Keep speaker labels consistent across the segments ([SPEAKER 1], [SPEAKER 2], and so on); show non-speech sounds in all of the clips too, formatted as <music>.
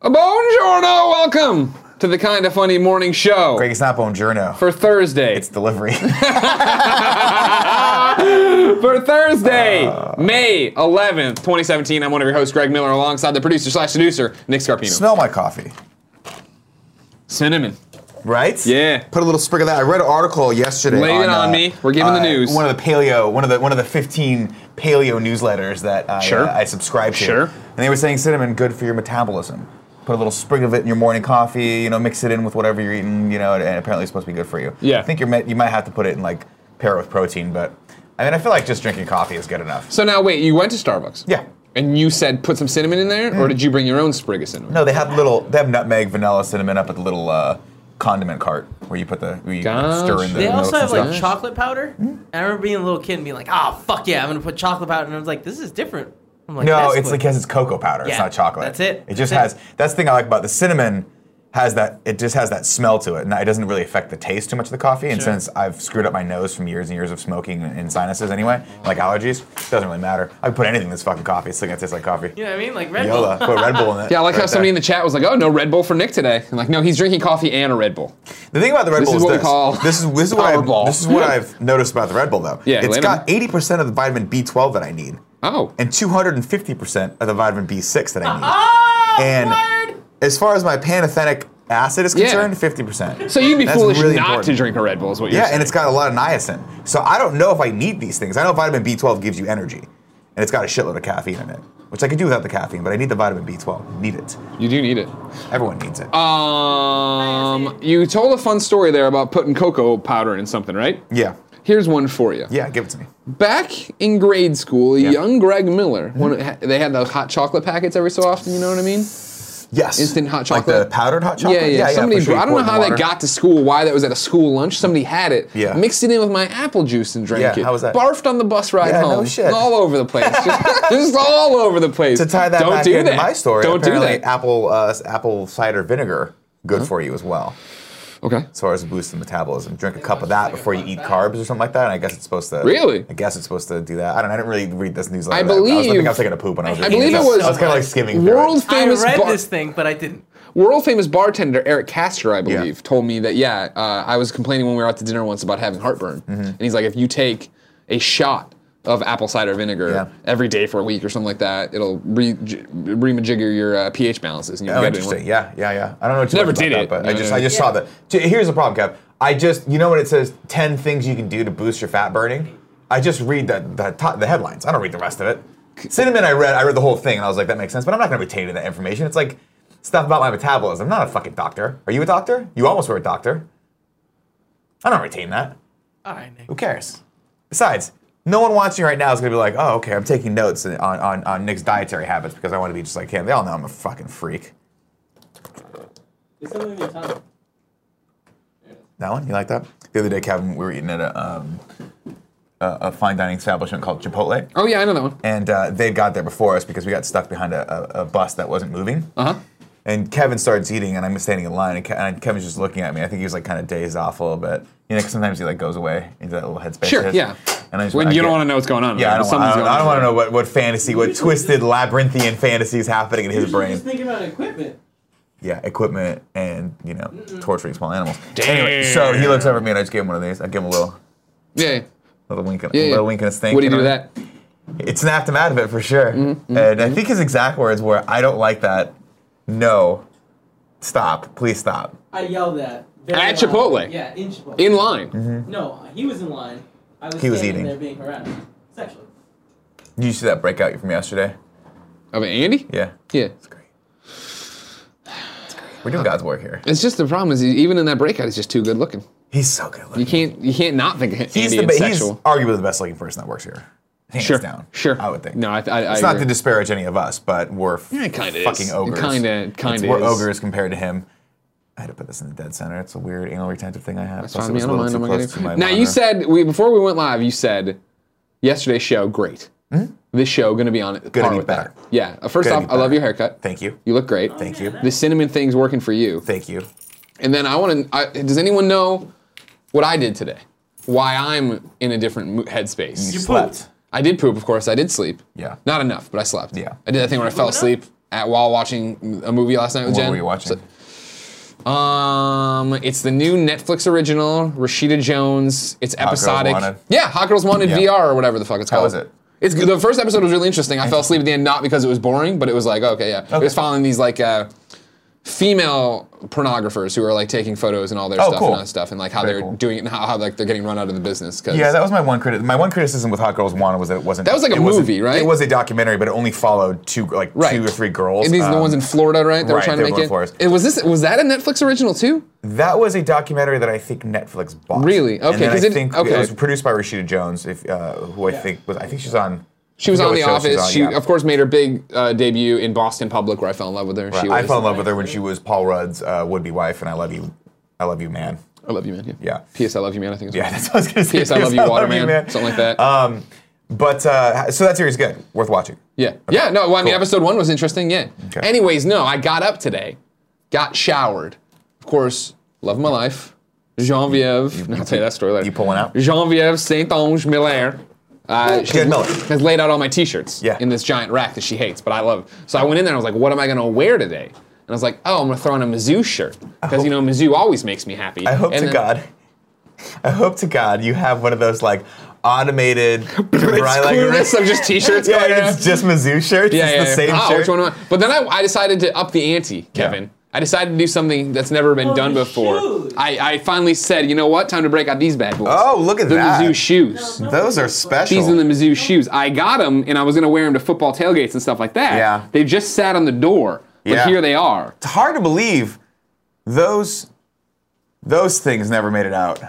[SPEAKER 1] Buongiorno, welcome to the Kind of Funny Morning Show
[SPEAKER 2] Greg, it's not Bonjourno.
[SPEAKER 1] for Thursday.
[SPEAKER 2] it's delivery. <laughs>
[SPEAKER 1] for Thursday,
[SPEAKER 2] Uh.
[SPEAKER 1] May 11th, 2017. I'm one of your hosts, Greg Miller, alongside the producer slash seducer, Nick Scarpino.
[SPEAKER 2] Smell my coffee.
[SPEAKER 1] Cinnamon.
[SPEAKER 2] Right?
[SPEAKER 1] Yeah.
[SPEAKER 2] Put a little sprig of that. I read an article yesterday.
[SPEAKER 1] Lay it on
[SPEAKER 2] uh,
[SPEAKER 1] me. We're giving the
[SPEAKER 2] uh,
[SPEAKER 1] news.
[SPEAKER 2] One of the paleo, one of the one of the 15 paleo newsletters that I,
[SPEAKER 1] Sure.
[SPEAKER 2] uh, I subscribe to.
[SPEAKER 1] Sure.
[SPEAKER 2] And they were saying cinnamon good for your metabolism. Put a little sprig of it in your morning coffee. You know, mix it in with whatever you're eating. You know, and apparently it's supposed to be good for you.
[SPEAKER 1] Yeah.
[SPEAKER 2] I think you're meant, you might have to put it in like pair it with protein, but I mean, I feel like just drinking coffee is good enough.
[SPEAKER 1] So now, wait, you went to Starbucks.
[SPEAKER 2] Yeah. Mm.
[SPEAKER 1] And you said put some cinnamon in there, or did you bring your own sprig of cinnamon?
[SPEAKER 2] No, they have little. They have nutmeg, vanilla, cinnamon up at the little uh, condiment cart where you put the where you
[SPEAKER 1] Gotcha.
[SPEAKER 2] stir in the.
[SPEAKER 1] They
[SPEAKER 3] They also
[SPEAKER 2] notes
[SPEAKER 3] have
[SPEAKER 2] and
[SPEAKER 3] like
[SPEAKER 2] stuff.
[SPEAKER 3] chocolate powder.
[SPEAKER 2] Mm-hmm.
[SPEAKER 3] And I remember being a little kid and being like, "Ah, fuck yeah, I'm gonna put chocolate powder." And I was like, "This is different." I'm like,
[SPEAKER 2] No,
[SPEAKER 3] "That's
[SPEAKER 2] it's
[SPEAKER 3] what-"
[SPEAKER 2] because it's cocoa powder. It's
[SPEAKER 3] Yeah,
[SPEAKER 2] not chocolate.
[SPEAKER 3] that's it.
[SPEAKER 2] It just
[SPEAKER 3] That's
[SPEAKER 2] has. That's the thing I like about the cinnamon. Has that? It just has that smell to it, and it doesn't really affect the taste too much of the coffee. And
[SPEAKER 3] Sure.
[SPEAKER 2] since I've screwed up my nose from years and years of smoking and sinuses anyway, like allergies, it doesn't really matter. I can put anything in this fucking coffee. It's still gonna taste like coffee.
[SPEAKER 3] you know what I mean, like Red
[SPEAKER 2] Yola,
[SPEAKER 3] Bull.
[SPEAKER 2] put Red Bull in it.
[SPEAKER 1] Yeah, I like how
[SPEAKER 2] right
[SPEAKER 1] somebody in
[SPEAKER 2] there.
[SPEAKER 1] the chat was like, oh, no Red Bull for Nick today. I'm like, no, he's drinking coffee and a Red Bull.
[SPEAKER 2] The thing about the Red
[SPEAKER 1] This
[SPEAKER 2] Bull
[SPEAKER 1] is
[SPEAKER 2] is,
[SPEAKER 1] what we
[SPEAKER 2] this.
[SPEAKER 1] call
[SPEAKER 2] this is this is what
[SPEAKER 1] Powerball.
[SPEAKER 2] I've, this is
[SPEAKER 1] <laughs>
[SPEAKER 2] what I've noticed about the Red Bull though.
[SPEAKER 1] Yeah,
[SPEAKER 2] it's
[SPEAKER 1] Elena?
[SPEAKER 2] got 80% of the vitamin B12 that I need
[SPEAKER 1] Oh.
[SPEAKER 2] and 250% of the vitamin B6 that I need.
[SPEAKER 1] Uh-huh.
[SPEAKER 3] Ah,
[SPEAKER 2] And
[SPEAKER 3] word!
[SPEAKER 2] As far as my pantothenic acid is
[SPEAKER 1] Yeah.
[SPEAKER 2] concerned, 50%.
[SPEAKER 1] So you'd be
[SPEAKER 2] That's
[SPEAKER 1] foolish
[SPEAKER 2] really
[SPEAKER 1] not to
[SPEAKER 2] important.
[SPEAKER 1] drink a Red Bull, is what you're
[SPEAKER 2] Yeah,
[SPEAKER 1] saying.
[SPEAKER 2] and it's got a lot of niacin. So I don't know if I need these things. I know vitamin B12 gives you energy, and it's got a shitload of caffeine in it, which I could do without the caffeine, but I need the vitamin B12. Need it.
[SPEAKER 1] you do need it.
[SPEAKER 2] Everyone needs
[SPEAKER 1] Uh,
[SPEAKER 2] it.
[SPEAKER 1] Um, you told a fun story there about putting cocoa powder in something, right?
[SPEAKER 2] yeah.
[SPEAKER 1] Here's one for you.
[SPEAKER 2] Yeah, give it to me.
[SPEAKER 1] Back in grade school,
[SPEAKER 2] Yeah.
[SPEAKER 1] young Greg Miller, when it ha- they had the hot chocolate packets every so often, you know what I mean?
[SPEAKER 2] Yes.
[SPEAKER 1] Instant hot
[SPEAKER 2] Like
[SPEAKER 1] chocolate?
[SPEAKER 2] the powdered hot chocolate?
[SPEAKER 1] Yeah, yeah. somebody,
[SPEAKER 2] for sure. You
[SPEAKER 1] I don't
[SPEAKER 2] pour
[SPEAKER 1] know
[SPEAKER 2] it in
[SPEAKER 1] how that
[SPEAKER 2] water.
[SPEAKER 1] got to school, why that was at a school lunch. Somebody had it,
[SPEAKER 2] Yeah.
[SPEAKER 1] mixed it in with my apple juice and drank
[SPEAKER 2] Yeah,
[SPEAKER 1] it.
[SPEAKER 2] how was that?
[SPEAKER 1] Barfed on the bus ride
[SPEAKER 2] Yeah, no
[SPEAKER 1] home.
[SPEAKER 2] shit.
[SPEAKER 1] All over the
[SPEAKER 2] <laughs>
[SPEAKER 1] place. just, just all over the place.
[SPEAKER 2] to tie that
[SPEAKER 1] don't
[SPEAKER 2] back
[SPEAKER 1] do
[SPEAKER 2] into
[SPEAKER 1] that.
[SPEAKER 2] my story,
[SPEAKER 1] Don't do
[SPEAKER 2] apparently
[SPEAKER 1] that. Mm-hmm.
[SPEAKER 2] apple uh, apple cider vinegar good for you as well,
[SPEAKER 1] okay.
[SPEAKER 2] as far as boosting metabolism. Drink a cup of that before you eat carbs or something like that. And I guess it's supposed to.
[SPEAKER 1] Really?
[SPEAKER 2] I guess it's supposed to do that. I don't. I didn't really read this newsletter.
[SPEAKER 1] I
[SPEAKER 2] that- I, was, I
[SPEAKER 1] believe-
[SPEAKER 2] think I was taking a poop when I was.
[SPEAKER 3] I
[SPEAKER 2] reading
[SPEAKER 3] believe
[SPEAKER 2] this.
[SPEAKER 3] it was-
[SPEAKER 2] I was kind of like skimming through.
[SPEAKER 1] World
[SPEAKER 2] it.
[SPEAKER 3] I
[SPEAKER 1] famous
[SPEAKER 3] read
[SPEAKER 1] bar-
[SPEAKER 3] this thing, but I didn't.
[SPEAKER 1] world famous bartender Eric Castor, I
[SPEAKER 2] Yeah.
[SPEAKER 1] believe, told me that yeah, uh, I was complaining when we were out to dinner once about having heartburn,
[SPEAKER 2] Mm-hmm.
[SPEAKER 1] and he's like, if you take a shot of apple cider vinegar
[SPEAKER 2] Yeah.
[SPEAKER 1] every day for a week or something like that, it'll re- j- remajigger your uh, pH balances. And you'll
[SPEAKER 2] Oh,
[SPEAKER 1] get it in
[SPEAKER 2] interesting. Yeah, yeah, yeah. I don't know. Too
[SPEAKER 1] Never
[SPEAKER 2] much about
[SPEAKER 1] did
[SPEAKER 2] that,
[SPEAKER 1] it.
[SPEAKER 2] but
[SPEAKER 1] No,
[SPEAKER 2] I just,
[SPEAKER 1] no,
[SPEAKER 2] I
[SPEAKER 1] no.
[SPEAKER 2] just saw that. J- Here's the problem, Kev. I just, you know, when it says ten things you can do to boost your fat burning, I just read the the, top, the headlines. I don't read the rest of it. Cinnamon, I read, I read the whole thing, and I was like, that makes sense. But I'm not going to retain any of that information. It's like stuff about my metabolism. I'm not a fucking doctor. Are you a doctor? You almost were a doctor. I don't retain that.
[SPEAKER 3] All right, Nick.
[SPEAKER 2] Who cares? Besides, no one watching right now is gonna be like, oh, okay, I'm taking notes on, on, on Nick's dietary habits because I want to be just like him. They all know I'm a fucking freak. That one? You like that? The other day, Kevin, we were eating at a, um, a, a fine dining establishment called Chipotle.
[SPEAKER 1] Oh yeah, I know that one.
[SPEAKER 2] And uh, they got there before us because we got stuck behind a, a, a bus that wasn't moving.
[SPEAKER 1] Uh huh.
[SPEAKER 2] And Kevin starts eating, and I'm standing in line, and, Ke- and Kevin's just looking at me. I think he was like kind of dazed off a little bit. You know, 'cause sometimes he like goes away into that little headspace. of
[SPEAKER 1] Sure.
[SPEAKER 2] his.
[SPEAKER 1] Yeah.
[SPEAKER 2] And I just
[SPEAKER 1] When
[SPEAKER 2] I
[SPEAKER 1] you
[SPEAKER 2] get-
[SPEAKER 1] don't want to know what's going on.
[SPEAKER 2] Yeah, I don't,
[SPEAKER 1] Something's
[SPEAKER 2] I don't,
[SPEAKER 1] going on.
[SPEAKER 2] want to know what, what fantasy, what twisted labyrinthian fantasies happening in his brain.
[SPEAKER 3] thinking about equipment.
[SPEAKER 2] Yeah, equipment and you know torturing small animals.
[SPEAKER 1] Damn.
[SPEAKER 2] Anyway, so he looks over at me, and I just give him one of these. I give him a little
[SPEAKER 1] Yeah. yeah.
[SPEAKER 2] little wink, and
[SPEAKER 1] Yeah, yeah.
[SPEAKER 2] little wink and a stink.
[SPEAKER 1] What do you
[SPEAKER 2] and
[SPEAKER 1] do with
[SPEAKER 2] I-
[SPEAKER 1] that? Mm-hmm,
[SPEAKER 2] It snapped him out of it for sure. And I think his exact words were, "I don't like that. No, stop. Please stop."
[SPEAKER 4] I yelled that.
[SPEAKER 1] At Chipotle?
[SPEAKER 4] Yeah, in Chipotle.
[SPEAKER 1] In line.
[SPEAKER 2] Mm-hmm.
[SPEAKER 4] no, he was in line. I was
[SPEAKER 2] He was
[SPEAKER 4] standing
[SPEAKER 2] eating.
[SPEAKER 4] there being harassed sexually.
[SPEAKER 2] Did you see that breakout from yesterday?
[SPEAKER 1] Of Andy?
[SPEAKER 2] Yeah.
[SPEAKER 1] Yeah.
[SPEAKER 2] It's great. We're doing God's work here.
[SPEAKER 1] It's just the problem is even in that breakout, he's just too good looking.
[SPEAKER 2] He's so good
[SPEAKER 1] You
[SPEAKER 2] looking.
[SPEAKER 1] can't you can't not think of
[SPEAKER 2] He's,
[SPEAKER 1] Andy
[SPEAKER 2] the,
[SPEAKER 1] and
[SPEAKER 2] be- he's
[SPEAKER 1] sexual.
[SPEAKER 2] arguably the best looking person that works here. Hands
[SPEAKER 1] sure.
[SPEAKER 2] down.
[SPEAKER 1] Sure.
[SPEAKER 2] I would think.
[SPEAKER 1] No, I, I, I
[SPEAKER 2] It's not
[SPEAKER 1] agree.
[SPEAKER 2] to disparage any of us, but we're f-
[SPEAKER 1] it kinda
[SPEAKER 2] fucking
[SPEAKER 1] is. It
[SPEAKER 2] ogres.
[SPEAKER 1] kinda-
[SPEAKER 2] It's-
[SPEAKER 1] kinda
[SPEAKER 2] We're
[SPEAKER 1] is.
[SPEAKER 2] ogres compared to him. I had to put this in the dead center. It's a weird anal retentive thing I have. Plus,
[SPEAKER 1] Fine,
[SPEAKER 2] it
[SPEAKER 1] me,
[SPEAKER 2] was
[SPEAKER 1] I
[SPEAKER 2] a
[SPEAKER 1] don't
[SPEAKER 2] little
[SPEAKER 1] mind,
[SPEAKER 2] too
[SPEAKER 1] I'm not
[SPEAKER 2] close
[SPEAKER 1] gonna-
[SPEAKER 2] to my
[SPEAKER 1] now you
[SPEAKER 2] monitor.
[SPEAKER 1] said we before we went live, you said yesterday's show great. This show gonna be on it.
[SPEAKER 2] Hmm? Gonna
[SPEAKER 1] par
[SPEAKER 2] be
[SPEAKER 1] with that.
[SPEAKER 2] better.
[SPEAKER 1] Yeah. uh, First
[SPEAKER 2] Gonna
[SPEAKER 1] off,
[SPEAKER 2] be
[SPEAKER 1] I love
[SPEAKER 2] better.
[SPEAKER 1] your haircut.
[SPEAKER 2] Thank you.
[SPEAKER 1] You look great.
[SPEAKER 2] Thank you.
[SPEAKER 1] The cinnamon thing's working for you.
[SPEAKER 2] Thank you.
[SPEAKER 1] And then I want to. Does anyone know what I did today? Why I'm in a different mo- headspace?
[SPEAKER 3] You
[SPEAKER 2] Slept.
[SPEAKER 3] pooped.
[SPEAKER 1] I did poop, of course. I did sleep.
[SPEAKER 2] Yeah.
[SPEAKER 1] Not enough, but I slept.
[SPEAKER 2] Yeah.
[SPEAKER 1] I did that thing where I fell
[SPEAKER 3] Pooping up?
[SPEAKER 1] asleep. at while watching a movie last night with
[SPEAKER 2] What
[SPEAKER 1] Jen.
[SPEAKER 2] were you watching?
[SPEAKER 1] Um, it's the new Netflix original, Rashida Jones. It's
[SPEAKER 2] Girls
[SPEAKER 1] episodic.
[SPEAKER 2] Wanted.
[SPEAKER 1] yeah, Hot Girls Wanted
[SPEAKER 2] Yeah.
[SPEAKER 1] VR or whatever the fuck it's
[SPEAKER 2] How
[SPEAKER 1] called.
[SPEAKER 2] is it?
[SPEAKER 1] It's good. the first episode was really interesting. I fell asleep at the end not because it was boring, but it was like okay, yeah. It
[SPEAKER 2] Okay.
[SPEAKER 1] was following these like uh, female pornographers who are like taking photos and all their
[SPEAKER 2] Oh,
[SPEAKER 1] stuff
[SPEAKER 2] cool.
[SPEAKER 1] and all that stuff and like how
[SPEAKER 2] Very
[SPEAKER 1] they're
[SPEAKER 2] cool.
[SPEAKER 1] doing it and how, how like they're getting run out of the business. 'cause-
[SPEAKER 2] Yeah, that was my one criticism. My one criticism with Hot Girls Wanted was that it wasn't.
[SPEAKER 1] That was like a
[SPEAKER 2] it wasn't-
[SPEAKER 1] movie, right?
[SPEAKER 2] It was a documentary, but it only followed two, like
[SPEAKER 1] Right.
[SPEAKER 2] two or three girls.
[SPEAKER 1] And these are the
[SPEAKER 2] Um,
[SPEAKER 1] ones in Florida, right? They were
[SPEAKER 2] right,
[SPEAKER 1] trying
[SPEAKER 2] they
[SPEAKER 1] to
[SPEAKER 2] were
[SPEAKER 1] make
[SPEAKER 2] in
[SPEAKER 1] it.
[SPEAKER 2] Florida.
[SPEAKER 1] it. Was this? Was that a Netflix original too?
[SPEAKER 2] Um, That was a documentary that I think Netflix bought.
[SPEAKER 1] Really? Okay,
[SPEAKER 2] And then I
[SPEAKER 1] 'cause it-
[SPEAKER 2] think
[SPEAKER 1] okay.
[SPEAKER 2] it was produced by Rashida Jones, if uh, who I think was. I think she's on.
[SPEAKER 1] She was
[SPEAKER 2] I
[SPEAKER 1] on The
[SPEAKER 2] forget what show she's
[SPEAKER 1] Office.
[SPEAKER 2] on,
[SPEAKER 1] She,
[SPEAKER 2] yeah.
[SPEAKER 1] of course, made her big uh, debut in Boston Public, where I fell in love with her. She
[SPEAKER 2] I
[SPEAKER 1] was,
[SPEAKER 2] fell in love with her when she was Paul Rudd's uh, would-be wife, and I love you, I love you, man.
[SPEAKER 1] I love you, man. Yeah.
[SPEAKER 2] Yeah.
[SPEAKER 1] P.S. I love you, man. I think. It's
[SPEAKER 2] Yeah, <laughs> that's what I was gonna say.
[SPEAKER 1] P.S. I love you, Waterman. Something like that.
[SPEAKER 2] Um, but uh, so that series is good, worth watching.
[SPEAKER 1] yeah. Yeah. No. Well, I mean,
[SPEAKER 2] cool.
[SPEAKER 1] episode one was interesting. Yeah.
[SPEAKER 2] Okay.
[SPEAKER 1] Anyways, no. I got up today, got showered. Of course, love of my life. Genevieve. no, I'll tell you that story later.
[SPEAKER 2] you pulling out?
[SPEAKER 1] Genevieve Saint Ange Miller. Uh, she
[SPEAKER 2] Good Miller.
[SPEAKER 1] has laid out all my T-shirts
[SPEAKER 2] Yeah.
[SPEAKER 1] in this giant rack that she hates, but I love. So I went in there and I was like, "What am I going to wear today?" And I was like, "Oh, I'm going to throw on a Mizzou shirt because you know Mizzou always makes me happy."
[SPEAKER 2] I hope to
[SPEAKER 1] <laughs>
[SPEAKER 2] God. I hope to God you have one of those like
[SPEAKER 1] <laughs>
[SPEAKER 2] automated. right, like-
[SPEAKER 1] clueless of just T-shirts
[SPEAKER 2] <laughs> yeah,
[SPEAKER 1] going around.
[SPEAKER 2] it's just Mizzou shirts.
[SPEAKER 1] Yeah,
[SPEAKER 2] it's
[SPEAKER 1] yeah,
[SPEAKER 2] the
[SPEAKER 1] yeah.
[SPEAKER 2] same
[SPEAKER 1] Ah,
[SPEAKER 2] shirt.
[SPEAKER 1] which one am I? But then I, I decided to up the ante, Kevin.
[SPEAKER 2] Yeah.
[SPEAKER 1] I decided to do something that's never been
[SPEAKER 4] Oh,
[SPEAKER 1] done
[SPEAKER 4] the
[SPEAKER 1] before.
[SPEAKER 4] shoes.
[SPEAKER 1] I, I finally said, you know what? Time to break out these bad boys.
[SPEAKER 2] Oh, look at
[SPEAKER 1] the
[SPEAKER 2] that.
[SPEAKER 1] Mizzou shoes.
[SPEAKER 4] No, no.
[SPEAKER 2] Those are special.
[SPEAKER 1] These are the Mizzou shoes. I got them, and I was gonna wear them to football tailgates and stuff like that.
[SPEAKER 2] Yeah.
[SPEAKER 1] They just sat on the door, but
[SPEAKER 2] Yeah.
[SPEAKER 1] here they are.
[SPEAKER 2] It's hard to believe those those things never made it out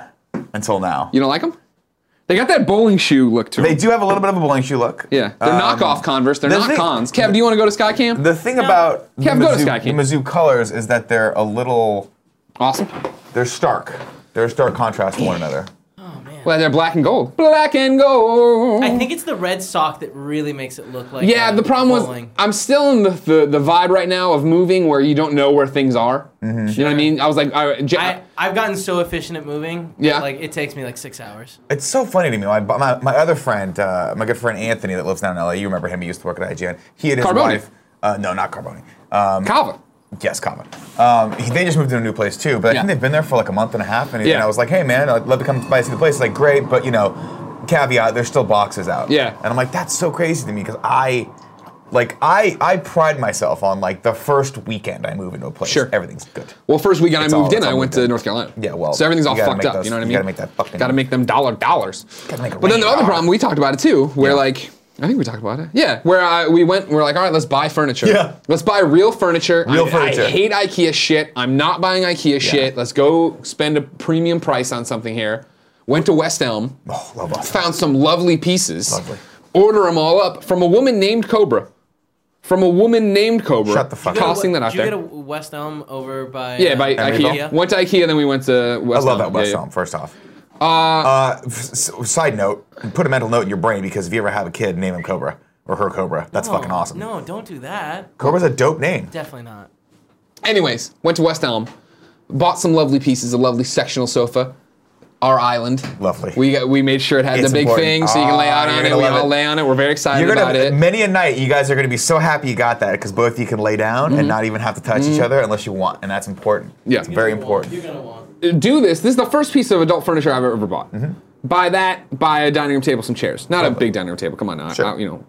[SPEAKER 2] until now.
[SPEAKER 1] You don't like them? They got that bowling shoe look to
[SPEAKER 2] They
[SPEAKER 1] them.
[SPEAKER 2] do have a little bit of a bowling shoe look.
[SPEAKER 1] Yeah, they're
[SPEAKER 2] Um,
[SPEAKER 1] knockoff Converse. They're
[SPEAKER 2] the
[SPEAKER 1] not
[SPEAKER 2] thing-
[SPEAKER 1] cons. Kev, do you want to go to Sky Cam?
[SPEAKER 2] The thing about the
[SPEAKER 1] Kev, go to Sky
[SPEAKER 2] Mizzou, the
[SPEAKER 1] King.
[SPEAKER 2] Mizzou colors is that they're a little
[SPEAKER 1] awesome.
[SPEAKER 2] they're stark. They're a stark contrast to one another.
[SPEAKER 3] Oh man.
[SPEAKER 1] Well, they're black and gold. Black and gold.
[SPEAKER 3] I think it's the red sock that really makes it look like.
[SPEAKER 1] Yeah,
[SPEAKER 3] uh,
[SPEAKER 1] the problem was
[SPEAKER 3] bowling.
[SPEAKER 1] I'm still in the, the, the vibe right now of moving where you don't know where things are.
[SPEAKER 2] Mm-hmm.
[SPEAKER 1] You know what I mean? I was like, I, j- uh,
[SPEAKER 3] I I've gotten so efficient at moving. that,
[SPEAKER 1] Yeah.
[SPEAKER 3] Like it takes me like six hours.
[SPEAKER 2] It's so funny to me. My, my, my other friend, uh, my good friend Anthony, that lives down in LA. You remember him? He used to work at IGN. He and his
[SPEAKER 1] Carbone.
[SPEAKER 2] wife. Uh, no, not Carboni. Um,
[SPEAKER 1] Kava.
[SPEAKER 2] Yes, common. Um, he- they just moved to a new place too, but I
[SPEAKER 1] Yeah.
[SPEAKER 2] think they've been there for like a month and a half. And, he-
[SPEAKER 1] Yeah.
[SPEAKER 2] and I was like, hey man, I'd love to come by and see the place. He's like, great, but you know, caveat, there's still boxes out.
[SPEAKER 1] Yeah.
[SPEAKER 2] And I'm like, that's so crazy to me because I, like, I I pride myself on like the first weekend I move into a place,
[SPEAKER 1] Sure.
[SPEAKER 2] everything's good.
[SPEAKER 1] Well, first weekend I
[SPEAKER 2] It's
[SPEAKER 1] moved
[SPEAKER 2] all-
[SPEAKER 1] in,
[SPEAKER 2] it's
[SPEAKER 1] I
[SPEAKER 2] all
[SPEAKER 1] went
[SPEAKER 2] moved
[SPEAKER 1] to
[SPEAKER 2] in.
[SPEAKER 1] North Carolina.
[SPEAKER 2] Yeah, well,
[SPEAKER 1] so everything's all
[SPEAKER 2] you gotta
[SPEAKER 1] fucked
[SPEAKER 2] make
[SPEAKER 1] up.
[SPEAKER 2] those-
[SPEAKER 1] you know what I
[SPEAKER 2] you
[SPEAKER 1] mean?
[SPEAKER 2] gotta make that fucking-
[SPEAKER 1] Gotta make them dollar dollars.
[SPEAKER 2] Gotta make a
[SPEAKER 1] But then the
[SPEAKER 2] rain
[SPEAKER 1] other
[SPEAKER 2] dollar.
[SPEAKER 1] problem we talked about it too, where
[SPEAKER 2] Yeah.
[SPEAKER 1] like. I think we talked about it. Yeah, where I, we went, we're like, all right, let's buy furniture.
[SPEAKER 2] Yeah.
[SPEAKER 1] Let's buy real furniture.
[SPEAKER 2] Real
[SPEAKER 1] I,
[SPEAKER 2] furniture.
[SPEAKER 1] I hate IKEA shit. I'm not buying IKEA shit. Let's go spend a premium price on something here. Went to West Elm.
[SPEAKER 2] Oh, love us.
[SPEAKER 1] found some lovely pieces.
[SPEAKER 2] Lovely.
[SPEAKER 1] Order them all up from a woman named Cobra. From a woman named Cobra.
[SPEAKER 2] Shut the fuck
[SPEAKER 3] You
[SPEAKER 2] up.
[SPEAKER 3] go to-
[SPEAKER 1] Tossing that out
[SPEAKER 3] did you
[SPEAKER 1] there.
[SPEAKER 3] go to West Elm over by?
[SPEAKER 1] yeah,
[SPEAKER 3] uh,
[SPEAKER 1] by
[SPEAKER 2] Henryville?
[SPEAKER 1] IKEA. Went to IKEA, then we went to
[SPEAKER 2] I
[SPEAKER 1] West.
[SPEAKER 2] love
[SPEAKER 1] Elm.
[SPEAKER 2] that West
[SPEAKER 1] Yeah, yeah.
[SPEAKER 2] Elm, first off. Uh, f- s- side note, put a mental note in your brain because if you ever have a kid, name him Cobra or her Cobra. That's
[SPEAKER 3] No,
[SPEAKER 2] fucking awesome.
[SPEAKER 3] Oh, No, don't do that.
[SPEAKER 2] Cobra's a dope name.
[SPEAKER 3] Definitely not.
[SPEAKER 1] Anyways, went to West Elm. Bought some lovely pieces, a lovely sectional sofa. Our island.
[SPEAKER 2] Lovely.
[SPEAKER 1] We got, we made sure it had
[SPEAKER 2] It's
[SPEAKER 1] the big
[SPEAKER 2] important.
[SPEAKER 1] thing, so you can lay
[SPEAKER 2] Ah,
[SPEAKER 1] out
[SPEAKER 2] you're
[SPEAKER 1] on it.
[SPEAKER 2] gonna
[SPEAKER 1] We
[SPEAKER 2] love
[SPEAKER 1] all
[SPEAKER 2] it.
[SPEAKER 1] lay on it. We're very excited
[SPEAKER 2] You're
[SPEAKER 1] about
[SPEAKER 2] gonna
[SPEAKER 1] it.
[SPEAKER 2] many a night. You guys are gonna be so happy you got that because both you can lay down and not even have to touch each other unless you want, and that's important.
[SPEAKER 1] Mm-hmm. Yeah.
[SPEAKER 2] it's very
[SPEAKER 4] You're gonna want-
[SPEAKER 2] important.
[SPEAKER 4] You're gonna want.
[SPEAKER 1] do this. This is the first piece of adult furniture I've ever bought.
[SPEAKER 2] Mm-hmm.
[SPEAKER 1] Buy that, buy a dining room table, some chairs. Not a
[SPEAKER 2] Lovely.
[SPEAKER 1] big dining room table. Come on now. I-
[SPEAKER 2] Sure.
[SPEAKER 1] I- you know,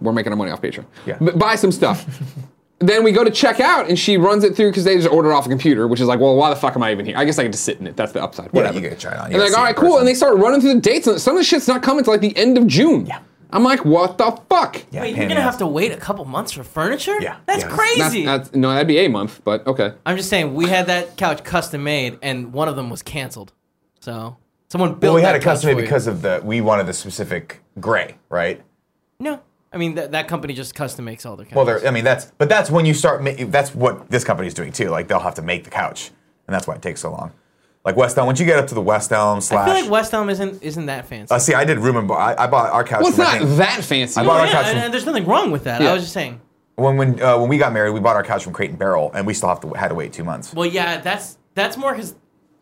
[SPEAKER 1] we're making our money off Patreon.
[SPEAKER 2] Yeah.
[SPEAKER 1] But buy some stuff.
[SPEAKER 2] <laughs>
[SPEAKER 1] then we go to check out, and she runs it through because they just order off a computer, which is like, well, why the fuck am I even here? I guess I get to sit in it. That's the upside. Whatever.
[SPEAKER 2] you get to try it
[SPEAKER 1] And
[SPEAKER 2] on. You gotta
[SPEAKER 1] like,
[SPEAKER 2] see
[SPEAKER 1] all
[SPEAKER 2] it
[SPEAKER 1] right,
[SPEAKER 2] in
[SPEAKER 1] cool.
[SPEAKER 2] person.
[SPEAKER 1] And they start running through the dates, and some of the shit's not coming till like the end of June.
[SPEAKER 2] Yeah.
[SPEAKER 1] I'm like, what the fuck?
[SPEAKER 2] Yeah, pain
[SPEAKER 3] Wait, you're
[SPEAKER 2] in
[SPEAKER 3] gonna
[SPEAKER 2] the
[SPEAKER 3] have
[SPEAKER 2] ass.
[SPEAKER 3] to wait a couple months for furniture?
[SPEAKER 2] Yeah.
[SPEAKER 3] That's
[SPEAKER 2] Yeah.
[SPEAKER 1] That's,
[SPEAKER 3] crazy.
[SPEAKER 1] that's, no, that'd be a month, but okay.
[SPEAKER 3] I'm just saying we had that couch custom made, and one of them was canceled. So someone built.
[SPEAKER 2] Well, we had
[SPEAKER 3] that
[SPEAKER 2] a custom
[SPEAKER 3] couch
[SPEAKER 2] made
[SPEAKER 3] for you.
[SPEAKER 2] because of the we wanted the specific gray, right?
[SPEAKER 3] No, I mean that that company just custom makes all their couches.
[SPEAKER 2] Well, there. I mean, that's but that's when you start. Ma- that's what this company's doing too. Like they'll have to make the couch, and that's why it takes so long. Like West Elm, once you get up to the West Elm
[SPEAKER 3] I
[SPEAKER 2] slash.
[SPEAKER 3] feel like West Elm isn't isn't that fancy.
[SPEAKER 2] uh, see, I did room and bar. I, I bought our couch.
[SPEAKER 1] Well, it's
[SPEAKER 2] from, I
[SPEAKER 1] not
[SPEAKER 2] think-
[SPEAKER 1] that fancy.
[SPEAKER 2] I bought our
[SPEAKER 3] yeah,
[SPEAKER 2] couch
[SPEAKER 3] and,
[SPEAKER 2] from-
[SPEAKER 3] and there's nothing wrong with that.
[SPEAKER 1] Yeah.
[SPEAKER 3] I was just saying.
[SPEAKER 2] when when uh, when we got married, we bought our couch from Crate and Barrel, and we still have to had to wait two months.
[SPEAKER 3] Well, yeah, that's that's more because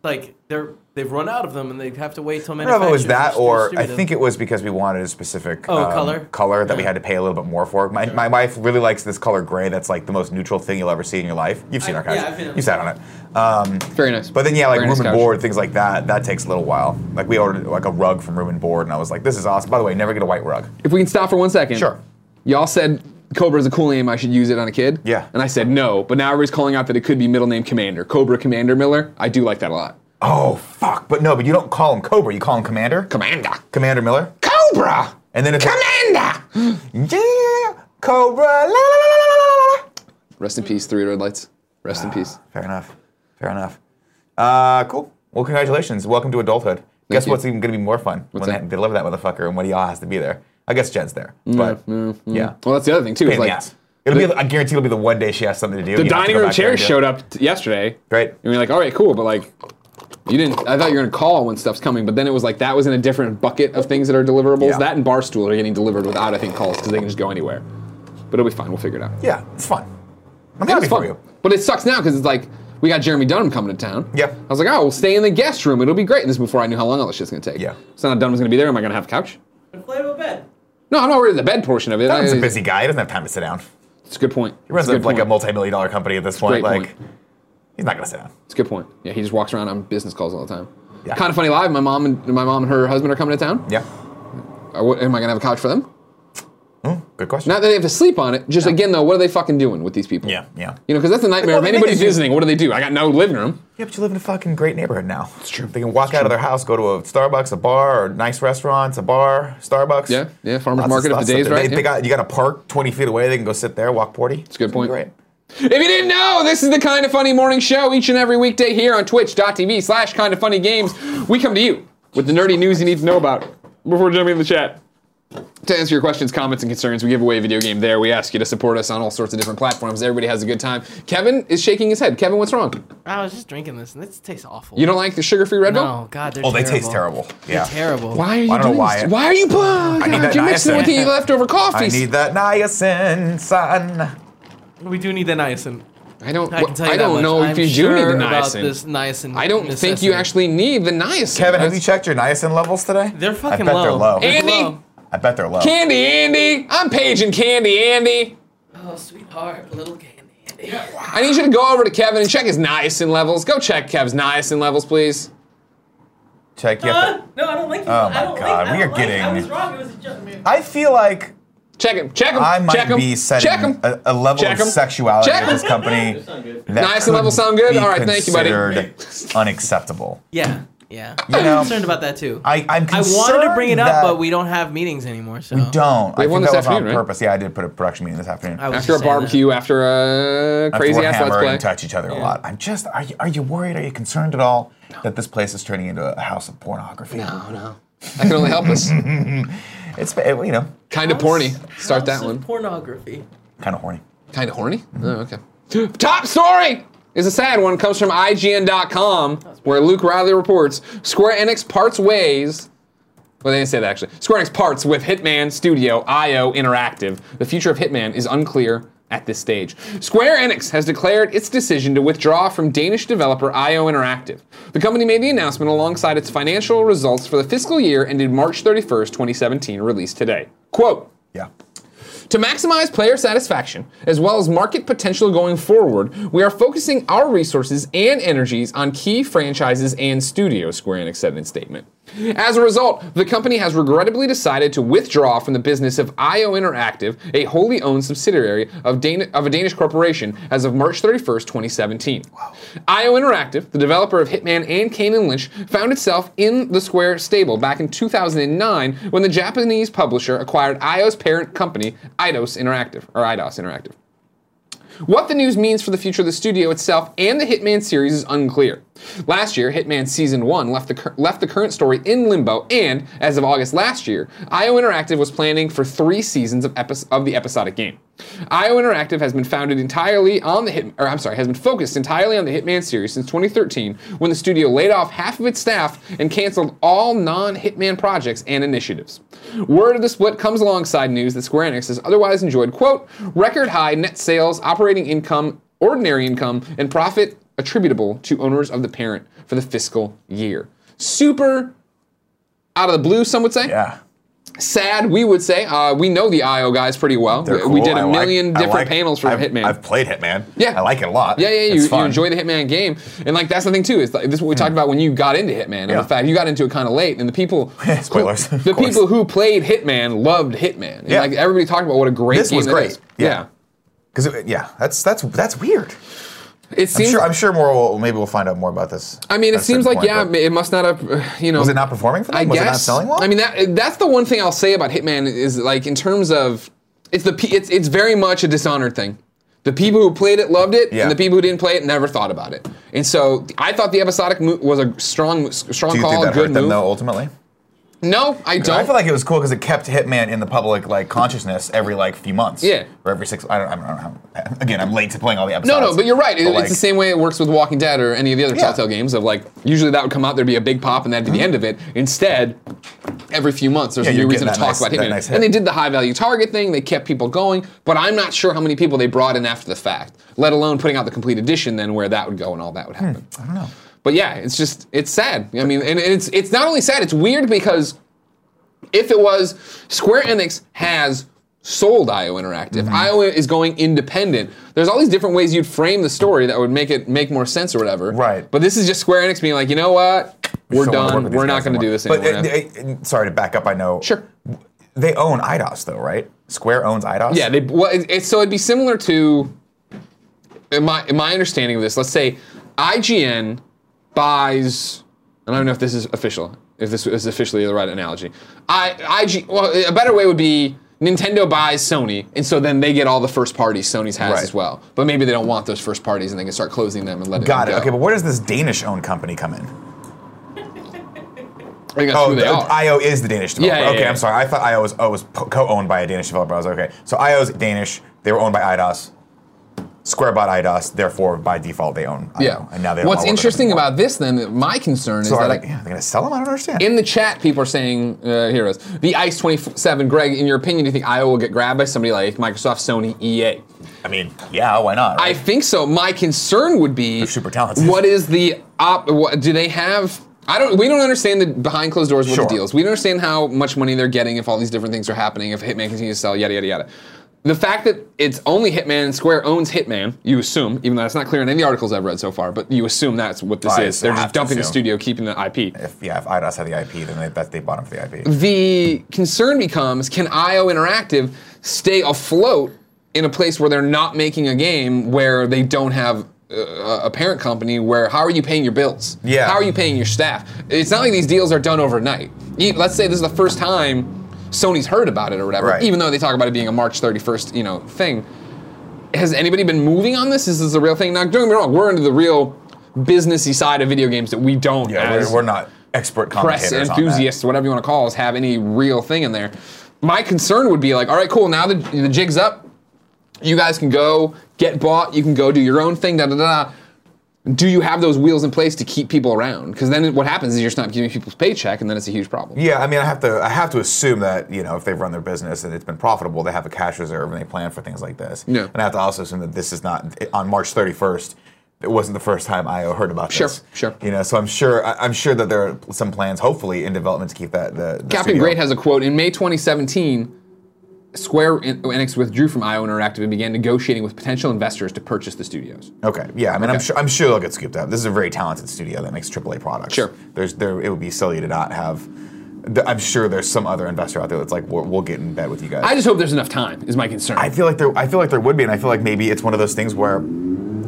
[SPEAKER 3] like they're they've run out of them and they have to wait till
[SPEAKER 2] I don't know if it was
[SPEAKER 3] manufacturers
[SPEAKER 2] that,
[SPEAKER 3] dis-
[SPEAKER 2] or I
[SPEAKER 3] distribute them.
[SPEAKER 2] think it was because we wanted a specific um,
[SPEAKER 3] Oh, color?
[SPEAKER 2] color that we
[SPEAKER 3] Yeah.
[SPEAKER 2] had to pay a little bit more for. My, my wife really likes this color gray. That's like the most neutral thing you'll ever see in your life. You've seen
[SPEAKER 4] I-
[SPEAKER 2] our couch.
[SPEAKER 4] yeah, I've been-
[SPEAKER 2] you sat on it. Um,
[SPEAKER 1] Very nice.
[SPEAKER 2] but then yeah, like
[SPEAKER 1] Very nice
[SPEAKER 2] room and
[SPEAKER 1] couch.
[SPEAKER 2] board, things like that. That takes a little while. Like we ordered like a rug from room and board, and I was like, this is awesome. By the way, never get a white rug.
[SPEAKER 1] If we can stop for one second.
[SPEAKER 2] Sure.
[SPEAKER 1] Y'all said Cobra is a cool name. I should use it on a kid.
[SPEAKER 2] Yeah.
[SPEAKER 1] And I said no, but now everybody's calling out that it could be middle name Commander. Cobra Commander Miller. I do like that a lot.
[SPEAKER 2] Oh fuck! But no, but you don't call him Cobra. You call him Commander.
[SPEAKER 1] Commander.
[SPEAKER 2] Commander Miller.
[SPEAKER 1] Cobra.
[SPEAKER 2] And then it's
[SPEAKER 1] Commander.
[SPEAKER 2] yeah, Cobra. La, la, la, la, la, la, la, la.
[SPEAKER 1] Rest in peace, Three Red Lights. Rest
[SPEAKER 2] Ah.
[SPEAKER 1] in peace.
[SPEAKER 2] Fair enough. Fair enough. Uh, cool. Well, congratulations. Welcome to adulthood. guess
[SPEAKER 1] you.
[SPEAKER 2] what's even going to be more fun
[SPEAKER 1] What's
[SPEAKER 2] when
[SPEAKER 1] that?
[SPEAKER 2] they deliver that motherfucker and when y'all has to be there. I guess Jen's there, but yeah,
[SPEAKER 1] Well, that's the other thing too.
[SPEAKER 2] Pain
[SPEAKER 1] Is
[SPEAKER 2] in the
[SPEAKER 1] like
[SPEAKER 2] ass. It'll be. I guarantee it'll be the one day she has something to do.
[SPEAKER 1] the dining room chair showed up t- yesterday.
[SPEAKER 2] Great.
[SPEAKER 1] And we're like, all right, cool, but like, you didn't. I thought you were gonna call when stuff's coming, but then it was like that was in a different bucket of things that are deliverables.
[SPEAKER 2] Yeah.
[SPEAKER 1] That and Barstool are getting delivered without, I think, calls because they can just go anywhere. But it'll be fine. We'll figure it out.
[SPEAKER 2] Yeah, it's fun. I'm
[SPEAKER 1] It
[SPEAKER 2] happy
[SPEAKER 1] was
[SPEAKER 2] for
[SPEAKER 1] fun.
[SPEAKER 2] you.
[SPEAKER 1] But it sucks now because it's like we got Jeremy Dunham coming to town.
[SPEAKER 2] Yeah.
[SPEAKER 1] I was like, oh, we'll stay in the guest room. It'll be great. And this is before I knew how long all this shit's gonna take.
[SPEAKER 2] Yeah.
[SPEAKER 1] So now Dunham's gonna be there. Am I gonna have a couch?
[SPEAKER 4] Inflatable bed.
[SPEAKER 1] No, I'm not worried about the bed portion of it.
[SPEAKER 2] Don's
[SPEAKER 1] I-
[SPEAKER 2] a busy guy. He doesn't have time to sit down.
[SPEAKER 1] It's a good point.
[SPEAKER 2] He runs
[SPEAKER 1] it's a
[SPEAKER 2] a,
[SPEAKER 1] good
[SPEAKER 2] like a
[SPEAKER 1] point.
[SPEAKER 2] multi-million dollar company at this
[SPEAKER 1] great
[SPEAKER 2] point. Like,
[SPEAKER 1] point.
[SPEAKER 2] he's not gonna sit down.
[SPEAKER 1] It's a good point. Yeah, he just walks around on business calls all the time.
[SPEAKER 2] Yeah.
[SPEAKER 1] Kind of funny live. My mom and my mom and her husband are coming to town.
[SPEAKER 2] Yeah.
[SPEAKER 1] Are- what- am I gonna have a couch for them?
[SPEAKER 2] Good question.
[SPEAKER 1] Not that they have to sleep on it. Just again though, what are they fucking doing with these people?
[SPEAKER 2] yeah, yeah.
[SPEAKER 1] You know, because that's the nightmare
[SPEAKER 2] Well,
[SPEAKER 1] of
[SPEAKER 2] they think
[SPEAKER 1] anybody
[SPEAKER 2] they do-
[SPEAKER 1] visiting. What do they do? I got no living room.
[SPEAKER 2] Yeah, but you live in a fucking great neighborhood now. It's true. They can walk out of their house, go to a Starbucks, a bar, or nice restaurants, a bar, Starbucks.
[SPEAKER 1] Yeah, yeah, farmer's
[SPEAKER 2] Lots of
[SPEAKER 1] market if
[SPEAKER 2] stuff.
[SPEAKER 1] the day's
[SPEAKER 2] They-
[SPEAKER 1] right,
[SPEAKER 2] They,
[SPEAKER 1] yeah.
[SPEAKER 2] got you got a park twenty feet away. They can go sit there, walk forty. It's
[SPEAKER 1] a good point.
[SPEAKER 2] Great.
[SPEAKER 1] If you didn't know, this is the Kind of Funny Morning Show each and every weekday here on twitch.tv slash kind of funny games. We come to you with the nerdy news you need to know about before jumping in the chat. To answer your questions, comments, and concerns, we give away a video game there. We ask you to support us on all sorts of different platforms. Everybody has a good time. Kevin is shaking his head. Kevin, what's wrong?
[SPEAKER 3] I was just drinking this and this tastes awful.
[SPEAKER 1] You don't like the sugar free Red Bull?
[SPEAKER 3] No, God, they're
[SPEAKER 2] Oh, they
[SPEAKER 3] terrible.
[SPEAKER 2] taste terrible.
[SPEAKER 3] They're
[SPEAKER 2] Yeah.
[SPEAKER 3] terrible.
[SPEAKER 1] Why are you
[SPEAKER 2] I don't know
[SPEAKER 1] doing
[SPEAKER 2] why
[SPEAKER 1] this?
[SPEAKER 2] it-
[SPEAKER 1] Why are you? Oh,
[SPEAKER 2] need
[SPEAKER 1] God,
[SPEAKER 2] that
[SPEAKER 1] you're mixing it with
[SPEAKER 2] niacin.
[SPEAKER 1] the leftover
[SPEAKER 2] I
[SPEAKER 1] coffees.
[SPEAKER 2] need that niacin, son.
[SPEAKER 3] We do need the niacin.
[SPEAKER 1] I don't.
[SPEAKER 3] I can tell you
[SPEAKER 1] I
[SPEAKER 3] that
[SPEAKER 1] don't
[SPEAKER 3] much.
[SPEAKER 1] know
[SPEAKER 3] I'm
[SPEAKER 1] if you
[SPEAKER 3] sure
[SPEAKER 1] do need the
[SPEAKER 3] about
[SPEAKER 1] niacin.
[SPEAKER 3] this niacin.
[SPEAKER 1] I don't think you
[SPEAKER 3] necessity.
[SPEAKER 1] actually need the niacin.
[SPEAKER 2] Kevin, have
[SPEAKER 1] That's-
[SPEAKER 2] you checked your niacin levels today?
[SPEAKER 3] They're fucking
[SPEAKER 2] I bet
[SPEAKER 3] low.
[SPEAKER 2] they're low.
[SPEAKER 3] They're
[SPEAKER 1] Andy?
[SPEAKER 3] low.
[SPEAKER 2] I bet they're low.
[SPEAKER 1] Candy Andy, I'm paging Candy Andy.
[SPEAKER 4] Oh, sweetheart, little candy. Andy. <laughs>
[SPEAKER 1] I need you to go over to Kevin and check his niacin levels. Go check Kev's niacin levels, please.
[SPEAKER 2] Check. You have
[SPEAKER 4] Uh,
[SPEAKER 2] to-
[SPEAKER 4] no, I don't like you.
[SPEAKER 2] Oh my
[SPEAKER 4] I don't
[SPEAKER 2] God,
[SPEAKER 4] Like, I
[SPEAKER 2] we
[SPEAKER 4] don't
[SPEAKER 2] are
[SPEAKER 4] like, I
[SPEAKER 2] getting-
[SPEAKER 4] was wrong. It was a joke.
[SPEAKER 2] I feel like
[SPEAKER 1] Check him. Check him.
[SPEAKER 2] I might
[SPEAKER 1] check him.
[SPEAKER 2] be setting
[SPEAKER 1] check him.
[SPEAKER 2] A, a level
[SPEAKER 1] Check
[SPEAKER 2] of
[SPEAKER 1] 'em.
[SPEAKER 2] sexuality
[SPEAKER 1] Check
[SPEAKER 2] at this
[SPEAKER 1] 'em.
[SPEAKER 2] company.
[SPEAKER 4] Sound good.
[SPEAKER 2] that
[SPEAKER 1] Niacin level
[SPEAKER 2] could
[SPEAKER 1] sound good?
[SPEAKER 2] be
[SPEAKER 1] All right, thank you, buddy.
[SPEAKER 2] considered Unacceptable.
[SPEAKER 3] Yeah, yeah.
[SPEAKER 2] You know-
[SPEAKER 3] I'm concerned about that too.
[SPEAKER 2] I, I'm
[SPEAKER 3] I
[SPEAKER 2] concerned
[SPEAKER 3] wanted to bring it
[SPEAKER 2] that
[SPEAKER 3] up, but we don't have meetings anymore. So
[SPEAKER 2] don't. I
[SPEAKER 1] have one
[SPEAKER 2] think
[SPEAKER 1] this
[SPEAKER 2] that was on
[SPEAKER 1] afternoon, right?
[SPEAKER 2] purpose. Yeah, I did put a production meeting this afternoon.
[SPEAKER 3] I was
[SPEAKER 1] After a
[SPEAKER 3] just saying that.
[SPEAKER 1] barbecue, after a
[SPEAKER 2] After
[SPEAKER 1] crazy
[SPEAKER 2] we're
[SPEAKER 1] ass
[SPEAKER 2] hammered
[SPEAKER 1] let's
[SPEAKER 2] and
[SPEAKER 1] play.
[SPEAKER 2] touch each other a lot. I'm just. Are you, are you worried? Are you concerned at all that this place is turning into a house of pornography?
[SPEAKER 1] No, no. That can only help
[SPEAKER 2] <laughs>
[SPEAKER 1] us.
[SPEAKER 2] It's it, you know
[SPEAKER 1] kind of porny. Start
[SPEAKER 4] House
[SPEAKER 1] that
[SPEAKER 4] of
[SPEAKER 1] one.
[SPEAKER 4] Pornography.
[SPEAKER 2] kind of horny.
[SPEAKER 1] Kind of horny? Oh, okay. Top story is a sad one. Comes from IGN.com, where Luke Riley reports Square Enix parts ways. Well, they didn't say that actually. Square Enix parts with Hitman Studio IO Interactive. The future of Hitman is unclear at this stage. Square Enix has declared its decision to withdraw from Danish developer IO Interactive. The company made the announcement alongside its financial results for the fiscal year ended March 31st, 2017, released today. Quote.
[SPEAKER 2] Yeah.
[SPEAKER 1] To maximize player satisfaction, as well as market potential going forward, we are focusing our resources and energies on key franchises and studios, Square Enix said in its statement. As a result, the company has regrettably decided to withdraw from the business of IO Interactive, a wholly owned subsidiary of, Dan- of a Danish corporation, as of March 31st, 2017. IO Interactive, the developer of Hitman and Kane and Lynch, found itself in the Square stable back in 2009 when the Japanese publisher acquired IO's parent company, Eidos Interactive, or Eidos Interactive. What the news means for the future of the studio itself and the Hitman series is unclear. Last year, Hitman Season 1 left the, cur- left the current story in limbo, and as of August last year, IO Interactive was planning for three seasons of, epis of the episodic game. IO Interactive has been founded entirely on the Hit- or I'm sorry, has been focused entirely on the Hitman series since 2013, when the studio laid off half of its staff and canceled all non-Hitman projects and initiatives. Word of the split comes alongside news that Square Enix has otherwise enjoyed quote record high net sales, operating income, ordinary income, and profit attributable to owners of the parent for the fiscal year. Super out of the blue, some would say.
[SPEAKER 2] Yeah.
[SPEAKER 1] Sad, we would say. Uh, we know the IO guys pretty well.
[SPEAKER 2] They're
[SPEAKER 1] We- We
[SPEAKER 2] cool.
[SPEAKER 1] did a
[SPEAKER 2] I like-
[SPEAKER 1] million
[SPEAKER 2] I
[SPEAKER 1] different
[SPEAKER 2] like-
[SPEAKER 1] panels for
[SPEAKER 2] I've-
[SPEAKER 1] Hitman.
[SPEAKER 2] I've played Hitman.
[SPEAKER 1] Yeah.
[SPEAKER 2] I like it a lot.
[SPEAKER 1] Yeah, yeah,
[SPEAKER 2] It's
[SPEAKER 1] you, you
[SPEAKER 2] fun. Mm.
[SPEAKER 1] enjoy the Hitman game, and like that's the thing too. Is like, this is what we talked about when you got into Hitman. And
[SPEAKER 2] Yeah.
[SPEAKER 1] the fact you got into it kind of late, and the people
[SPEAKER 2] <laughs> Spoilers,
[SPEAKER 1] the
[SPEAKER 2] of course.
[SPEAKER 1] people who played Hitman loved Hitman. And
[SPEAKER 2] Yeah.
[SPEAKER 1] like everybody talked about what a great
[SPEAKER 2] This
[SPEAKER 1] game
[SPEAKER 2] was
[SPEAKER 1] that
[SPEAKER 2] great.
[SPEAKER 1] is.
[SPEAKER 2] Yeah.
[SPEAKER 1] Yeah.
[SPEAKER 2] Because yeah, that's that's that's weird.
[SPEAKER 1] it
[SPEAKER 2] I'm
[SPEAKER 1] seems.
[SPEAKER 2] sure. I'm sure more. We'll, maybe we'll find out more about this.
[SPEAKER 1] I mean,
[SPEAKER 2] at
[SPEAKER 1] it
[SPEAKER 2] a
[SPEAKER 1] seems
[SPEAKER 2] certain
[SPEAKER 1] like
[SPEAKER 2] point,
[SPEAKER 1] yeah,
[SPEAKER 2] but
[SPEAKER 1] it must not have. <sighs> uh, You know,
[SPEAKER 2] Was it not performing for them?
[SPEAKER 1] I
[SPEAKER 2] was
[SPEAKER 1] guess.
[SPEAKER 2] it not selling well?
[SPEAKER 1] I mean, that that's the one thing I'll say about Hitman is like in terms of it's the pe- it's it's very much a Dishonored thing. The people who played it loved it,
[SPEAKER 2] Yeah.
[SPEAKER 1] and the people who didn't play it never thought about it. And so I thought the episodic move was a strong strong
[SPEAKER 2] do you
[SPEAKER 1] call,
[SPEAKER 2] think that
[SPEAKER 1] good
[SPEAKER 2] hurt
[SPEAKER 1] move.
[SPEAKER 2] them though? Ultimately,
[SPEAKER 1] No, I don't.
[SPEAKER 2] I feel like it was cool because it kept Hitman in the public like consciousness every like few months.
[SPEAKER 1] Yeah.
[SPEAKER 2] Or every six. I don't. I don't know. How, again, I'm late to playing all the
[SPEAKER 1] no,
[SPEAKER 2] episodes.
[SPEAKER 1] no, but you're right. It-
[SPEAKER 2] But,
[SPEAKER 1] it's
[SPEAKER 2] like,
[SPEAKER 1] the same way it works with Walking Dead or any of the other
[SPEAKER 2] Yeah. Mm-hmm.
[SPEAKER 1] Telltale games. Of like, usually that would come out, there'd be a big pop, and that'd be the end of it. Instead, every few months, there's
[SPEAKER 2] Yeah,
[SPEAKER 1] a new
[SPEAKER 2] you're
[SPEAKER 1] reason to
[SPEAKER 2] getting
[SPEAKER 1] talk
[SPEAKER 2] that nice-
[SPEAKER 1] about
[SPEAKER 2] that
[SPEAKER 1] Hitman.
[SPEAKER 2] nice hit.
[SPEAKER 1] and they did the high value target thing. They kept people going, but I'm not sure how many people they brought in after the fact. Let alone putting out the complete edition, then where that would go and all that would happen.
[SPEAKER 2] Hmm.
[SPEAKER 1] I don't know. But yeah, it's just it's sad. I mean, and it's it's not only sad, it's weird because if it was Square Enix has sold IO Interactive.
[SPEAKER 2] Mm-hmm.
[SPEAKER 1] IO is going independent. There's all these different ways you'd frame the story that would make it make more sense or whatever.
[SPEAKER 2] Right.
[SPEAKER 1] But this is just Square Enix being like, you know what? We're
[SPEAKER 2] don't wanna work
[SPEAKER 1] done.
[SPEAKER 2] with these
[SPEAKER 1] We're not
[SPEAKER 2] guys
[SPEAKER 1] going to do
[SPEAKER 2] anymore.
[SPEAKER 1] this anymore.
[SPEAKER 2] But uh, uh, sorry to back up. I know.
[SPEAKER 1] Sure.
[SPEAKER 2] They own IDOS though, right? Square owns IDOS.
[SPEAKER 1] yeah. They, well, it, it's so it'd be similar to in my in my understanding of this. Let's say IGN buys. I don't know if this is official. If this is officially the right analogy, I IG. Well, a better way would be Nintendo buys Sony, and so then they get all the first parties Sony's has
[SPEAKER 2] Right.
[SPEAKER 1] as well. But maybe they don't want those first parties, and they can start closing them and let it
[SPEAKER 2] Got it.
[SPEAKER 1] go.
[SPEAKER 2] Okay, but where does this Danish-owned company come in?
[SPEAKER 1] I think that's
[SPEAKER 2] Oh,
[SPEAKER 1] who they
[SPEAKER 2] the-
[SPEAKER 1] are.
[SPEAKER 2] IO is the Danish developer.
[SPEAKER 1] Yeah, yeah,
[SPEAKER 2] okay,
[SPEAKER 1] yeah.
[SPEAKER 2] I'm sorry. I thought IO was, oh, was po- co-owned by a Danish developer. I was okay. So IO's Danish. They were owned by IDOS. Square bought IDOS. Therefore, by default, they own IO.
[SPEAKER 1] yeah.
[SPEAKER 2] And now they.
[SPEAKER 1] What's
[SPEAKER 2] don't want to work with them
[SPEAKER 1] interesting
[SPEAKER 2] anymore.
[SPEAKER 1] about this, then, that my concern is
[SPEAKER 2] So are
[SPEAKER 1] that
[SPEAKER 2] they,
[SPEAKER 1] I-
[SPEAKER 2] yeah, they're gonna sell them? I don't understand.
[SPEAKER 1] In the chat, people are saying uh, heroes. The Ice 27, Greg, in your opinion, do you think Iowa will get grabbed by somebody like Microsoft, Sony, EA?
[SPEAKER 2] I mean, yeah, why not?
[SPEAKER 1] I
[SPEAKER 2] Right?
[SPEAKER 1] think so. My concern would be
[SPEAKER 2] They're super talented.
[SPEAKER 1] What is the op? What, do they have? I don't. We don't understand the behind closed doors what
[SPEAKER 2] Sure.
[SPEAKER 1] the deals. We don't understand how much money they're getting if all these different things are happening. If Hitman continues to sell, yada yada yada. The fact that it's only Hitman and Square owns Hitman, you assume, even though that's not clear in any articles I've read so far, but you assume that's what this
[SPEAKER 2] I
[SPEAKER 1] is. They're
[SPEAKER 2] have
[SPEAKER 1] just
[SPEAKER 2] to
[SPEAKER 1] dumping the
[SPEAKER 2] assume.
[SPEAKER 1] studio, keeping the IP.
[SPEAKER 2] if, yeah, if IDOS had the IP, then they, that, they bought them for the IP.
[SPEAKER 1] the concern becomes can IO Interactive stay afloat in a place where they're not making a game where they don't have uh, a parent company where how are you paying your bills?
[SPEAKER 2] Yeah.
[SPEAKER 1] How are you paying your staff? It's not like these deals are done overnight. E- Let's say this is the first time Sony's heard about it or whatever,
[SPEAKER 2] Right.
[SPEAKER 1] even though they talk about it being a March 31st, you know, thing has anybody been moving on this? Is this a real thing? Now, don't get me wrong, we're into the real businessy side of video games that we don't
[SPEAKER 2] Yeah,
[SPEAKER 1] as
[SPEAKER 2] we're, we're not expert
[SPEAKER 1] press
[SPEAKER 2] commentators
[SPEAKER 1] enthusiasts, whatever you want to call us, have any real thing in there. My concern would be like, all right, cool, now the, the jig's up. You guys can go get bought. You can go do your own thing, da da da. da. Do you have those wheels in place to keep people around? Because then what happens is you're just not giving people's paycheck, and then it's a huge problem.
[SPEAKER 2] On that. Yeah, I mean, I have to I have to assume that you know if they've run their business and it's been profitable, they have a cash reserve and they plan for things like this.
[SPEAKER 1] Yeah.
[SPEAKER 2] and I have to also assume that this is not on March 31st. It wasn't the first time I heard about
[SPEAKER 1] Sure,
[SPEAKER 2] this.
[SPEAKER 1] sure.
[SPEAKER 2] You know, so I'm sure I, I'm sure that there are some plans, hopefully, in development to keep that the, the
[SPEAKER 1] Captain
[SPEAKER 2] studio-
[SPEAKER 1] Great has a quote in May 2017. Square En- Enix withdrew from IO Interactive and began negotiating with potential investors to purchase the studios.
[SPEAKER 2] Okay. Yeah. I mean, I'm
[SPEAKER 1] Okay.
[SPEAKER 2] sure I'm sure they'll get scooped up. This is a very talented studio that makes AAA products.
[SPEAKER 1] Sure.
[SPEAKER 2] There's there. It would be silly to not have. th- I'm sure there's some other investor out there that's like, we'll, we'll get in bed with you guys.
[SPEAKER 1] I just hope there's enough time. Is my concern.
[SPEAKER 2] I feel like there. I feel like there would be, and I feel like maybe it's one of those things where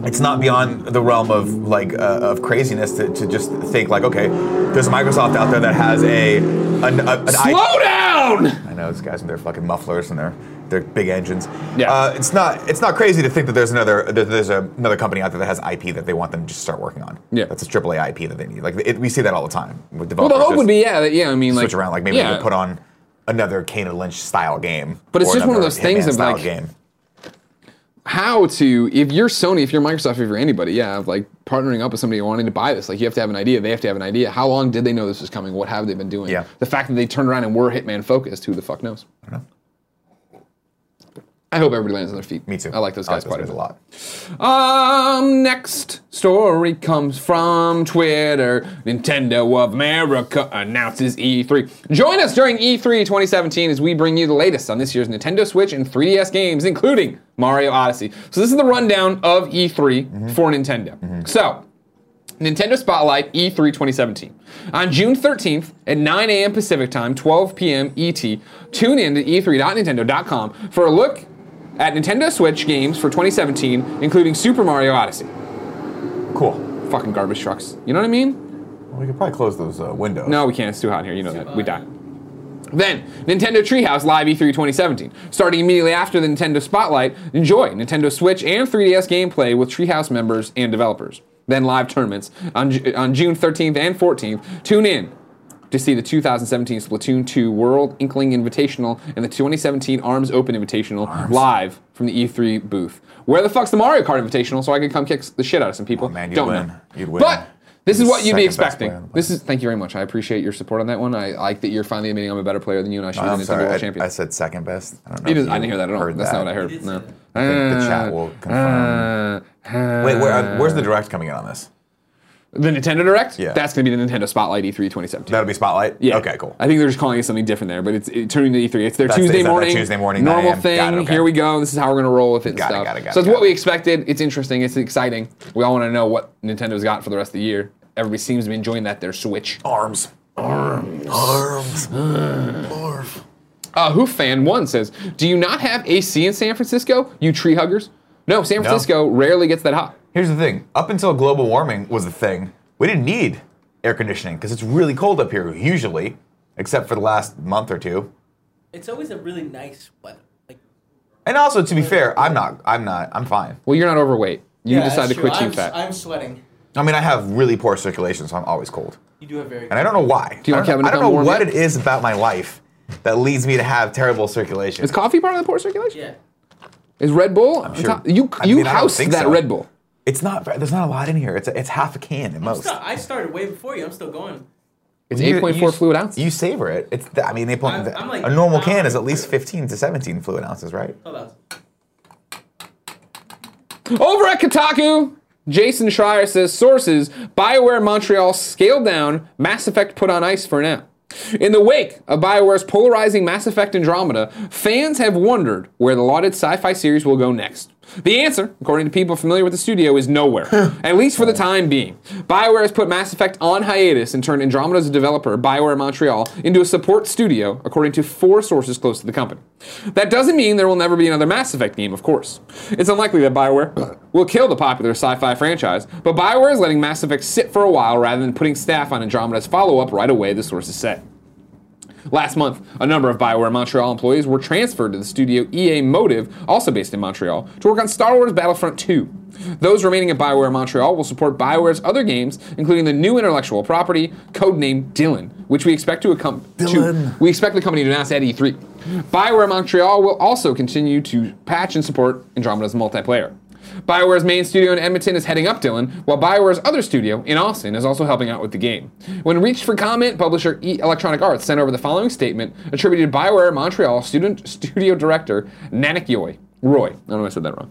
[SPEAKER 2] it's not beyond the realm of like uh, of craziness to, to just think like, okay, there's a Microsoft out there that has a an, a, an
[SPEAKER 1] Slow down.
[SPEAKER 2] I know these guys and their fucking mufflers and their their big engines.
[SPEAKER 1] Yeah.
[SPEAKER 2] Uh, it's not it's not crazy to think that there's another that there's a, another company out there that has IP that they want them to just start working on.
[SPEAKER 1] Yeah.
[SPEAKER 2] That's a AAA IP that they need. Like it, we see that all the time with
[SPEAKER 1] Well,
[SPEAKER 2] developers.
[SPEAKER 1] the hope
[SPEAKER 2] just
[SPEAKER 1] would be yeah, that, yeah. I mean, like
[SPEAKER 2] switch around. Like maybe
[SPEAKER 1] yeah.
[SPEAKER 2] they could put on another Kane and Lynch style game.
[SPEAKER 1] But it's
[SPEAKER 2] or
[SPEAKER 1] just one of
[SPEAKER 2] another
[SPEAKER 1] those things
[SPEAKER 2] Hitman
[SPEAKER 1] of,
[SPEAKER 2] style
[SPEAKER 1] like-
[SPEAKER 2] game.
[SPEAKER 1] how to if you're Sony, if you're Microsoft, if you're anybody, yeah, of, like partnering up with somebody wanting to buy this, like you have to have an idea. They have to have an idea. How long did they know this was coming? What have they been doing?
[SPEAKER 2] Yeah.
[SPEAKER 1] The fact that they turned around and were Hitman focused, who the fuck knows? I hope everybody lands on their feet.
[SPEAKER 2] Me too.
[SPEAKER 1] I like those
[SPEAKER 2] I
[SPEAKER 1] guys quite a
[SPEAKER 2] guys
[SPEAKER 1] bit.
[SPEAKER 2] a lot.
[SPEAKER 1] Um, next story comes from Twitter. Nintendo of America announces E3. Join us during E E3 2017 as we bring you the latest on this year's Nintendo Switch and 3DS games, including Mario Odyssey. So, this is the rundown of E3 for Nintendo. So, Nintendo Spotlight E E3 2017. On June 13th at 9 a.m. Pacific Time, 12 p.m. ET, E tune in to E e3.nintendo.com for a look at Nintendo Switch games for 2017, including Super Mario Odyssey.
[SPEAKER 2] Cool.
[SPEAKER 1] Fucking garbage trucks. You know what I mean?
[SPEAKER 2] Well, we could probably close those uh, windows.
[SPEAKER 1] No, we can't. It's too hot in here. You know that. We die. Then, Nintendo Treehouse Live E E3 2017. Starting immediately after the Nintendo Spotlight, enjoy Nintendo Switch and 3DS gameplay with Treehouse members and developers. Then, live tournaments on, Ju- on June 13th and 14th. Tune in to see the 2017 Splatoon 2 World Inkling Invitational and the 2017 ARMS Open Invitational live from the E3 booth. Where the fuck's the Mario Kart Invitational so I could come kick the shit out of some people?
[SPEAKER 2] Oh, man, you'd
[SPEAKER 1] Don't
[SPEAKER 2] win.
[SPEAKER 1] know.
[SPEAKER 2] You'd win.
[SPEAKER 1] But this is what you'd be
[SPEAKER 2] Second best
[SPEAKER 1] expecting.
[SPEAKER 2] player on the planet.
[SPEAKER 1] This is thank you very much. I appreciate your support on that one. I like that you're finally admitting I'm a better player than you, and I should be
[SPEAKER 2] I'm
[SPEAKER 1] the Nintendo
[SPEAKER 2] sorry.
[SPEAKER 1] World
[SPEAKER 2] I,
[SPEAKER 1] Champion.
[SPEAKER 2] I said second best. I don't know.
[SPEAKER 1] He
[SPEAKER 2] if
[SPEAKER 1] doesn't- I
[SPEAKER 2] you
[SPEAKER 1] didn't hear that at all.
[SPEAKER 2] heard
[SPEAKER 1] That's not what I
[SPEAKER 4] He
[SPEAKER 1] heard.
[SPEAKER 4] did
[SPEAKER 1] No.
[SPEAKER 4] say that.
[SPEAKER 2] I think the chat will confirm.
[SPEAKER 1] Uh,
[SPEAKER 2] Wait, where, uh, where's the direct coming in on this?
[SPEAKER 1] the Nintendo Direct?
[SPEAKER 2] Yeah.
[SPEAKER 1] That's going to be the Nintendo Spotlight E E3 2017.
[SPEAKER 2] That'll be Spotlight?
[SPEAKER 1] Yeah.
[SPEAKER 2] Okay, cool.
[SPEAKER 1] I think they're just calling it something different there, but it's it, turning to E3. It's their
[SPEAKER 2] That's-
[SPEAKER 1] Tuesday
[SPEAKER 2] is that that
[SPEAKER 1] morning,
[SPEAKER 2] Tuesday morning, 9
[SPEAKER 1] normal
[SPEAKER 2] a.m.?
[SPEAKER 1] thing.
[SPEAKER 2] Got it, okay.
[SPEAKER 1] Here we go. This is how we're gonna roll with it. And
[SPEAKER 2] Got it,
[SPEAKER 1] stuff.
[SPEAKER 2] got it, got
[SPEAKER 1] so
[SPEAKER 2] it,
[SPEAKER 1] it's
[SPEAKER 2] got
[SPEAKER 1] what we
[SPEAKER 2] it.
[SPEAKER 1] expected. It's interesting. It's exciting. We all want to know what Nintendo's got for the rest of the year. Everybody seems to be enjoying that their Switch.
[SPEAKER 2] Arms. Arms. Arms. Morph.
[SPEAKER 1] Uh, Hoof fan one says, "Do you not have AC in San Francisco? You tree huggers? No, San Francisco rarely gets that hot.
[SPEAKER 2] Here's the thing. Up until global warming was the thing, we didn't need air conditioning because it's really cold up here usually, except for the last month or two.
[SPEAKER 4] It's always a really nice weather. Like,
[SPEAKER 2] And also, to be fair, I'm not. I'm not. I'm fine.
[SPEAKER 1] Well, you're not overweight. You
[SPEAKER 4] Yeah,
[SPEAKER 1] decide
[SPEAKER 4] that's
[SPEAKER 1] to quit
[SPEAKER 4] true.
[SPEAKER 1] team
[SPEAKER 4] I'm,
[SPEAKER 1] fat.
[SPEAKER 4] I'm sweating.
[SPEAKER 2] I mean, I have really poor circulation, so I'm always cold.
[SPEAKER 4] You do have very.
[SPEAKER 2] And I don't know why.
[SPEAKER 1] Do you
[SPEAKER 2] I
[SPEAKER 1] want
[SPEAKER 2] don't,
[SPEAKER 1] Kevin to
[SPEAKER 2] I don't
[SPEAKER 1] come
[SPEAKER 2] know
[SPEAKER 1] warm
[SPEAKER 2] what
[SPEAKER 1] you?
[SPEAKER 2] it is about my life that leads me to have terrible circulation.
[SPEAKER 1] Is coffee part of the poor circulation?
[SPEAKER 4] Yeah.
[SPEAKER 1] Is Red Bull? on
[SPEAKER 2] sure-
[SPEAKER 1] top- You
[SPEAKER 2] I
[SPEAKER 1] you
[SPEAKER 2] mean, I don't
[SPEAKER 1] housed
[SPEAKER 2] think
[SPEAKER 1] that
[SPEAKER 2] so.
[SPEAKER 1] Red Bull.
[SPEAKER 2] It's not. There's not a lot in here. It's it's half a can at most.
[SPEAKER 4] Still, I started way before you. I'm still going.
[SPEAKER 1] It's
[SPEAKER 2] You-
[SPEAKER 1] 8.4
[SPEAKER 2] you-
[SPEAKER 1] fluid ounces.
[SPEAKER 2] You savor it. It's. th- I mean, they put
[SPEAKER 4] I'm- I'm like-
[SPEAKER 2] a normal
[SPEAKER 4] I'm
[SPEAKER 2] can
[SPEAKER 4] like-
[SPEAKER 2] is at least 15 to 17 fluid ounces, right?
[SPEAKER 4] Hold on.
[SPEAKER 1] Over at Kotaku, Jason Schreier says sources BioWare Montreal scaled down, Mass Effect put on ice for now. In the wake of BioWare's polarizing Mass Effect Andromeda, fans have wondered where the lauded sci fi series will go next. The answer, according to people familiar with the studio, is nowhere, at least for the time being. BioWare has put Mass Effect on hiatus and turned Andromeda's developer, BioWare Montreal, into a support studio, according to four sources close to the company. That doesn't mean there will never be another Mass Effect game, of course. It's unlikely that BioWare will kill the popular sci fi franchise, but BioWare is letting Mass Effect sit for a while rather than putting staff on Andromeda's follow up right away, the sources say. Last month, a number of BioWare Montreal employees were transferred to the studio EA Motive, also based in Montreal, to work on Star Wars Battlefront 2. Those remaining at BioWare Montreal will support BioWare's other games, including the new intellectual property, codenamed Dylan, which we expect to accom- to-
[SPEAKER 2] Dylan.
[SPEAKER 1] we expect the company to announce at E3. BioWare Montreal will also continue to patch and support Andromeda's multiplayer. BioWare's main studio in Edmonton is heading up Dylan, while BioWare's other studio in Austin is also helping out with the game. When reached for comment, publisher e- Electronic Arts sent over the following statement attributed to BioWare Montreal student, studio director Nanak Yoy. Roy. I don't know if I said that wrong.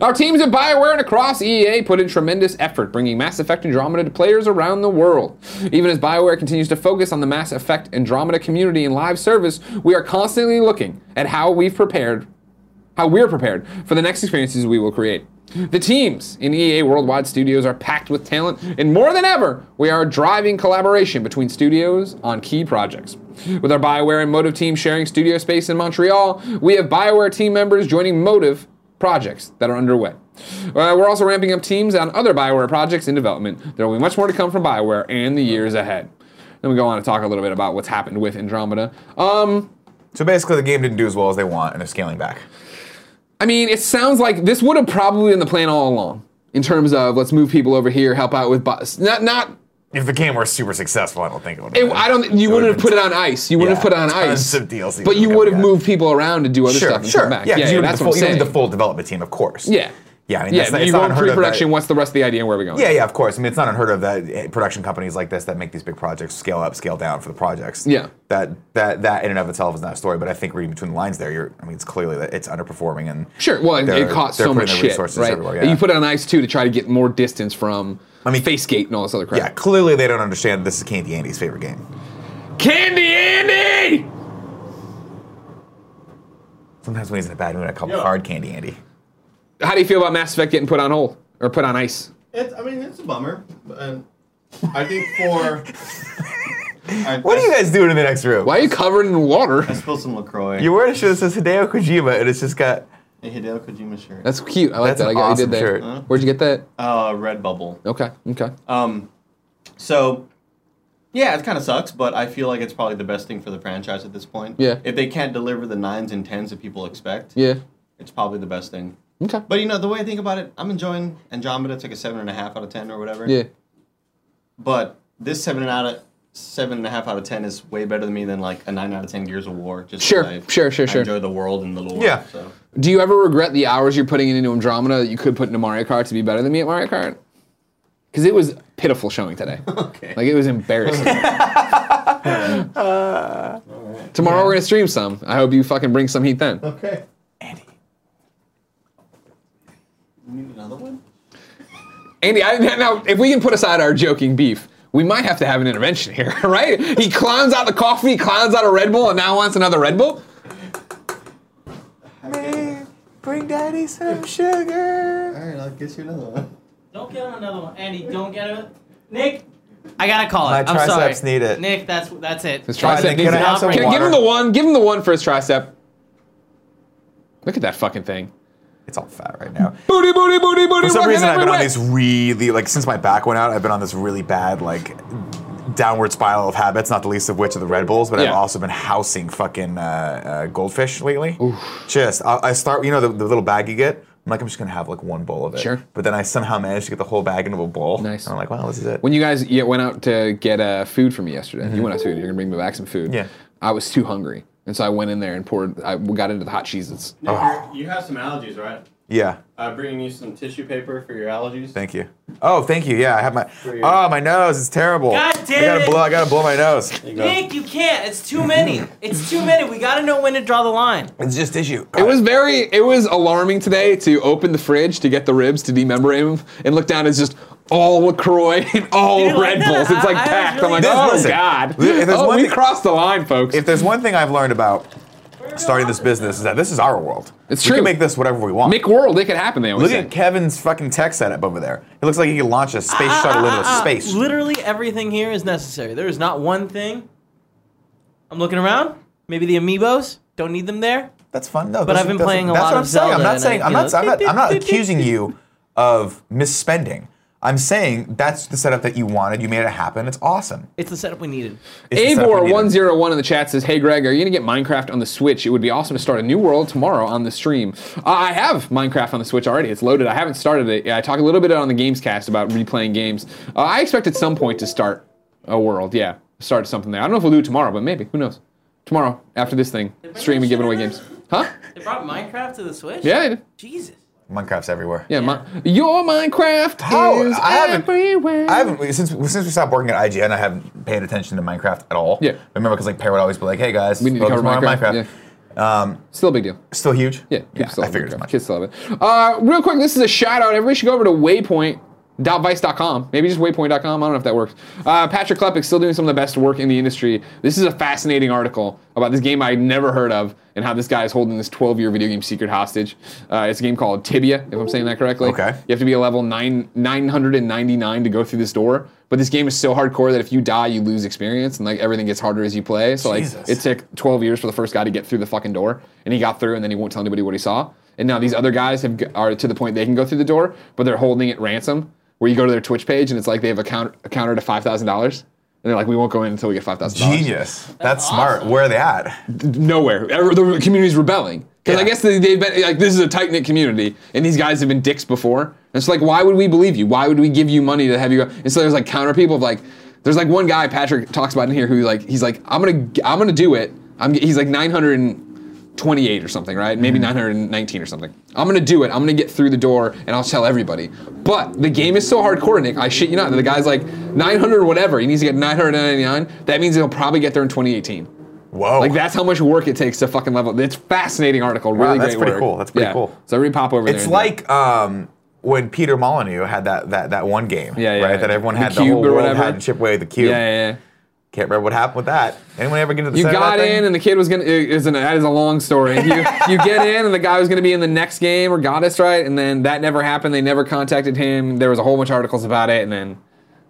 [SPEAKER 1] Our teams at BioWare and across EA put in tremendous effort bringing Mass Effect Andromeda to players around the world. Even as BioWare continues to focus on the Mass Effect Andromeda community and live service, we are constantly looking at how we've prepared how we're prepared for the next experiences we will create. The teams in EA Worldwide Studios are packed with talent, and more than ever, we are driving collaboration between studios on key projects. With our BioWare and Motive team sharing studio space in Montreal, we have BioWare team members joining Motive projects that are underway. Uh, we're also ramping up teams on other BioWare projects in development. There will be much more to come from BioWare in the years ahead. Then we go on to talk a little bit about what's happened with Andromeda. Um,
[SPEAKER 2] So basically, the game didn't do as well as they want, and they're scaling back.
[SPEAKER 1] I mean, it sounds like this would have probably been the plan all along in terms of let's move people over here, help out with bots. Not, not.
[SPEAKER 2] If the game were super successful, I don't think it would.
[SPEAKER 1] It, I don't. You wouldn't have put it on ice. You wouldn't have put it on ice.
[SPEAKER 2] Tons of DLC
[SPEAKER 1] But you
[SPEAKER 2] would
[SPEAKER 1] would have
[SPEAKER 2] have
[SPEAKER 1] moved people around to do other
[SPEAKER 2] Sure,
[SPEAKER 1] stuff and
[SPEAKER 2] sure.
[SPEAKER 1] come back.
[SPEAKER 2] Yeah,
[SPEAKER 1] Yeah,
[SPEAKER 2] 'cause you
[SPEAKER 1] yeah
[SPEAKER 2] need the
[SPEAKER 1] that's
[SPEAKER 2] full,
[SPEAKER 1] what I'm
[SPEAKER 2] you need
[SPEAKER 1] saying.
[SPEAKER 2] the full development team, of course.
[SPEAKER 1] yeah.
[SPEAKER 2] Yeah, I mean,
[SPEAKER 1] Yeah,
[SPEAKER 2] that's not,
[SPEAKER 1] you
[SPEAKER 2] it's
[SPEAKER 1] go
[SPEAKER 2] not
[SPEAKER 1] in
[SPEAKER 2] unheard of that-
[SPEAKER 1] pre-production. What's the rest of the idea and where are we going?
[SPEAKER 2] Yeah, yeah, of course. I mean, it's not unheard of that eh, production companies like this that make these big projects scale up, scale down for the projects.
[SPEAKER 1] Yeah.
[SPEAKER 2] That that that in and of itself is not a story, but I think reading between the lines there, you're. I mean, it's clearly that it's underperforming and
[SPEAKER 1] Sure. Well, it,
[SPEAKER 2] they're-
[SPEAKER 1] it caught
[SPEAKER 2] they're
[SPEAKER 1] so much
[SPEAKER 2] putting their
[SPEAKER 1] shit,
[SPEAKER 2] resources
[SPEAKER 1] right?
[SPEAKER 2] everywhere,
[SPEAKER 1] And
[SPEAKER 2] yeah.
[SPEAKER 1] you put it on ice too to try to get more distance from. I mean, Facegate and all this other crap.
[SPEAKER 2] yeah, clearly they don't understand this is Candy Andy's favorite game.
[SPEAKER 1] Candy Andy.
[SPEAKER 2] Sometimes when he's in a bad mood, I call him
[SPEAKER 5] Yeah.
[SPEAKER 2] hard Candy Andy.
[SPEAKER 1] How do you feel about Mass Effect getting put on hold or put on ice?
[SPEAKER 5] It's, I mean, it's a bummer, and I think
[SPEAKER 1] <laughs>
[SPEAKER 5] for. I,
[SPEAKER 2] What
[SPEAKER 5] I,
[SPEAKER 2] are you guys doing in the next room?
[SPEAKER 1] Why are you covered in water?
[SPEAKER 5] I spilled some Lacroix.
[SPEAKER 2] You're wearing a shirt that says Hideo Kojima, and it's just got
[SPEAKER 5] a Hideo Kojima shirt.
[SPEAKER 1] That's cute. I like
[SPEAKER 2] That's
[SPEAKER 1] that. I
[SPEAKER 2] an
[SPEAKER 1] got
[SPEAKER 2] awesome
[SPEAKER 1] you did there.
[SPEAKER 2] shirt.
[SPEAKER 1] Where'd you get that?
[SPEAKER 5] Uh, Redbubble.
[SPEAKER 1] Okay. Okay.
[SPEAKER 5] Um, so yeah, it kind of sucks, but I feel like it's probably the best thing for the franchise at this point.
[SPEAKER 1] Yeah.
[SPEAKER 5] If they can't deliver the nines and tens that people expect,
[SPEAKER 1] Yeah.
[SPEAKER 5] it's probably the best thing.
[SPEAKER 1] Okay.
[SPEAKER 5] But you know, the way I think about it, I'm enjoying Andromeda. It's like a seven and a half out of ten or whatever.
[SPEAKER 1] yeah.
[SPEAKER 5] But this seven and out of seven and a half out of ten is way better than me than like a nine out of ten Gears of War. Just 'cause
[SPEAKER 1] Sure,
[SPEAKER 5] I-
[SPEAKER 1] sure, sure,
[SPEAKER 5] I
[SPEAKER 1] sure.
[SPEAKER 5] Enjoy the world and the lore.
[SPEAKER 2] Yeah.
[SPEAKER 5] So.
[SPEAKER 1] Do you ever regret the hours you're putting into Andromeda that you could put into Mario Kart to be better than me at Mario Kart? Because it was pitiful showing
[SPEAKER 5] <laughs>
[SPEAKER 1] today.
[SPEAKER 5] Okay.
[SPEAKER 1] Like it was
[SPEAKER 5] <laughs>
[SPEAKER 2] <laughs>
[SPEAKER 1] embarrassing.
[SPEAKER 5] Uh,
[SPEAKER 1] Tomorrow we're gonna stream some. I hope you fucking bring some heat then.
[SPEAKER 5] okay. Andy. Need another one?
[SPEAKER 1] Andy, I, now if we can put aside our joking beef, we might have to have an intervention here, <laughs> right? He clowns out the coffee, clowns out a Red Bull, and now wants another Red Bull.
[SPEAKER 2] Bring Daddy some sugar.
[SPEAKER 5] All right, I'll get you another one.
[SPEAKER 4] Don't get him another one, Andy. Don't get it. Nick,
[SPEAKER 3] I gotta call
[SPEAKER 2] My
[SPEAKER 3] it. I'm
[SPEAKER 2] triceps
[SPEAKER 3] sorry.
[SPEAKER 2] need it.
[SPEAKER 3] Nick, that's that's it.
[SPEAKER 1] His
[SPEAKER 2] Right,
[SPEAKER 1] tricep
[SPEAKER 2] then
[SPEAKER 1] needs
[SPEAKER 2] can I
[SPEAKER 1] it.
[SPEAKER 2] have some
[SPEAKER 1] Can- give
[SPEAKER 2] water?
[SPEAKER 1] him the one. Give him the one for his tricep. Look at that fucking thing.
[SPEAKER 2] It's all fat right now.
[SPEAKER 1] Booty, booty, booty, booty.
[SPEAKER 2] For some
[SPEAKER 1] rocking
[SPEAKER 2] reason, I've been on
[SPEAKER 1] everywhere.
[SPEAKER 2] these really like since my back went out, I've been on this really bad like downward spiral of habits. Not the least of which are the Red Bulls, but I've
[SPEAKER 1] Yeah.
[SPEAKER 2] also been housing fucking uh, uh, goldfish lately. Just I, I start, you know, the, the little bag you get. I'm like, I'm just gonna have like one bowl of it.
[SPEAKER 1] Sure.
[SPEAKER 2] But then I somehow managed to get the whole bag into a bowl.
[SPEAKER 1] Nice.
[SPEAKER 2] And I'm like, wow, this is it.
[SPEAKER 1] When you guys yeah, went out to get uh, food from me yesterday, you went out to you're gonna bring me back some food.
[SPEAKER 2] Mm-hmm. Yeah.
[SPEAKER 1] I was too hungry, and so I went in there and poured. I got into the hot cheeses.
[SPEAKER 5] Nick, you're- you have some allergies, right?
[SPEAKER 2] yeah.
[SPEAKER 5] I'm bringing you some tissue paper for your allergies.
[SPEAKER 2] Thank you. Oh, thank you. Yeah, I have my.
[SPEAKER 5] your-
[SPEAKER 2] Oh, my nose is terrible.
[SPEAKER 4] God damn
[SPEAKER 2] I gotta
[SPEAKER 4] it.
[SPEAKER 2] blow. I gotta blow my nose.
[SPEAKER 5] There you go.
[SPEAKER 4] Nick, you can't. It's too many. It's too many. We gotta know when to draw the line.
[SPEAKER 2] It's just tissue.
[SPEAKER 1] It was very, it was alarming today to open the fridge to get the ribs to demember him and look down. It's just all Lacroix <laughs> and all
[SPEAKER 4] Dude, like
[SPEAKER 1] Red
[SPEAKER 4] that,
[SPEAKER 1] Bulls. It's like
[SPEAKER 4] I- I
[SPEAKER 1] packed. I'm
[SPEAKER 4] was
[SPEAKER 1] like,
[SPEAKER 4] really-
[SPEAKER 1] oh
[SPEAKER 2] Listen,
[SPEAKER 1] god.
[SPEAKER 2] if there's
[SPEAKER 1] oh,
[SPEAKER 2] one
[SPEAKER 1] we
[SPEAKER 2] thing-
[SPEAKER 1] crossed the line, folks.
[SPEAKER 2] If there's one thing I've learned about starting this business is that this is our world.
[SPEAKER 1] It's
[SPEAKER 2] we
[SPEAKER 1] true.
[SPEAKER 2] can make this whatever we want.
[SPEAKER 1] Mick World, it could happen. They always
[SPEAKER 2] Look
[SPEAKER 1] say.
[SPEAKER 2] at Kevin's fucking tech setup over there. It looks like he could launch a space
[SPEAKER 4] Ah,
[SPEAKER 2] shuttle into space.
[SPEAKER 4] Uh, Literally everything here is necessary. There is not one thing. I'm looking around. Maybe the amiibos. Don't need them there.
[SPEAKER 2] That's fun. No,
[SPEAKER 4] But
[SPEAKER 2] that's-
[SPEAKER 4] I've been
[SPEAKER 2] that's-
[SPEAKER 4] playing a
[SPEAKER 2] that's
[SPEAKER 4] lot
[SPEAKER 2] what
[SPEAKER 4] of
[SPEAKER 2] I'm saying. I'm
[SPEAKER 4] Zelda
[SPEAKER 2] not
[SPEAKER 4] and
[SPEAKER 2] saying
[SPEAKER 4] I-
[SPEAKER 2] I'm
[SPEAKER 4] you
[SPEAKER 2] not.
[SPEAKER 4] know,
[SPEAKER 2] I'm not.
[SPEAKER 4] <laughs>
[SPEAKER 2] I'm not
[SPEAKER 4] beep, beep, beep,
[SPEAKER 2] accusing you of misspending. I'm saying that's the setup that you wanted. You made it happen. It's awesome.
[SPEAKER 4] It's the setup we needed.
[SPEAKER 2] It's the setup we needed.
[SPEAKER 1] Abor101 in the chat says, Hey Greg, are you going to get Minecraft on the Switch? It would be awesome to start a new world tomorrow on the stream. Uh, I have Minecraft on the Switch already. It's loaded. I haven't started it. I talk a little bit on the Games Cast about replaying games. Uh, I expect at some point to start a world. Yeah, start something there. I don't know if we'll do it tomorrow, but maybe. Who knows? Tomorrow, after this thing, stream and giving away games. Huh?
[SPEAKER 4] They brought Minecraft to the Switch.
[SPEAKER 1] Yeah, I did.
[SPEAKER 4] Jesus.
[SPEAKER 2] Minecraft's everywhere.
[SPEAKER 1] Yeah, my, your Minecraft
[SPEAKER 2] How?
[SPEAKER 1] is
[SPEAKER 2] I haven't-
[SPEAKER 1] everywhere.
[SPEAKER 2] I haven't since since we stopped working at IGN. I haven't paid attention to Minecraft at all.
[SPEAKER 1] Yeah.
[SPEAKER 2] Remember, because like Pear would always be like, "Hey guys,
[SPEAKER 1] we need to
[SPEAKER 2] focus
[SPEAKER 1] cover
[SPEAKER 2] more on
[SPEAKER 1] Minecraft.
[SPEAKER 2] Minecraft." Um,
[SPEAKER 1] Yeah. Still a big deal.
[SPEAKER 2] Still huge.
[SPEAKER 1] Yeah, people
[SPEAKER 2] yeah
[SPEAKER 1] still
[SPEAKER 2] I
[SPEAKER 1] love
[SPEAKER 2] figured as
[SPEAKER 1] Minecraft.
[SPEAKER 2] much.
[SPEAKER 1] Kids still love it. Uh, real quick, this is a shout out. Everybody should go over to waypoint.vice.com. Maybe just waypoint.com. I don't know if that works. Uh, Patrick Klepek's still doing some of the best work in the industry. This is a fascinating article about this game I'd never heard of and how this guy is holding this 12 year video game secret hostage. Uh, it's a game called Tibia, if I'm saying that correctly.
[SPEAKER 2] Okay.
[SPEAKER 1] You have to be a level nine, 999 to go through this door. But this game is so hardcore that if you die, you lose experience and like everything gets harder as you play. So like
[SPEAKER 2] Jesus.
[SPEAKER 1] it took 12 years for the first guy to get through the fucking door, and he got through, and then he won't tell anybody what he saw. And now these other guys have g- are to the point they can go through the door, but they're holding it ransom. Where you go to their Twitch page, and it's like they have a counter, a counter to five thousand dollars, and they're like, "We won't go in until we get five thousand dollars."
[SPEAKER 2] Genius. That's, smart. Where are they at?
[SPEAKER 1] nowhere. Ever- The community's rebelling because I
[SPEAKER 2] Yeah.
[SPEAKER 1] guess they, they've been like this is a tight knit community, and these guys have been dicks before. And it's like, why would we believe you? Why would we give you money to have you? Go? And so there's like counter people of like, there's like one guy Patrick talks about in here who like he's like, I'm gonna I'm gonna do it. I'm he's like 900 and 28 or something, right? Maybe 919 or something. I'm gonna do it. I'm gonna get through the door and I'll tell everybody. But the game is so hardcore, Nick. I shit you not. The guy's like 900 whatever. He needs to get 999. That means he'll probably get there in 2018.
[SPEAKER 2] Whoa.
[SPEAKER 1] Like that's how much work it takes to fucking level. It's fascinating article. Really
[SPEAKER 2] that's
[SPEAKER 1] great
[SPEAKER 2] pretty
[SPEAKER 1] work.
[SPEAKER 2] cool. That's pretty
[SPEAKER 1] Yeah.
[SPEAKER 2] cool.
[SPEAKER 1] So everybody pop over there.
[SPEAKER 2] It's
[SPEAKER 1] and do it.
[SPEAKER 2] like um, when Peter Molyneux had that, that, that one game,
[SPEAKER 1] Yeah, yeah,
[SPEAKER 2] right?
[SPEAKER 1] yeah.
[SPEAKER 2] That everyone
[SPEAKER 1] The
[SPEAKER 2] had the,
[SPEAKER 1] cube
[SPEAKER 2] whole
[SPEAKER 1] or
[SPEAKER 2] world
[SPEAKER 1] whatever.
[SPEAKER 2] had to chip away at the cube.
[SPEAKER 1] yeah, yeah, yeah.
[SPEAKER 2] Can't remember what happened with that. Anyone ever get to the
[SPEAKER 1] You
[SPEAKER 2] center of
[SPEAKER 1] got
[SPEAKER 2] that thing?
[SPEAKER 1] in, and the kid was gonna. It, it's an, that is a long story. You,
[SPEAKER 2] <laughs>
[SPEAKER 1] you get in, and the guy was gonna be in the next game or goddess right, and then that never happened. They never contacted him. There was a whole bunch of articles about it, and then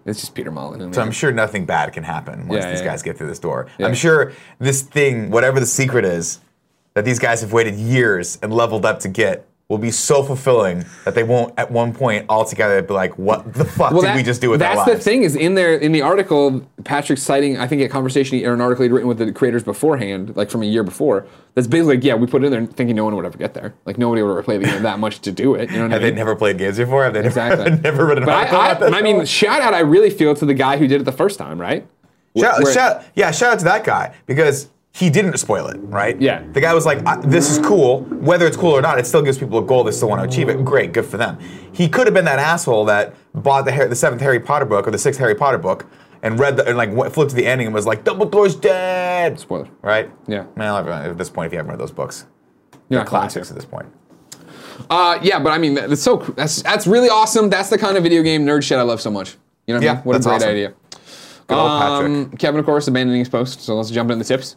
[SPEAKER 1] it's just Peter Mullen.
[SPEAKER 2] So I'm sure nothing bad can happen once
[SPEAKER 1] Yeah,
[SPEAKER 2] these
[SPEAKER 1] yeah,
[SPEAKER 2] guys
[SPEAKER 1] yeah.
[SPEAKER 2] get through this door.
[SPEAKER 1] Yeah.
[SPEAKER 2] I'm sure this thing, whatever the secret is, that these guys have waited years and leveled up to get, will be so fulfilling that they won't at one point altogether be like, "What the fuck did
[SPEAKER 1] that-
[SPEAKER 2] we just do with
[SPEAKER 1] that's
[SPEAKER 2] our
[SPEAKER 1] the
[SPEAKER 2] lives?"
[SPEAKER 1] thing is in there in the article patrick's citing i think a conversation he- or an article he'd written with the creators beforehand like from a year before that's basically like yeah we put it in there thinking no one would ever get there like nobody would ever play the game that much to do it you know what i
[SPEAKER 2] Have they
[SPEAKER 1] mean
[SPEAKER 2] never played games before? Have they
[SPEAKER 1] Exactly.
[SPEAKER 2] never, <laughs> never read an
[SPEAKER 1] but
[SPEAKER 2] article
[SPEAKER 1] I,
[SPEAKER 2] about that?
[SPEAKER 1] I, I mean shout out i really feel to the guy who did it the first time right
[SPEAKER 2] Shout,
[SPEAKER 1] Where-
[SPEAKER 2] shout, yeah, shout out to that guy because he didn't spoil it, right?
[SPEAKER 1] Yeah.
[SPEAKER 2] The guy was like, "I- "This is cool. Whether it's cool or not, it still gives people a goal. They still want to achieve it. Great, good for them." He could have been that asshole that bought the, Har- the seventh Harry Potter book or the sixth Harry Potter book and read the and like went- flipped to the ending and was like, "Dumbledore's dead."
[SPEAKER 1] Spoiler.
[SPEAKER 2] Right?
[SPEAKER 1] Yeah.
[SPEAKER 2] Well, everyone, at this point, if you haven't read those books,
[SPEAKER 1] You're not going to.
[SPEAKER 2] classics at this point.
[SPEAKER 1] Uh, yeah, but I mean, that's so that's that's really awesome. That's the kind of video game nerd shit I love so much. You know what I
[SPEAKER 2] Yeah,
[SPEAKER 1] mean? What
[SPEAKER 2] that's
[SPEAKER 1] a great
[SPEAKER 2] awesome.
[SPEAKER 1] idea.
[SPEAKER 2] Good old Oh, Patrick.
[SPEAKER 1] Um, Kevin, of course, abandoning his post. So let's jump into the tips,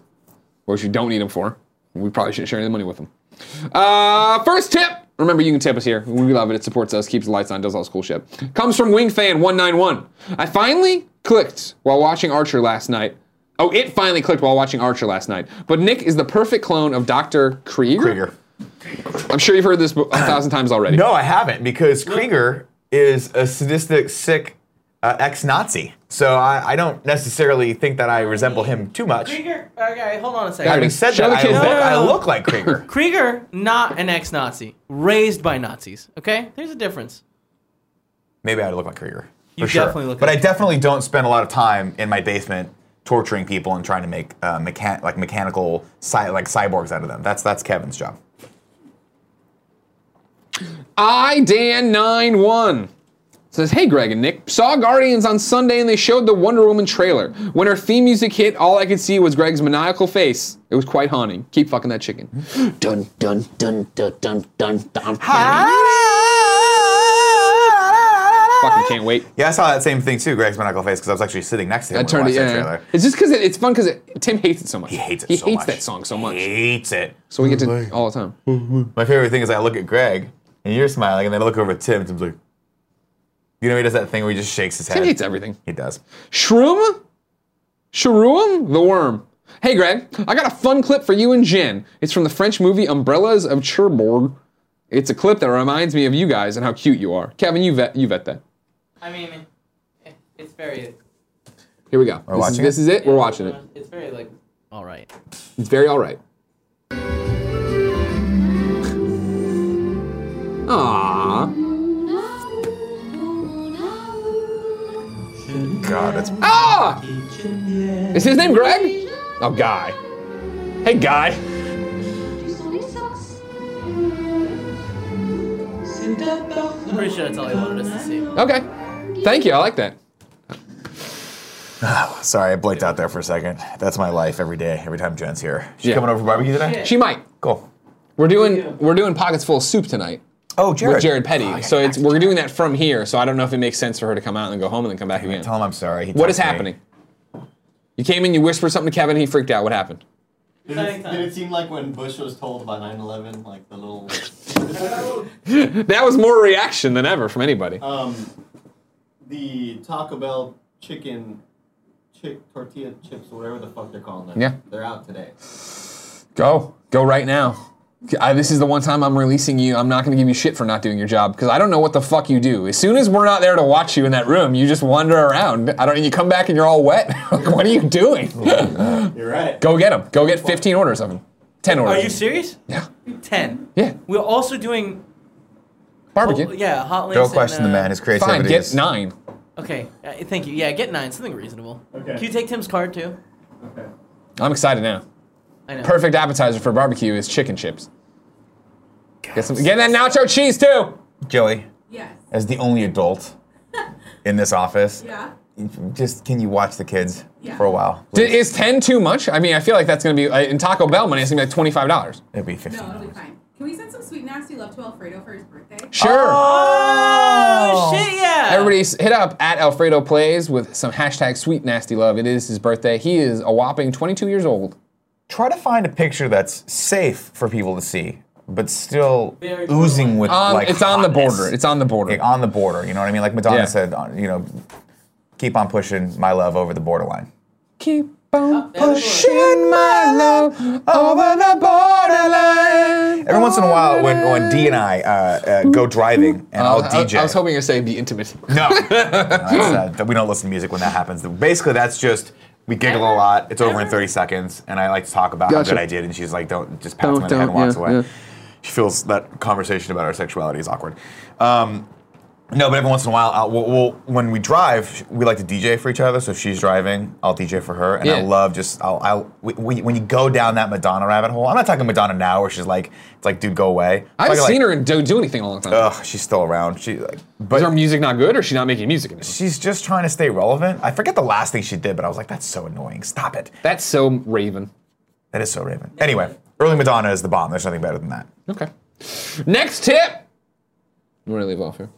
[SPEAKER 1] which you don't need them for. We probably shouldn't share any of the money with them. Uh, first tip. Remember, you can tip us here. We love it. It supports us, keeps the lights on, does all this cool shit. Comes from Wingfan191. I finally clicked while watching Archer last night. Oh, it finally clicked while watching Archer last night. But Nick is the perfect clone of Dr. Krieger.
[SPEAKER 2] Krieger.
[SPEAKER 1] I'm sure you've heard this a thousand times already.
[SPEAKER 2] No, I haven't because Krieger is a sadistic, sick uh, ex-Nazi. So I, I don't necessarily think that I resemble him too much.
[SPEAKER 4] Krieger. Okay, hold on a second.
[SPEAKER 1] Got
[SPEAKER 2] Having
[SPEAKER 1] it.
[SPEAKER 2] said
[SPEAKER 1] Show
[SPEAKER 2] that,
[SPEAKER 1] the
[SPEAKER 2] I
[SPEAKER 1] kids
[SPEAKER 2] look,
[SPEAKER 1] that.
[SPEAKER 2] I look like Krieger.
[SPEAKER 4] Krieger, not an ex-Nazi, raised by Nazis. Okay, there's a difference.
[SPEAKER 2] Maybe I look like Krieger.
[SPEAKER 4] You
[SPEAKER 2] for sure.
[SPEAKER 4] definitely look
[SPEAKER 2] But
[SPEAKER 4] like
[SPEAKER 2] I definitely don't spend a lot of time in my basement torturing people and trying to make uh, mechan- like mechanical cy- like cyborgs out of them. That's that's Kevin's job.
[SPEAKER 1] I Dan 91 says, Hey Greg and Nick, saw Guardians on Sunday and they showed the Wonder Woman trailer. When her theme music hit, all I could see was Greg's maniacal face. It was quite haunting. Keep fucking that chicken.
[SPEAKER 6] dun dun dun dun dun dun dun.
[SPEAKER 1] fucking can't wait.
[SPEAKER 2] Yeah, I saw that same thing too, Greg's maniacal face, because I was actually sitting next to him.
[SPEAKER 1] I
[SPEAKER 2] when
[SPEAKER 1] turned it.
[SPEAKER 2] watched that
[SPEAKER 1] Yeah,
[SPEAKER 2] trailer.
[SPEAKER 1] it's just because it, it's fun because Tim hates it so much.
[SPEAKER 2] He hates it.
[SPEAKER 1] He
[SPEAKER 2] so
[SPEAKER 1] hates
[SPEAKER 2] much.
[SPEAKER 1] that song so much.
[SPEAKER 2] Hates it.
[SPEAKER 1] So we get to all the time.
[SPEAKER 2] My favorite thing is I look at Greg and you're smiling, and then I look over at Tim. Tim's like, you know, he does that thing where he just shakes his head.
[SPEAKER 1] Tim hates everything.
[SPEAKER 2] He does.
[SPEAKER 1] Shroom? Shroom the Worm. Hey, Greg, I got a fun clip for you and Jen. It's from the French movie Umbrellas of Cherbourg. It's a clip that reminds me of you guys and how cute you are. Kevin, you vet, you vet that.
[SPEAKER 4] I mean, eh, it's very,
[SPEAKER 1] Here we go. We're this is,
[SPEAKER 2] watching
[SPEAKER 1] This
[SPEAKER 2] it?
[SPEAKER 1] is it. We're watching it.
[SPEAKER 4] it's very like, all right.
[SPEAKER 1] It's very all right. Aww.
[SPEAKER 2] God, that's
[SPEAKER 1] Ah! Is his name Greg? Oh, Guy. Hey, Guy.
[SPEAKER 4] I'm pretty sure that's all he wanted us to see.
[SPEAKER 1] Okay. Thank you. I like that.
[SPEAKER 2] sorry. I blinked out there for a second. That's my life every day. Every time Jen's here, she's
[SPEAKER 1] Yeah.
[SPEAKER 2] coming over for barbecue today.
[SPEAKER 1] She might.
[SPEAKER 2] Cool.
[SPEAKER 1] We're doing we're doing pockets full of soup tonight.
[SPEAKER 2] Oh,
[SPEAKER 1] with Jared Petty. so it's we're doing that from here. So I don't know if it makes sense for her to come out and then go home and then come back again.
[SPEAKER 2] Tell him I'm sorry. He
[SPEAKER 1] What is
[SPEAKER 2] texted me.
[SPEAKER 1] happening? You came in, you whispered something to Kevin, he freaked out. What happened?
[SPEAKER 5] Did it, did it seem like when Bush was told about 9/11, like the little?
[SPEAKER 1] That was more reaction than ever from anybody.
[SPEAKER 4] Uh,
[SPEAKER 5] Um, the Taco Bell chicken, chick tortilla chips, whatever the fuck they're calling them.
[SPEAKER 1] Yeah.
[SPEAKER 5] They're out today.
[SPEAKER 1] Go, go right now. I, this is the one time I'm releasing you. I'm not going to give you shit for not doing your job because I don't know what the fuck you do. As soon as we're not there to watch you in that room, you just wander around. I don't. You come back and you're all wet. <laughs> what are you doing?
[SPEAKER 5] You're right.
[SPEAKER 1] go get them. Go get 15 orders of them. 10 orders.
[SPEAKER 4] Are
[SPEAKER 1] of
[SPEAKER 4] you
[SPEAKER 1] 'em.
[SPEAKER 4] serious?
[SPEAKER 1] Yeah.
[SPEAKER 4] Ten.
[SPEAKER 1] Yeah.
[SPEAKER 4] We're also doing, Oh,
[SPEAKER 1] Barbecue.
[SPEAKER 4] yeah, hot links.
[SPEAKER 2] Don't
[SPEAKER 4] and,
[SPEAKER 2] question the
[SPEAKER 4] uh,
[SPEAKER 2] man. His creativity
[SPEAKER 1] Fine. Get
[SPEAKER 2] is.
[SPEAKER 1] nine.
[SPEAKER 4] Okay, uh, thank you. Yeah, get nine, something reasonable.
[SPEAKER 5] Okay.
[SPEAKER 4] Can you take Tim's card too?
[SPEAKER 5] Okay.
[SPEAKER 1] I'm excited now.
[SPEAKER 3] I know.
[SPEAKER 1] Perfect appetizer for barbecue is chicken chips. Get, some, get that nacho cheese too.
[SPEAKER 2] Joey,
[SPEAKER 7] Yes.
[SPEAKER 2] as the only
[SPEAKER 7] <laughs>
[SPEAKER 2] adult in this office,
[SPEAKER 7] Yeah.
[SPEAKER 2] just can you watch the kids
[SPEAKER 7] Yeah.
[SPEAKER 2] for a while?
[SPEAKER 1] D- is ten too much? I mean, I feel like that's gonna be uh, in Taco Bell money. It's gonna be like twenty five dollars.
[SPEAKER 2] It'd be fifteen.
[SPEAKER 7] No, it'll be fine. Can we send some sweet nasty love to Alfredo for his birthday?
[SPEAKER 1] Sure.
[SPEAKER 3] Oh, shit, yeah.
[SPEAKER 1] Everybody s- hit up at Alfredo Plays with some hashtag sweet nasty love. It is his birthday. He is a whopping 22 years old.
[SPEAKER 2] Try to find a picture that's safe for people to see, but still
[SPEAKER 3] Very
[SPEAKER 2] oozing with
[SPEAKER 1] Um,
[SPEAKER 2] like
[SPEAKER 1] it's on the
[SPEAKER 2] hotness.
[SPEAKER 1] border. It's on the border.
[SPEAKER 2] Like, on the border. You know what I mean? Like Madonna
[SPEAKER 1] Yeah.
[SPEAKER 2] said, uh, you know, keep on pushing my love over the borderline.
[SPEAKER 1] Keep on
[SPEAKER 3] that's
[SPEAKER 1] pushing my love over the borderline.
[SPEAKER 2] Every once in a while, when, when D and I uh, uh, go driving, and
[SPEAKER 1] Uh,
[SPEAKER 2] I'll DJ.
[SPEAKER 8] I, was hoping you'd say be intimate.
[SPEAKER 2] No, No, that's, uh, we don't listen to music when that happens. Basically, that's just we giggle a lot. It's over in 30 seconds, and I like to talk about
[SPEAKER 8] Gotcha.
[SPEAKER 2] how good I did, and she's like, "Don't just pats
[SPEAKER 8] Don't-
[SPEAKER 2] me on the head and
[SPEAKER 8] don't,
[SPEAKER 2] walks
[SPEAKER 8] yeah,
[SPEAKER 2] away."
[SPEAKER 8] yeah.
[SPEAKER 2] She feels that conversation about our sexuality is awkward. Um, no, but every once in a while, I'll, we'll, we'll, when we drive, we like to DJ for each other. So if she's driving, I'll DJ for her, and I
[SPEAKER 1] Yeah.
[SPEAKER 2] love just I'll, I'll we, we, when you go down that Madonna rabbit hole. I'm not talking Madonna now, where she's like, "It's like, dude, go away."
[SPEAKER 1] I
[SPEAKER 2] Talking
[SPEAKER 1] haven't
[SPEAKER 2] like,
[SPEAKER 1] seen her do, do anything in a long time.
[SPEAKER 2] Ugh, she's still around. She like, but
[SPEAKER 8] Is her music not good, or is she not making music anymore?
[SPEAKER 2] she's just trying to stay relevant. I forget the last thing she did, but I was like, that's so annoying. Stop it.
[SPEAKER 8] That's so Raven.
[SPEAKER 2] That is so Raven. Anyway, early Madonna is the bomb. There's nothing better than that.
[SPEAKER 1] Okay. Next tip. I'm gonna leave off here.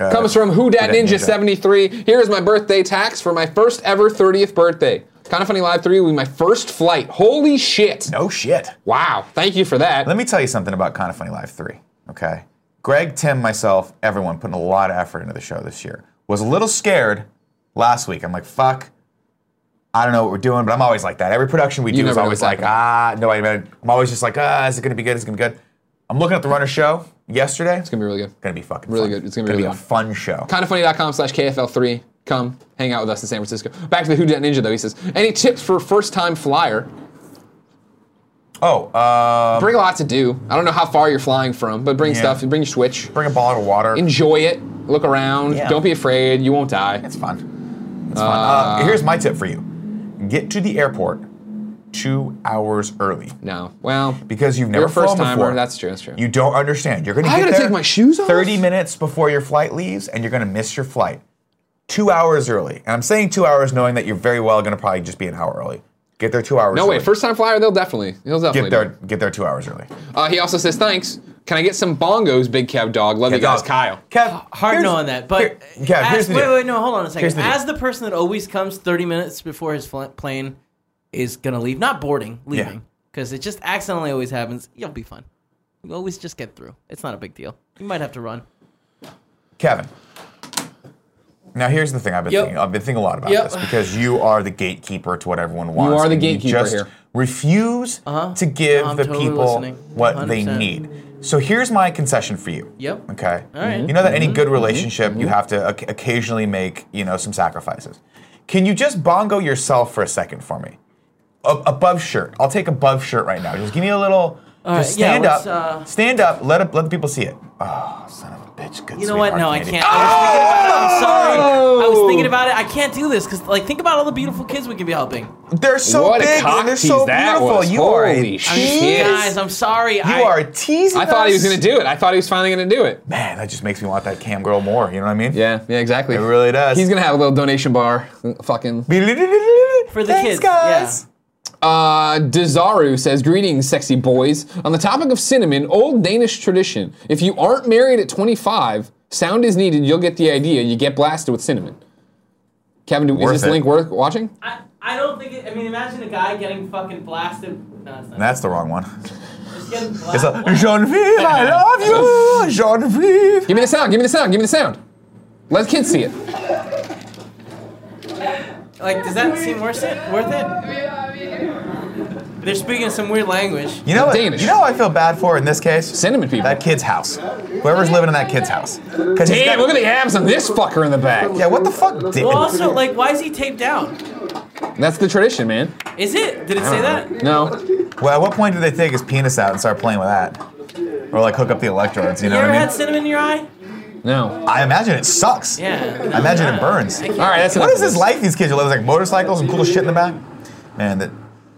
[SPEAKER 2] Uh,
[SPEAKER 1] Comes from Who Dat
[SPEAKER 2] Who Dat
[SPEAKER 1] Ninja
[SPEAKER 2] Ninja.
[SPEAKER 1] 73. Here is my birthday tax for my first ever 30th birthday. Kind of Funny Live 3 will be my first flight. Holy shit.
[SPEAKER 2] No Oh, shit.
[SPEAKER 1] Wow. Thank you for that.
[SPEAKER 2] Let me tell you something about Kind of Funny Live 3, okay? Greg, Tim, myself, everyone putting a lot of effort into the show this year. Was a little scared last week. I'm like, fuck, I don't know what we're doing, but I'm always like that. Every production we do is
[SPEAKER 1] never know
[SPEAKER 2] always
[SPEAKER 1] what's
[SPEAKER 2] like, ah, no, I mean, I'm always just like, ah, is it gonna be good? Is it gonna be good? I'm looking at the runner show yesterday. It's
[SPEAKER 1] It's gonna be really good.
[SPEAKER 2] gonna be fucking
[SPEAKER 1] really
[SPEAKER 2] fun.
[SPEAKER 1] good. It's gonna be
[SPEAKER 2] gonna
[SPEAKER 1] really
[SPEAKER 2] be a fun show.
[SPEAKER 1] kindoffunny.com slash KFL3. Come hang out with us in San Francisco. Back to the Who Dat Ninja, though. He says, Any tips for first time flyer?
[SPEAKER 2] Oh, uh,
[SPEAKER 1] Bring a lot to do. I don't know how far you're flying from, but bring
[SPEAKER 2] Yeah.
[SPEAKER 1] stuff. Bring your Switch.
[SPEAKER 2] bring a bottle of water.
[SPEAKER 1] Enjoy it. Look around.
[SPEAKER 2] Yeah.
[SPEAKER 1] Don't be afraid. You won't die.
[SPEAKER 2] It's fun. It's fun. Uh, here's my tip for you: get to the airport two hours early
[SPEAKER 1] No. Well,
[SPEAKER 2] because you've never
[SPEAKER 1] you're a first
[SPEAKER 2] flown
[SPEAKER 1] timer.
[SPEAKER 2] before.
[SPEAKER 1] That's true. That's true.
[SPEAKER 2] You don't understand. You're gonna.
[SPEAKER 1] I
[SPEAKER 2] get
[SPEAKER 1] gotta
[SPEAKER 2] there
[SPEAKER 1] take my shoes off?
[SPEAKER 2] Thirty minutes before your flight leaves, and you're gonna miss your flight. Two hours early, and I'm saying two hours, knowing that you're very well gonna probably just be an hour early. Get there two hours.
[SPEAKER 1] no,
[SPEAKER 2] early.
[SPEAKER 1] wait. First time flyer, they'll definitely. He'll definitely.
[SPEAKER 2] Get there.
[SPEAKER 1] do
[SPEAKER 2] Get there two hours early.
[SPEAKER 1] it. Uh, he also says, Thanks. Can I get some bongos, Big Cab Dog? Love you guys, Kyle.
[SPEAKER 2] Kev,
[SPEAKER 3] Hard
[SPEAKER 2] here's-
[SPEAKER 3] no on that, but
[SPEAKER 2] here- Kev,
[SPEAKER 3] as-
[SPEAKER 2] here's the
[SPEAKER 3] wait,
[SPEAKER 2] deal.
[SPEAKER 3] wait, no, hold on a
[SPEAKER 2] Here's
[SPEAKER 3] second.
[SPEAKER 2] the deal.
[SPEAKER 3] as the person that always comes 30 minutes before his fl- plane is gonna leave, not boarding,
[SPEAKER 2] Yeah.
[SPEAKER 3] leaving, because it just accidentally always happens. You'll be fine. You always just get through. It's not a big deal. You might have to run.
[SPEAKER 2] Kevin. Now here's the thing I've been
[SPEAKER 3] Yep.
[SPEAKER 2] thinking. I've been thinking a lot about
[SPEAKER 3] Yep.
[SPEAKER 2] this because you are the gatekeeper to what everyone wants.
[SPEAKER 1] are the
[SPEAKER 2] and
[SPEAKER 1] gatekeeper
[SPEAKER 2] just
[SPEAKER 1] here.
[SPEAKER 2] Refuse to give
[SPEAKER 3] Uh-huh. I'm
[SPEAKER 2] the
[SPEAKER 3] totally
[SPEAKER 2] people
[SPEAKER 3] listening.
[SPEAKER 2] what they
[SPEAKER 3] 100%.
[SPEAKER 2] need. So here's my concession for you.
[SPEAKER 3] Yep.
[SPEAKER 2] Okay.
[SPEAKER 3] All right. Mm-hmm.
[SPEAKER 2] You know that any good relationship you have to oc- occasionally make, you know, some sacrifices. Can you just bongo yourself for a second for me? A- above shirt. I'll take above shirt right now. Just give me a little. just
[SPEAKER 3] yeah,
[SPEAKER 2] stand
[SPEAKER 3] let's,
[SPEAKER 2] up.
[SPEAKER 3] uh,
[SPEAKER 2] stand up. Let it, let the people see it. Oh, son of a bitch. Good
[SPEAKER 3] You know what?
[SPEAKER 2] sweetheart
[SPEAKER 3] No, I
[SPEAKER 2] candy. Oh.
[SPEAKER 3] can't. I was thinking about it. I'm sorry. I was thinking about it. I can't do this because, like, think about all the beautiful kids we could be helping.
[SPEAKER 2] <gasps> They're so
[SPEAKER 1] what a
[SPEAKER 2] big
[SPEAKER 1] cock
[SPEAKER 2] and they're
[SPEAKER 1] tease
[SPEAKER 2] so
[SPEAKER 1] that
[SPEAKER 2] beautiful.
[SPEAKER 1] was.
[SPEAKER 2] You are a
[SPEAKER 1] Holy
[SPEAKER 2] tease.
[SPEAKER 1] shit.
[SPEAKER 3] Guys, I'm sorry.
[SPEAKER 2] You
[SPEAKER 3] I,
[SPEAKER 2] are teasing.
[SPEAKER 1] I thought he was
[SPEAKER 2] us.
[SPEAKER 1] gonna do it. I thought he was finally gonna do it.
[SPEAKER 2] Man, that just makes me want that cam girl more. You know what I mean?
[SPEAKER 1] Yeah, yeah, exactly.
[SPEAKER 2] It really does.
[SPEAKER 1] He's gonna have a little donation bar. Fucking.
[SPEAKER 2] For
[SPEAKER 3] the
[SPEAKER 2] Thanks,
[SPEAKER 3] kids,
[SPEAKER 2] guys.
[SPEAKER 1] Uh, Dizaru says, Greetings, sexy boys. On the topic of cinnamon, old Danish tradition. If you aren't married at 25, sound is needed, you'll get the idea. You get blasted with cinnamon. Kevin, do, is
[SPEAKER 2] Worth
[SPEAKER 1] this
[SPEAKER 2] it.
[SPEAKER 1] link worth watching?
[SPEAKER 4] I, I don't think. It, I mean, imagine a guy getting fucking blasted. No, it's not.
[SPEAKER 2] That's the wrong one. <laughs>
[SPEAKER 4] Just getting
[SPEAKER 2] It's
[SPEAKER 4] blasted.
[SPEAKER 2] a Jean-Vive, I love you, Jean-Vive.
[SPEAKER 1] Give me the sound, give me the sound, give me the sound. Let kids see it.
[SPEAKER 3] Like, does that seem worth it? Worth it? They're speaking some weird language.
[SPEAKER 2] You know what?
[SPEAKER 1] Danish.
[SPEAKER 2] You know what I feel bad for in this case?
[SPEAKER 1] Cinnamon people.
[SPEAKER 2] That kid's house. Whoever's living in that kid's house. Cause he's
[SPEAKER 1] Damn,
[SPEAKER 2] got-
[SPEAKER 1] look at the abs on this fucker in the back.
[SPEAKER 2] Yeah, what the fuck? Did,
[SPEAKER 3] Well, also, like, why is he taped down?
[SPEAKER 1] That's the tradition, man.
[SPEAKER 3] Is it? Did it say that?
[SPEAKER 1] No.
[SPEAKER 2] well, at what point did they take his penis out and start playing with that? Or like hook up the electrodes? You
[SPEAKER 3] You
[SPEAKER 2] know what
[SPEAKER 3] ever
[SPEAKER 2] I mean?
[SPEAKER 3] had cinnamon in your eye?
[SPEAKER 1] No.
[SPEAKER 2] I imagine it sucks.
[SPEAKER 3] Yeah.
[SPEAKER 2] I imagine it burns.
[SPEAKER 1] All right, that's
[SPEAKER 2] What
[SPEAKER 1] enough
[SPEAKER 2] is
[SPEAKER 1] of
[SPEAKER 2] this life these kids are living? Like motorcycles and cool shit in the back? Man, that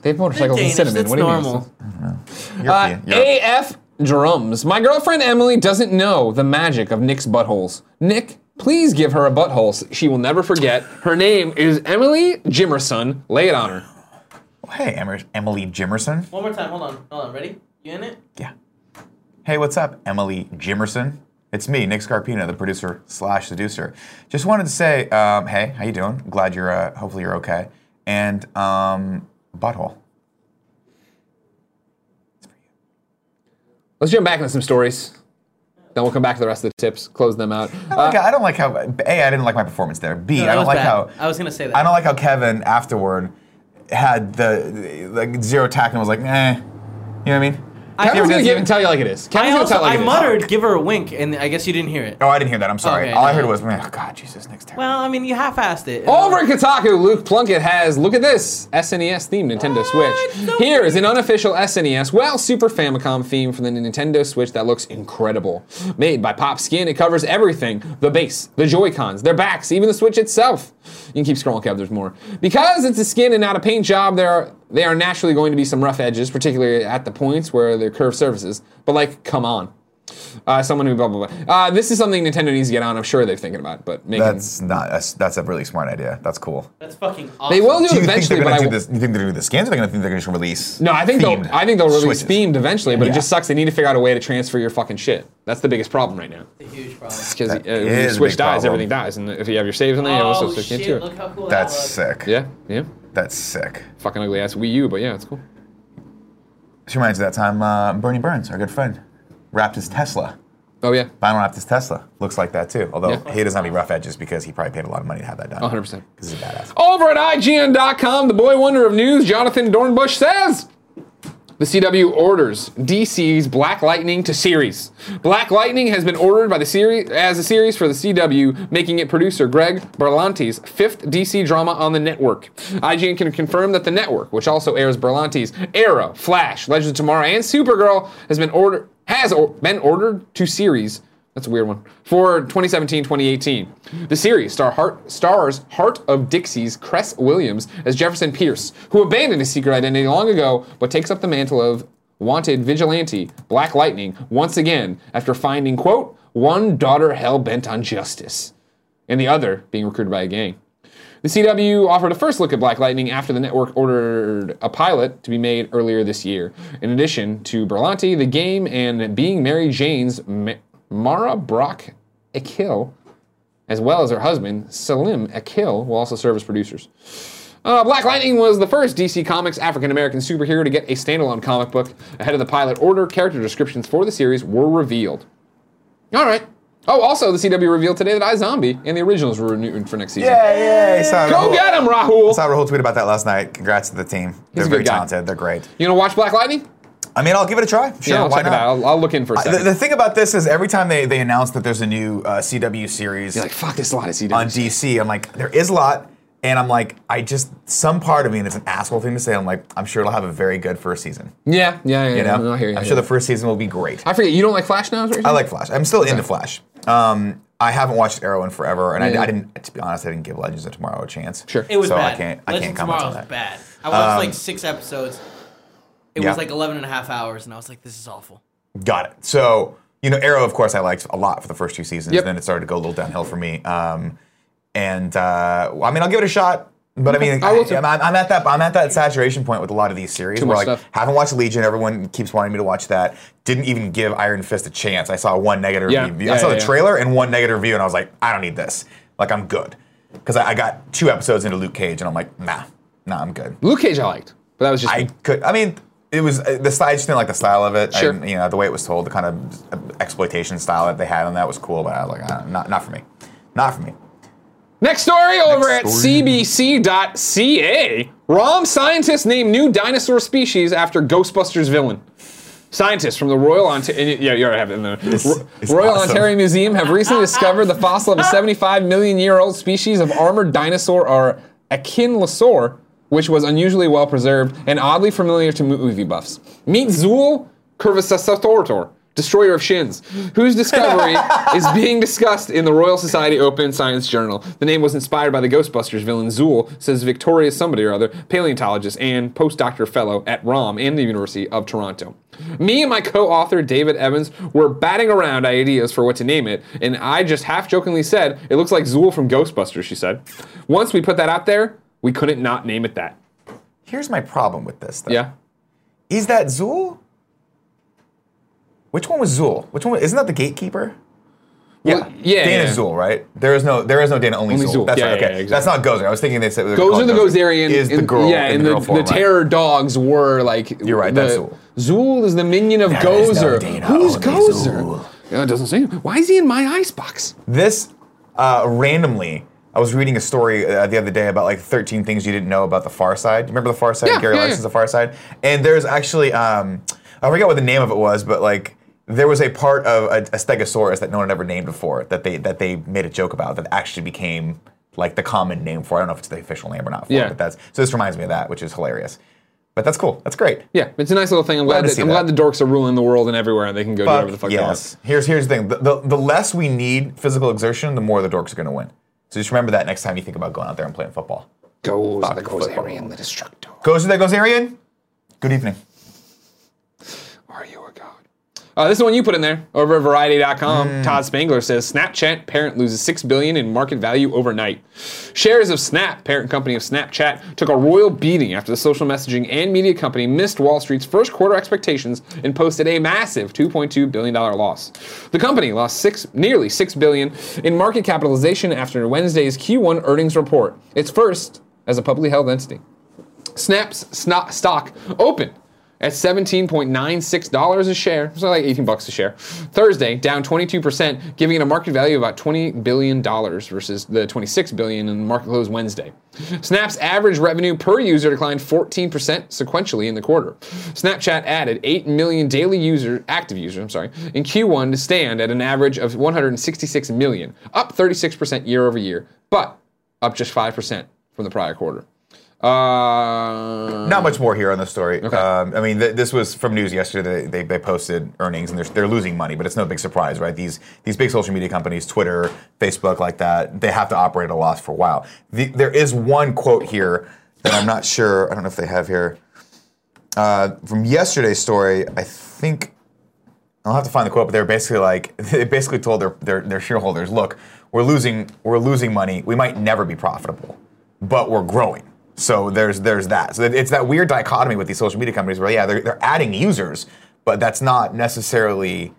[SPEAKER 1] They have motorcycles in
[SPEAKER 3] Danish,
[SPEAKER 1] cinnamon.
[SPEAKER 3] that's
[SPEAKER 1] What do you mean?
[SPEAKER 3] normal.
[SPEAKER 1] Uh,
[SPEAKER 2] European. Europe.
[SPEAKER 1] AF drums. My girlfriend Emily doesn't know the magic of Nick's buttholes. Nick, please give her a butthole. s- She will never forget. Her name is Emily Jimerson. Lay it on her.
[SPEAKER 2] hey, Emer- Emily Jimerson.
[SPEAKER 3] One more time. Hold on. Hold on. Ready? You in it?
[SPEAKER 2] Yeah. Hey, what's up, Emily Jimerson? It's me, Nick Scarpino, the producer slash seducer. Just wanted to say, um, hey, how you doing? Glad you're. Uh, hopefully, you're okay. And um, butthole.
[SPEAKER 1] Let's jump back into some stories. Then we'll come back to the rest of the tips. Close them out.
[SPEAKER 2] I don't, like, I don't like how. A, I didn't like my performance there. B,
[SPEAKER 3] Uh, No,
[SPEAKER 2] I
[SPEAKER 3] that
[SPEAKER 2] don't
[SPEAKER 3] was
[SPEAKER 2] like
[SPEAKER 3] bad.
[SPEAKER 2] how.
[SPEAKER 3] I was gonna say that.
[SPEAKER 2] I don't like how Kevin afterward had the like zero tact and was like, eh. You know what I mean?
[SPEAKER 1] Kevin's gonna
[SPEAKER 2] Kevin
[SPEAKER 1] give
[SPEAKER 2] does-
[SPEAKER 1] tell you like it is. Kevin's
[SPEAKER 3] I
[SPEAKER 1] gonna
[SPEAKER 3] also
[SPEAKER 1] tell it like
[SPEAKER 3] I
[SPEAKER 1] it is.
[SPEAKER 3] muttered, "Give her a wink," and I guess you didn't hear it.
[SPEAKER 2] Oh, I didn't hear that. I'm sorry.
[SPEAKER 3] Okay,
[SPEAKER 2] All I
[SPEAKER 3] no.
[SPEAKER 2] heard was, oh, God, Jesus, next time.
[SPEAKER 3] Well, I mean, you half-assed it.
[SPEAKER 1] Over at Kotaku, Luke Plunkett has, look at this, SNES themed Nintendo Switch. Here is an unofficial SNES, well, Super Famicom theme for the Nintendo Switch that looks incredible. Made by Pop Skin, it covers everything the base, the Joy-Cons, their backs, even the Switch itself. You can keep scrolling, Kev, there's more. Because it's a skin and not a paint job, there are, they are naturally going to be some rough edges, particularly at the points where they're curved surfaces. But, like, come on. Uh, someone who blah blah blah. Uh, this is something Nintendo needs to get on. I'm sure they're thinking about, it, but making
[SPEAKER 2] That's not. That's, that's a really smart idea. That's cool.
[SPEAKER 3] That's fucking awesome.
[SPEAKER 1] they will do
[SPEAKER 2] Do
[SPEAKER 1] it
[SPEAKER 2] you think
[SPEAKER 1] eventually.
[SPEAKER 2] they're
[SPEAKER 1] but I
[SPEAKER 2] gonna do
[SPEAKER 1] won't-
[SPEAKER 2] this? You think they're gonna do the skins? Or they're gonna think they're gonna just release?
[SPEAKER 1] No, I think
[SPEAKER 2] themed
[SPEAKER 1] they'll. I think they'll release
[SPEAKER 2] switches?
[SPEAKER 1] themed eventually, but
[SPEAKER 2] Yeah.
[SPEAKER 1] it just sucks. They need to figure out a way to transfer your fucking shit. That's the biggest problem right now.
[SPEAKER 3] That's a huge problem.
[SPEAKER 1] Because uh,
[SPEAKER 2] That
[SPEAKER 1] if your
[SPEAKER 2] is a
[SPEAKER 1] Switch
[SPEAKER 2] big
[SPEAKER 1] dies,
[SPEAKER 2] problem.
[SPEAKER 1] everything dies, and if you have your saves in there, you also
[SPEAKER 3] Oh
[SPEAKER 1] stick
[SPEAKER 3] shit!
[SPEAKER 1] into
[SPEAKER 3] Look
[SPEAKER 1] it.
[SPEAKER 3] how cool
[SPEAKER 2] That's
[SPEAKER 3] that
[SPEAKER 2] sick.
[SPEAKER 1] Yeah, yeah.
[SPEAKER 2] That's sick.
[SPEAKER 1] Fucking ugly ass Wii U, but yeah, it's cool.
[SPEAKER 2] She reminds me of that time uh, Bernie Burns, our good friend, wrapped his Tesla.
[SPEAKER 1] Oh yeah,
[SPEAKER 2] Vinyl wrapped his Tesla. Looks like that too. Although
[SPEAKER 1] Yeah.
[SPEAKER 2] he doesn't have any rough edges because he probably paid a lot of money to have that done.
[SPEAKER 1] 100%.
[SPEAKER 2] Because he's a badass.
[SPEAKER 1] Over at IGN.com, the boy wonder of news, Jonathan Dornbush says the CW orders DC's Black Lightning to series. Black Lightning has been ordered by the series as a series for the CW, making it producer Greg Berlanti's fifth DC drama on the network. IGN can confirm that the network, which also airs Berlanti's Arrow, Flash, Legends of Tomorrow, and Supergirl, has been ordered has or- been ordered to series that's a weird one. For 2017 2018. The series star Heart, stars Heart of Dixie's Cress Williams as Jefferson Pierce, who abandoned his secret identity long ago but takes up the mantle of wanted vigilante Black Lightning once again after finding, quote, one daughter hell bent on justice and the other being recruited by a gang. The CW offered a first look at Black Lightning after the network ordered a pilot to be made earlier this year. In addition to Berlanti, the game, and being Mary Jane's Ma- Mara Brock Akil, as well as her husband Salim Akil, will also serve as producers. Uh, Black Lightning was the first DC Comics African American superhero to get a standalone comic book. Ahead of the pilot order, character descriptions for the series were revealed. All right. Oh, also, the CW revealed today that iZombie and the originals were renewed for next season.
[SPEAKER 2] Yay! Yay! Saw
[SPEAKER 1] Go
[SPEAKER 2] Rahul-
[SPEAKER 1] get him, Rahul.
[SPEAKER 2] Saw a whole tweet about that last night. Congrats to the team. They're
[SPEAKER 1] a
[SPEAKER 2] very
[SPEAKER 1] good guy.
[SPEAKER 2] talented. They're great.
[SPEAKER 1] You gonna watch Black Lightning?
[SPEAKER 2] I mean, I'll give it a try. Sure,
[SPEAKER 1] yeah, I'll
[SPEAKER 2] why
[SPEAKER 1] check it
[SPEAKER 2] not?
[SPEAKER 1] out. I'll, I'll look in for a
[SPEAKER 2] I-
[SPEAKER 1] second.
[SPEAKER 2] the, the thing about this is every time they, they announce that there's a new uh, CW series,
[SPEAKER 1] You're like, fuck this lot of CW.
[SPEAKER 2] on DC. I'm like, there is a lot. And I'm like, I just, some part of me, and it's an asshole thing to say, I'm like, I'm sure it'll have a very good first season.
[SPEAKER 1] yeah, yeah, yeah.
[SPEAKER 2] You know?
[SPEAKER 1] no, I hear you.
[SPEAKER 2] I'm
[SPEAKER 1] I
[SPEAKER 2] sure
[SPEAKER 1] hear
[SPEAKER 2] the
[SPEAKER 1] you.
[SPEAKER 2] first season will be great.
[SPEAKER 1] I forget. You don't like Flash now? Is what you're
[SPEAKER 2] I
[SPEAKER 1] saying?
[SPEAKER 2] like Flash. I'm still into Flash. Um, I haven't watched Arrow in forever, and I-
[SPEAKER 1] Yeah.
[SPEAKER 2] I, didn't, to be honest, I didn't give Legends of Tomorrow a chance.
[SPEAKER 1] Sure.
[SPEAKER 3] It was
[SPEAKER 2] so
[SPEAKER 3] bad.
[SPEAKER 2] I can't, I can't
[SPEAKER 3] Legends of
[SPEAKER 2] comment on
[SPEAKER 3] Tomorrow
[SPEAKER 2] that. Um,
[SPEAKER 3] was bad. I watched like six episodes. It
[SPEAKER 2] yeah.
[SPEAKER 3] was like 11 and a half hours, and I was like, this is awful.
[SPEAKER 2] Got it. So, you know, Arrow, of course, I liked a lot for the first two seasons.
[SPEAKER 1] Yep.
[SPEAKER 2] Then it started to go a little downhill for me. Um, and uh, well, I mean, I'll give it a shot. But I mean,
[SPEAKER 1] I
[SPEAKER 2] I
[SPEAKER 1] will too.
[SPEAKER 2] am I'm at that I'm at that saturation point with a lot of these series.
[SPEAKER 1] Too
[SPEAKER 2] where
[SPEAKER 1] much
[SPEAKER 2] like,
[SPEAKER 1] stuff.
[SPEAKER 2] haven't watched Legion. Everyone keeps wanting me to watch that. Didn't even give Iron Fist a chance. I saw one negative
[SPEAKER 1] Yeah.
[SPEAKER 2] review. I
[SPEAKER 1] Yeah,
[SPEAKER 2] saw
[SPEAKER 1] yeah,
[SPEAKER 2] the
[SPEAKER 1] yeah.
[SPEAKER 2] trailer and one negative review, and I was like, I don't need this. Like, I'm good. Because I, I got two episodes into Luke Cage, and I'm like, nah, nah, I'm good.
[SPEAKER 1] Luke Cage. I liked, but that was just.
[SPEAKER 2] I
[SPEAKER 1] me.
[SPEAKER 2] could. I mean, it was uh, the style. I just didn't like the style of it. I
[SPEAKER 1] Sure.
[SPEAKER 2] didn't- you know, the way it was told, the kind of uh, exploitation style that they had on that was cool. But I was like, uh, not not for me, not for me.
[SPEAKER 1] Next story over at
[SPEAKER 2] story.
[SPEAKER 1] CBC.ca. Rom scientists name new dinosaur species after Ghostbusters villain. Scientists from the Royal Ontario yeah, you already have it in there. Ro-
[SPEAKER 2] is
[SPEAKER 1] Royal
[SPEAKER 2] awesome.
[SPEAKER 1] Ontario Museum have recently discovered the fossil of a 75 million year old species of armored dinosaur or Echinlosaur, which was unusually well preserved and oddly familiar to movie buffs. Meet Zool curvicesator, Destroyer of Shins, whose discovery is being discussed in the Royal Society Open Science Journal. The name was inspired by the Ghostbusters villain Zool, says Victoria somebody or other, paleontologist and postdoctoral fellow at ROM and the University of Toronto. Me and my co-author David Evans were batting around ideas for what to name it, and I just half-jokingly said, "It looks like Zool from Ghostbusters," she said. Once we put that out there, we couldn't not name it that.
[SPEAKER 2] Here's my problem with this, though.
[SPEAKER 1] Yeah.
[SPEAKER 2] Is that Zool? Which one was Zool? Which one? Was, isn't that the gatekeeper?
[SPEAKER 1] Well, yeah,
[SPEAKER 2] Dana
[SPEAKER 1] yeah.
[SPEAKER 2] Zool, right? There is no, there is no Dana, only,
[SPEAKER 1] Only
[SPEAKER 2] Zool.
[SPEAKER 1] Zool.
[SPEAKER 2] That's
[SPEAKER 1] Yeah,
[SPEAKER 2] right.
[SPEAKER 1] yeah,
[SPEAKER 2] Okay,
[SPEAKER 1] yeah,
[SPEAKER 2] that's not Gozer. I was thinking they said they would call
[SPEAKER 1] Gozer the
[SPEAKER 2] it
[SPEAKER 1] Gozerian
[SPEAKER 2] Oh, is the
[SPEAKER 1] in-
[SPEAKER 2] girl.
[SPEAKER 1] Yeah,
[SPEAKER 2] in
[SPEAKER 1] and
[SPEAKER 2] the,
[SPEAKER 1] the,
[SPEAKER 2] girl form,
[SPEAKER 1] the
[SPEAKER 2] right?
[SPEAKER 1] terror dogs were like.
[SPEAKER 2] You're right,
[SPEAKER 1] the-
[SPEAKER 2] that's Zool.
[SPEAKER 1] Zool is the minion of
[SPEAKER 2] There is no
[SPEAKER 1] Gozer.
[SPEAKER 2] Dana,
[SPEAKER 1] Who's
[SPEAKER 2] only
[SPEAKER 1] Gozer?
[SPEAKER 2] Zool.
[SPEAKER 1] Yeah, it doesn't say. Why is he in my icebox?
[SPEAKER 2] This uh, randomly, I was reading a story uh, the other day about like 13 things you didn't know about the Far Side. You remember the Far Side?
[SPEAKER 1] Yeah,
[SPEAKER 2] Gary
[SPEAKER 1] yeah,
[SPEAKER 2] Larson's
[SPEAKER 1] yeah.
[SPEAKER 2] The Far Side. And there's actually, um, I forget what the name of it was, but like there was a part of a, a Stegosaurus that no one had ever named before that they that they made a joke about that actually became like the common name for. it. I don't know if it's the official name or not. For
[SPEAKER 1] Yeah.
[SPEAKER 2] It, but that's so. This reminds me of that, which is hilarious. But that's cool. That's great.
[SPEAKER 1] Yeah, it's a nice little thing. I'm
[SPEAKER 2] Glad
[SPEAKER 1] glad.
[SPEAKER 2] to
[SPEAKER 1] That,
[SPEAKER 2] see
[SPEAKER 1] I'm glad the
[SPEAKER 2] that.
[SPEAKER 1] dorks are ruling the world and everywhere, and they can go do whatever the fuck they want.
[SPEAKER 2] yes. Here's here's the thing. The, the, the less we need physical exertion, the more the dorks are going to win. So just remember that next time you think about going out there and playing football.
[SPEAKER 6] Goes
[SPEAKER 2] Fuck
[SPEAKER 6] the
[SPEAKER 2] football.
[SPEAKER 6] Gozerian, the Destructor.
[SPEAKER 2] Goes to that goes Arian. Good evening.
[SPEAKER 1] Are you a god? Uh, this is the one you put in there over at variety.com. Todd Spangler says Snapchat parent loses six billion in market value overnight. Shares of Snap, parent company of Snapchat, took a royal beating after the social messaging and media company missed Wall Street's first quarter expectations and posted a massive 2.2 billion dollar loss. The company lost six, nearly six billion in market capitalization after Wednesday's Q1 earnings report, its first as a publicly held entity. Snap's sno- stock open at $17.96 a share, so like 18 bucks a share. Thursday, down 22%, giving it a market value of about $20 billion versus the $26 billion in the market close Wednesday. Snap's average revenue per user declined 14% sequentially in the quarter. Snapchat added 8 million daily user active users, I'm sorry, in Q1 to stand at an average of 166 million, up 36% year over year, but up just 5% from the prior quarter. Uh,
[SPEAKER 2] Not much more here on the story. Um, I mean, th- this was from news yesterday. They, they, they posted earnings and they're, they're losing money, but it's no big surprise, right? These these big social media companies, Twitter, Facebook, like that, they have to operate at a loss for a while. The, there is one quote here that I'm not sure. I don't know if they have here uh, from yesterday's story. I think I'll have to find the quote, but they were basically like <laughs> they basically told their, their their shareholders, look, we're losing we're losing money. We might never be profitable, but we're growing. So there's there's that. So it's that weird dichotomy with these social media companies where yeah, they're, they're adding users, but that's not necessarily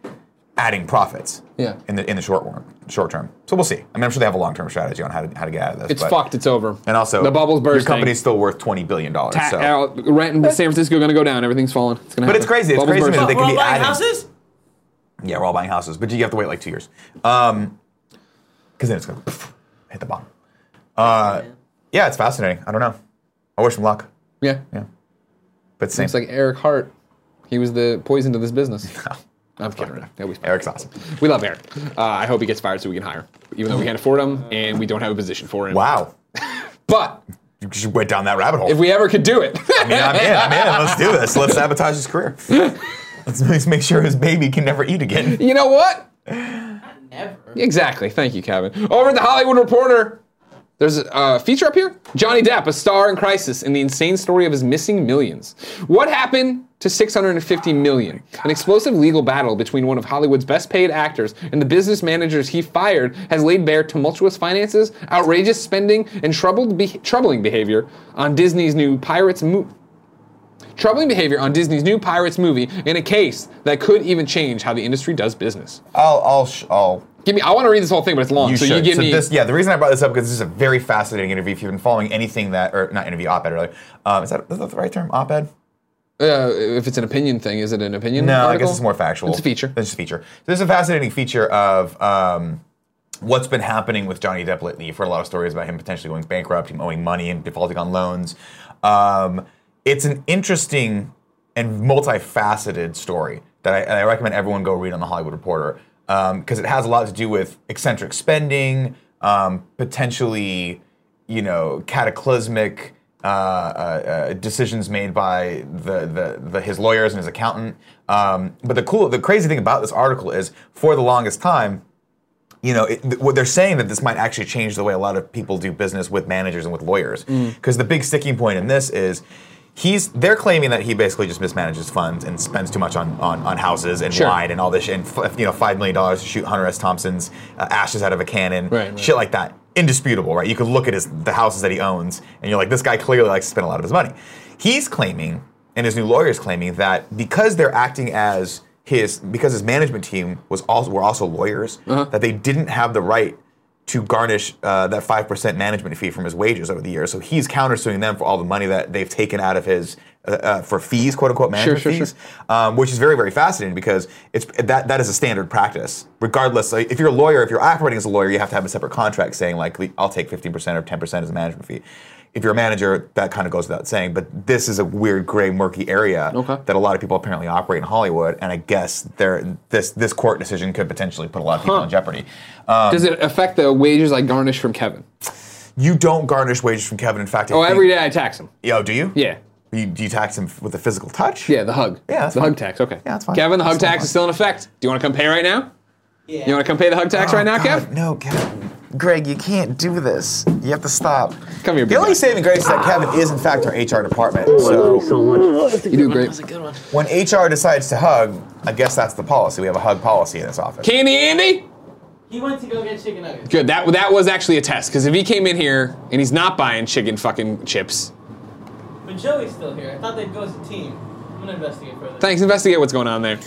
[SPEAKER 2] adding profits.
[SPEAKER 1] Yeah.
[SPEAKER 2] In the in the short run, short term. So we'll see. I mean, I'm sure they have a long term strategy on how to how to get out of this.
[SPEAKER 1] it's
[SPEAKER 2] but-
[SPEAKER 1] fucked. It's over.
[SPEAKER 2] And also,
[SPEAKER 1] the bubble's bursting.
[SPEAKER 2] Your company's still worth twenty billion dollars.
[SPEAKER 1] Ta- uh,
[SPEAKER 2] So.
[SPEAKER 1] out- rent in San Francisco going to go down. Everything's falling. It's gonna
[SPEAKER 2] But it's
[SPEAKER 1] happen.
[SPEAKER 2] crazy. It's
[SPEAKER 1] Bubble's
[SPEAKER 2] crazy to me
[SPEAKER 1] bursting.
[SPEAKER 2] that they can be
[SPEAKER 4] We're all buying
[SPEAKER 2] adding.
[SPEAKER 4] houses?
[SPEAKER 2] Yeah, we're all buying houses, but you have to wait like two years. Um, because then it's gonna poof, hit the bottom. Uh, yeah, it's fascinating. I don't know. I wish him luck,
[SPEAKER 1] Yeah.
[SPEAKER 2] but same.
[SPEAKER 1] It's like Eric Hart. He was the poison to this business. I'm kidding. No, we,
[SPEAKER 2] <laughs> Eric's awesome.
[SPEAKER 1] we love Eric. Uh, I hope he gets fired so we can hire him, even though we can't afford him and we don't have a position for him.
[SPEAKER 2] Wow,
[SPEAKER 1] But
[SPEAKER 2] you just went down that rabbit hole.
[SPEAKER 1] if we ever could do it, <laughs>
[SPEAKER 2] I mean, I'm in. I'm in. Let's do this. Let's sabotage his career. Let's, let's make sure his baby can never eat again.
[SPEAKER 1] you know what?
[SPEAKER 4] Never.
[SPEAKER 1] Exactly. Thank you, Kevin. Over at the Hollywood Reporter, there's a uh, feature up here. Johnny Depp, a star in crisis, and the insane story of his missing millions. What happened to 650 million? An explosive legal battle between one of Hollywood's best-paid actors and the business managers he fired has laid bare tumultuous finances, outrageous spending, and troubled be- troubling behavior on Disney's new Pirates movie troubling behavior on Disney's new Pirates movie in a case that could even change how the industry does business.
[SPEAKER 2] I'll, I'll, sh- I'll
[SPEAKER 1] Give me. I want to read this whole thing, but it's long.
[SPEAKER 2] You
[SPEAKER 1] Oh, so you
[SPEAKER 2] should.
[SPEAKER 1] give
[SPEAKER 2] so
[SPEAKER 1] me.
[SPEAKER 2] this, yeah, the reason I brought this up because this is a very fascinating interview. If you've been following anything that, or not interview, op-ed really. Um, is, that, is that the right term? Op-ed?
[SPEAKER 1] uh, if it's an opinion thing, is it an opinion?
[SPEAKER 2] No, I
[SPEAKER 1] article?
[SPEAKER 2] guess it's more factual.
[SPEAKER 1] It's a feature.
[SPEAKER 2] It's a feature. This is a fascinating feature of um, what's been happening with Johnny Depp lately. You've heard a lot of stories about him potentially going bankrupt, him owing money and defaulting on loans. Um, it's an interesting and multifaceted story that I, I recommend everyone go read on the Hollywood Reporter because it has a lot to do with eccentric spending, um, potentially, you know, cataclysmic uh, uh, decisions made by the, the, the his lawyers and his accountant. Um, but the cool, the crazy thing about this article is, for the longest time, you know, it, th- what they're saying that this might actually change the way a lot of people do business with managers and with lawyers.
[SPEAKER 1] Mm.
[SPEAKER 2] Because the big sticking point in this is he's they're claiming that he basically just mismanages funds and spends too much on on, on houses and
[SPEAKER 1] Sure.
[SPEAKER 2] wine and all this shit, and f- you know, five million dollars to shoot Hunter S. Thompson's uh, ashes out of a cannon,
[SPEAKER 1] Right, right.
[SPEAKER 2] shit like that. Indisputable, right? You could look at his the houses that he owns, and you're like, this guy clearly likes to spend a lot of his money. He's claiming, and his new lawyer is claiming that because they're acting as his because his management team was also were also lawyers,
[SPEAKER 1] Uh-huh.
[SPEAKER 2] that they didn't have the right to garnish uh, that five percent management fee from his wages over the years. So he's countersuing them for all the money that they've taken out of his uh, uh, for fees, quote unquote, management
[SPEAKER 1] sure, sure.
[SPEAKER 2] fees um, which is very very fascinating because it's that that is a standard practice. Regardless, like, if you're a lawyer, if you're operating as a lawyer, you have to have a separate contract saying like le- I'll take 15% or 10% as a management fee. If you're a manager, that kind of goes without saying. But this is a weird, gray, murky area
[SPEAKER 1] Okay.
[SPEAKER 2] that a lot of people apparently operate in Hollywood, and I guess there this this court decision could potentially put a lot of people in jeopardy. Um,
[SPEAKER 1] Does it affect the wages I garnish from Kevin?
[SPEAKER 2] you don't garnish wages from Kevin. In fact, I
[SPEAKER 1] Oh,
[SPEAKER 2] think-
[SPEAKER 1] every day I tax him.
[SPEAKER 2] Yo, do you?
[SPEAKER 1] Yeah.
[SPEAKER 2] You, do you tax him f- with a physical touch?
[SPEAKER 1] Yeah, the hug.
[SPEAKER 2] Yeah, that's
[SPEAKER 1] the
[SPEAKER 2] fine.
[SPEAKER 1] hug tax. Okay.
[SPEAKER 2] Yeah, that's fine.
[SPEAKER 1] Kevin, the hug
[SPEAKER 2] That's still
[SPEAKER 1] tax
[SPEAKER 2] fine.
[SPEAKER 1] is still in effect. Do you want to come pay right now?
[SPEAKER 4] Yeah.
[SPEAKER 1] You want to come pay the hug tax
[SPEAKER 2] Oh,
[SPEAKER 1] right now,
[SPEAKER 2] God,
[SPEAKER 1] Kev?
[SPEAKER 2] No, Kevin. Greg, you can't do this. You have to stop.
[SPEAKER 1] Come here,
[SPEAKER 2] The
[SPEAKER 1] big
[SPEAKER 2] only
[SPEAKER 1] guy.
[SPEAKER 2] saving grace is that Kevin is, in fact, our HR department. So
[SPEAKER 1] You do great.
[SPEAKER 2] when HR decides to hug, I guess that's the policy. We have a hug policy in this office.
[SPEAKER 1] Candy Andy?
[SPEAKER 4] He went to go get chicken nuggets.
[SPEAKER 1] Good. That that was actually a test because if he came in here and he's not buying chicken fucking chips,
[SPEAKER 4] But Joey's still here. I thought they'd go as a team. I'm gonna investigate further.
[SPEAKER 1] thanks. Investigate what's going on there.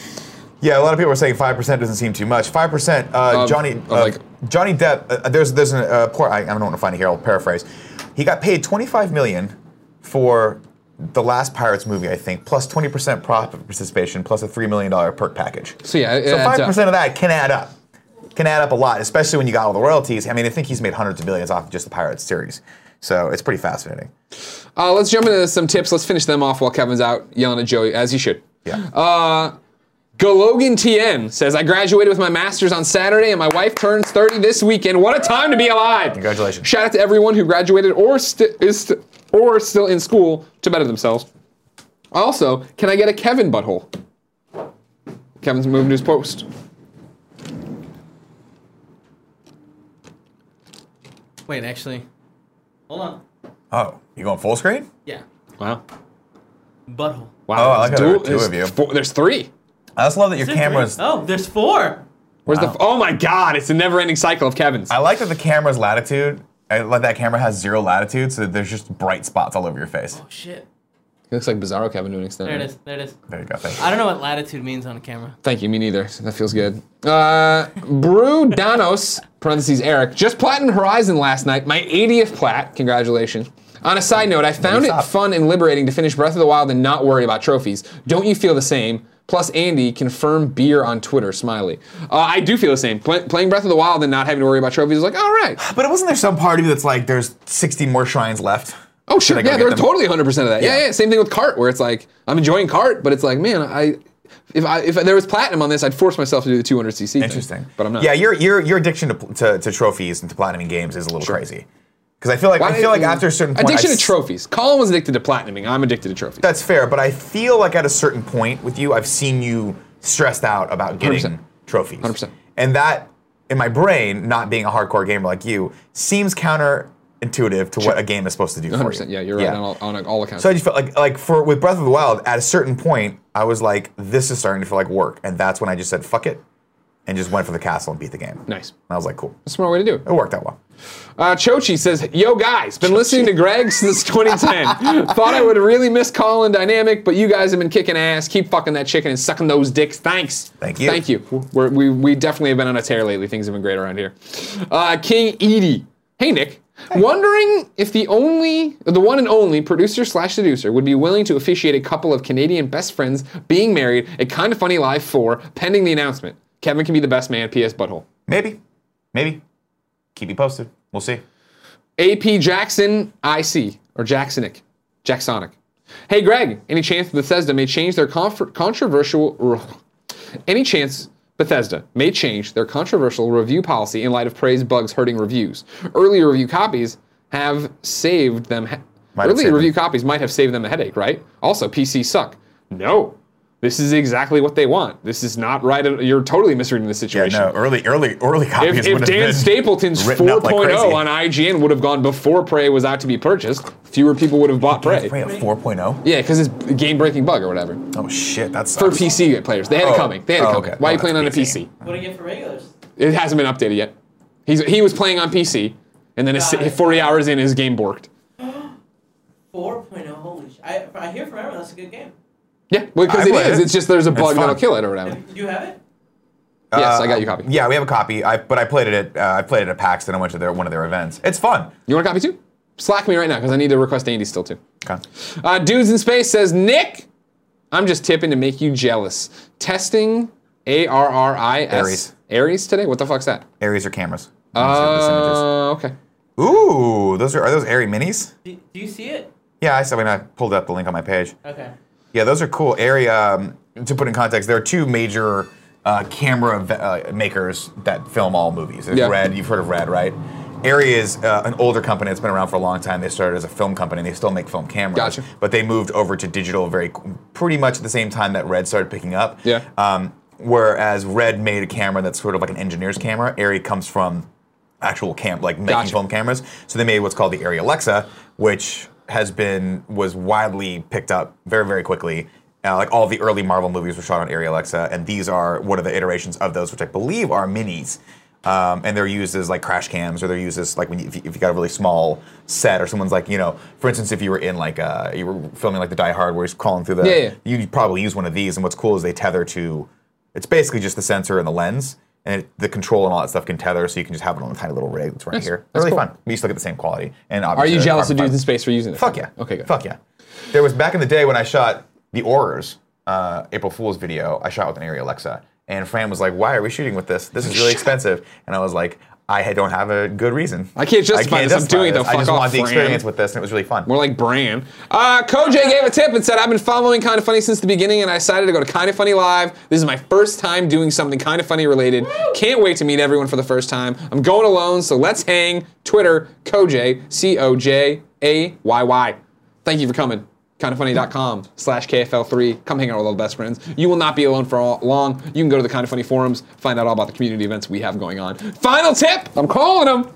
[SPEAKER 2] Yeah, a lot of people are saying five percent doesn't seem too much. Five percent, uh,
[SPEAKER 1] Of-
[SPEAKER 2] Johnny,
[SPEAKER 1] of
[SPEAKER 2] uh,
[SPEAKER 1] like-
[SPEAKER 2] Johnny Depp. Uh, there's there's an uh, poor. I, I don't want to find it here. I'll paraphrase. He got paid 25 million for the last Pirates movie, I think, plus 20% profit participation, plus a three million dollar perk package.
[SPEAKER 1] So yeah, uh, it
[SPEAKER 2] So
[SPEAKER 1] adds up.
[SPEAKER 2] five percent of that can add up. Can add up a lot, especially when you got all the royalties. I mean, I think he's made hundreds of millions off of just the Pirates series. So it's pretty fascinating.
[SPEAKER 1] Uh, let's jump into some tips. Let's finish them off while Kevin's out yelling at Joey as he should.
[SPEAKER 2] Yeah.
[SPEAKER 1] Uh, Galogan TN says, I graduated with my master's on Saturday and my wife turns 30 this weekend. What a time to be alive!
[SPEAKER 2] Congratulations.
[SPEAKER 1] Shout out to everyone who graduated or sti- is st- or still in school to better themselves. Also, can I get a Kevin butthole? Kevin's moving to his post.
[SPEAKER 4] Wait, actually, hold on.
[SPEAKER 2] oh, you going full screen?
[SPEAKER 4] Yeah,
[SPEAKER 1] Wow.
[SPEAKER 4] butthole.
[SPEAKER 1] Wow.
[SPEAKER 2] Oh, I like
[SPEAKER 1] there's
[SPEAKER 2] how there were two
[SPEAKER 1] there's
[SPEAKER 2] of you.
[SPEAKER 1] four- there's three.
[SPEAKER 2] I just love that your
[SPEAKER 4] Is there
[SPEAKER 2] camera's.
[SPEAKER 4] three? Oh, there's four.
[SPEAKER 1] Where's the
[SPEAKER 2] Wow.
[SPEAKER 1] f- Oh my god, it's a never-ending cycle of Kevin's.
[SPEAKER 2] I like that the camera's latitude. I like that camera has zero latitude, so that there's just bright spots all over your face.
[SPEAKER 4] Oh shit.
[SPEAKER 1] It looks like Bizarro Kevin to an extent.
[SPEAKER 4] There it is. There it is.
[SPEAKER 2] There you go. Thank you.
[SPEAKER 4] I don't know what latitude means on a camera.
[SPEAKER 1] Thank you. Me neither. That feels good. Uh, Brew Danos, <laughs> parentheses Eric, just platinum Horizon last night. My 80th plat. Congratulations. On a side note, I found it
[SPEAKER 2] stop.
[SPEAKER 1] fun and liberating to finish Breath of the Wild and not worry about trophies. Don't you feel the same? Plus, Andy, confirm beer on Twitter, smiley. Uh, I do feel the same. Pl- playing Breath of the Wild and not having to worry about trophies is like, all
[SPEAKER 2] <sighs>
[SPEAKER 1] right.
[SPEAKER 2] But wasn't there some part of you that's like, there's 60 more shrines left?
[SPEAKER 1] Oh,
[SPEAKER 2] Should
[SPEAKER 1] sure.
[SPEAKER 2] I go
[SPEAKER 1] Yeah,
[SPEAKER 2] get
[SPEAKER 1] they're
[SPEAKER 2] them?
[SPEAKER 1] totally 100% of that. Yeah. yeah,
[SPEAKER 2] Yeah.
[SPEAKER 1] Same thing with Cart, where it's like, I'm enjoying Cart, but it's like, man, I. If, I, if there was platinum on this, I'd force myself to do the 200cc. thing.
[SPEAKER 2] Interesting.
[SPEAKER 1] but I'm not.
[SPEAKER 2] Yeah, your your your addiction to, pl- to, to trophies and to platinuming games is a little crazy. Because I feel like
[SPEAKER 1] Why-
[SPEAKER 2] I feel like after a certain point,
[SPEAKER 1] addiction
[SPEAKER 2] I
[SPEAKER 1] to
[SPEAKER 2] s-
[SPEAKER 1] trophies. Colin was addicted to platinuming. I'm addicted to trophies.
[SPEAKER 2] That's fair, but I feel like at a certain point with you, I've seen you stressed out about getting
[SPEAKER 1] 100%.
[SPEAKER 2] trophies.
[SPEAKER 1] 100%.
[SPEAKER 2] And that, in my brain, not being a hardcore gamer like you, seems counterintuitive to what a game is supposed to do for
[SPEAKER 1] 100%.
[SPEAKER 2] you.
[SPEAKER 1] Yeah, you're right on all, on all accounts.
[SPEAKER 2] So I just felt like like for with Breath of the Wild, at a certain point, I was like, this is starting to feel like work, and that's when I just said fuck it, and just went for the castle and beat the game. And
[SPEAKER 1] nice.
[SPEAKER 2] I was like, cool. It
[SPEAKER 1] Smart way to do it.
[SPEAKER 2] worked out well.
[SPEAKER 1] Uh, Chochi says, "Yo guys, been listening to Greg since
[SPEAKER 2] <laughs>
[SPEAKER 1] 2010. Thought I would really miss Colin Dynamic, but you guys have been kicking ass. Keep fucking that chicken and sucking those dicks. Thanks.
[SPEAKER 2] Thank you.
[SPEAKER 1] Thank you. We're, we we definitely have been on a tear lately. Things have been great around here. Uh, King Edie. Hey Nick. Wondering if the only, the one and only producer slash seducer would be willing to officiate a couple of Canadian best friends being married at Kind of Funny Live 4 pending the announcement. Kevin can be the best man, P.S. Butthole.
[SPEAKER 2] Maybe, maybe. Keep you posted. We'll see.
[SPEAKER 1] AP Jackson IC or Jacksonic, Jacksonic. Hey Greg, any chance Bethesda may change their conf- controversial? Any chance Bethesda may change their controversial review policy in light of praise bugs hurting reviews? Earlier review copies have saved them. ha-
[SPEAKER 2] Might have
[SPEAKER 1] Early
[SPEAKER 2] saved
[SPEAKER 1] review
[SPEAKER 2] them.
[SPEAKER 1] copies might have saved them a headache, right? Also, PCs suck. No. This is exactly what they want. This is not right. at- You're totally misreading the
[SPEAKER 2] Yeah,
[SPEAKER 1] situation.
[SPEAKER 2] no, early, early, early copies.
[SPEAKER 1] If, if
[SPEAKER 2] would have
[SPEAKER 1] Dan
[SPEAKER 2] been
[SPEAKER 1] Stapleton's
[SPEAKER 2] written
[SPEAKER 1] 4.0
[SPEAKER 2] up like crazy.
[SPEAKER 1] on IGN would have gone before Prey was out to be purchased, fewer people would have bought Prey.
[SPEAKER 2] Wait, a 4.0?
[SPEAKER 1] Yeah, because it's a game-breaking bug or whatever
[SPEAKER 2] Oh shit, that's
[SPEAKER 1] for PC players. They had
[SPEAKER 2] Oh.
[SPEAKER 1] it coming. They had
[SPEAKER 2] Oh,
[SPEAKER 1] it coming.
[SPEAKER 2] okay.
[SPEAKER 1] Why are
[SPEAKER 2] Oh,
[SPEAKER 1] you playing on a
[SPEAKER 2] that's
[SPEAKER 1] PC?
[SPEAKER 4] What do you get for regulars?
[SPEAKER 1] It hasn't been updated yet. He's, he was playing on PC, and then his,
[SPEAKER 4] Got it.
[SPEAKER 1] 40 hours in, his game borked.
[SPEAKER 4] 4.0, oh, holy sh- I, I hear from everyone that's a good game.
[SPEAKER 1] Yeah, because
[SPEAKER 2] I
[SPEAKER 1] it
[SPEAKER 2] played
[SPEAKER 1] is.
[SPEAKER 2] it.
[SPEAKER 1] It's just there's a
[SPEAKER 2] It's
[SPEAKER 1] bug that'll
[SPEAKER 2] fun. Uh,
[SPEAKER 1] kill it or whatever.
[SPEAKER 4] Do you have it?
[SPEAKER 1] yes, I got you a copy.
[SPEAKER 2] Yeah, we have a copy. I but I played it at uh, I played it at PAX. Then I went to their one of their events. It's fun.
[SPEAKER 1] You want a copy too? Slack me right now because I need to request Andy still too.
[SPEAKER 2] Okay.
[SPEAKER 1] Uh, Dudes in Space says, Nick, I'm just tipping to make you jealous. Testing A R R I S.
[SPEAKER 2] Aries.
[SPEAKER 1] Aries today? What the fuck's that?
[SPEAKER 2] Aries or cameras?
[SPEAKER 1] Uh, okay.
[SPEAKER 2] Ooh, those are are those Airy minis?
[SPEAKER 4] Do, do you see it?
[SPEAKER 2] Yeah, I saw when I pulled up the link on my page.
[SPEAKER 4] Okay.
[SPEAKER 2] Yeah, those are cool. Airy. Um, to put in context, there are two major uh, camera ve- uh, makers that film all movies. There's
[SPEAKER 1] Yeah.
[SPEAKER 2] Red. You've heard of Red, right? Airy is uh, an older company that's been around for a long time. They started as a film company. and They still make film cameras,
[SPEAKER 1] Gotcha.
[SPEAKER 2] but they moved over to digital very qu- pretty much at the same time that Red started picking up.
[SPEAKER 1] Yeah.
[SPEAKER 2] Um, whereas Red made a camera that's sort of like an engineer's camera. Airy comes from actual cam like making
[SPEAKER 1] Gotcha.
[SPEAKER 2] film cameras. So they made what's called the Airy Alexa, which has been was widely picked up very very quickly. Uh, like all the early Marvel movies were shot on Airy Alexa, and these are one of the iterations of those, which I believe are minis. Um, and they're used as like crash cams, or they're used as like when you, if, you, if you got a really small set, or someone's like you know, for instance, if you were in like uh, you were filming like the Die Hard, where he's crawling through the,
[SPEAKER 1] Yeah, yeah.
[SPEAKER 2] you'd probably use one of these. And what's cool is they tether to, it's basically just the sensor and the lens, and it, the control and all that stuff can tether, so you can just have it on a tiny little rig that's right
[SPEAKER 1] Nice.
[SPEAKER 2] here.
[SPEAKER 1] That's
[SPEAKER 2] really
[SPEAKER 1] cool.
[SPEAKER 2] fun. We used to look at the same quality. And
[SPEAKER 1] Are you jealous of Dudes in
[SPEAKER 2] this?
[SPEAKER 1] Space for using it?
[SPEAKER 2] Fuck yeah.
[SPEAKER 1] Okay, good.
[SPEAKER 2] Fuck yeah. There was back in the day when I shot the Aurors uh, April Fool's video. I shot with an Arri Alexa, and Fran was like, "Why are we shooting with this? This is
[SPEAKER 1] <laughs>
[SPEAKER 2] really expensive." And I was like, "I had- don't have a good reason.
[SPEAKER 1] I can't justify this. I'm doing it, though.
[SPEAKER 2] I
[SPEAKER 1] Fuck
[SPEAKER 2] just
[SPEAKER 1] off,
[SPEAKER 2] want the
[SPEAKER 1] Fran."
[SPEAKER 2] experience with this, and it was really fun."
[SPEAKER 1] More like Bran. Uh, Kojay gave a tip and said, I've been following Kinda Funny since the beginning and I decided to go to Kinda Funny Live. This is my first time doing something Kinda Funny related. Can't wait to meet everyone for the first time. I'm going alone, so let's hang. Twitter, Kojay, C O J A Y Y. Thank you for coming. KindaFunny.com slash KFL3. Come hang out with all the best friends. You will not be alone for all, long. You can go to the Kinda Funny forums, find out all about the community events we have going on. Final tip! I'm calling them.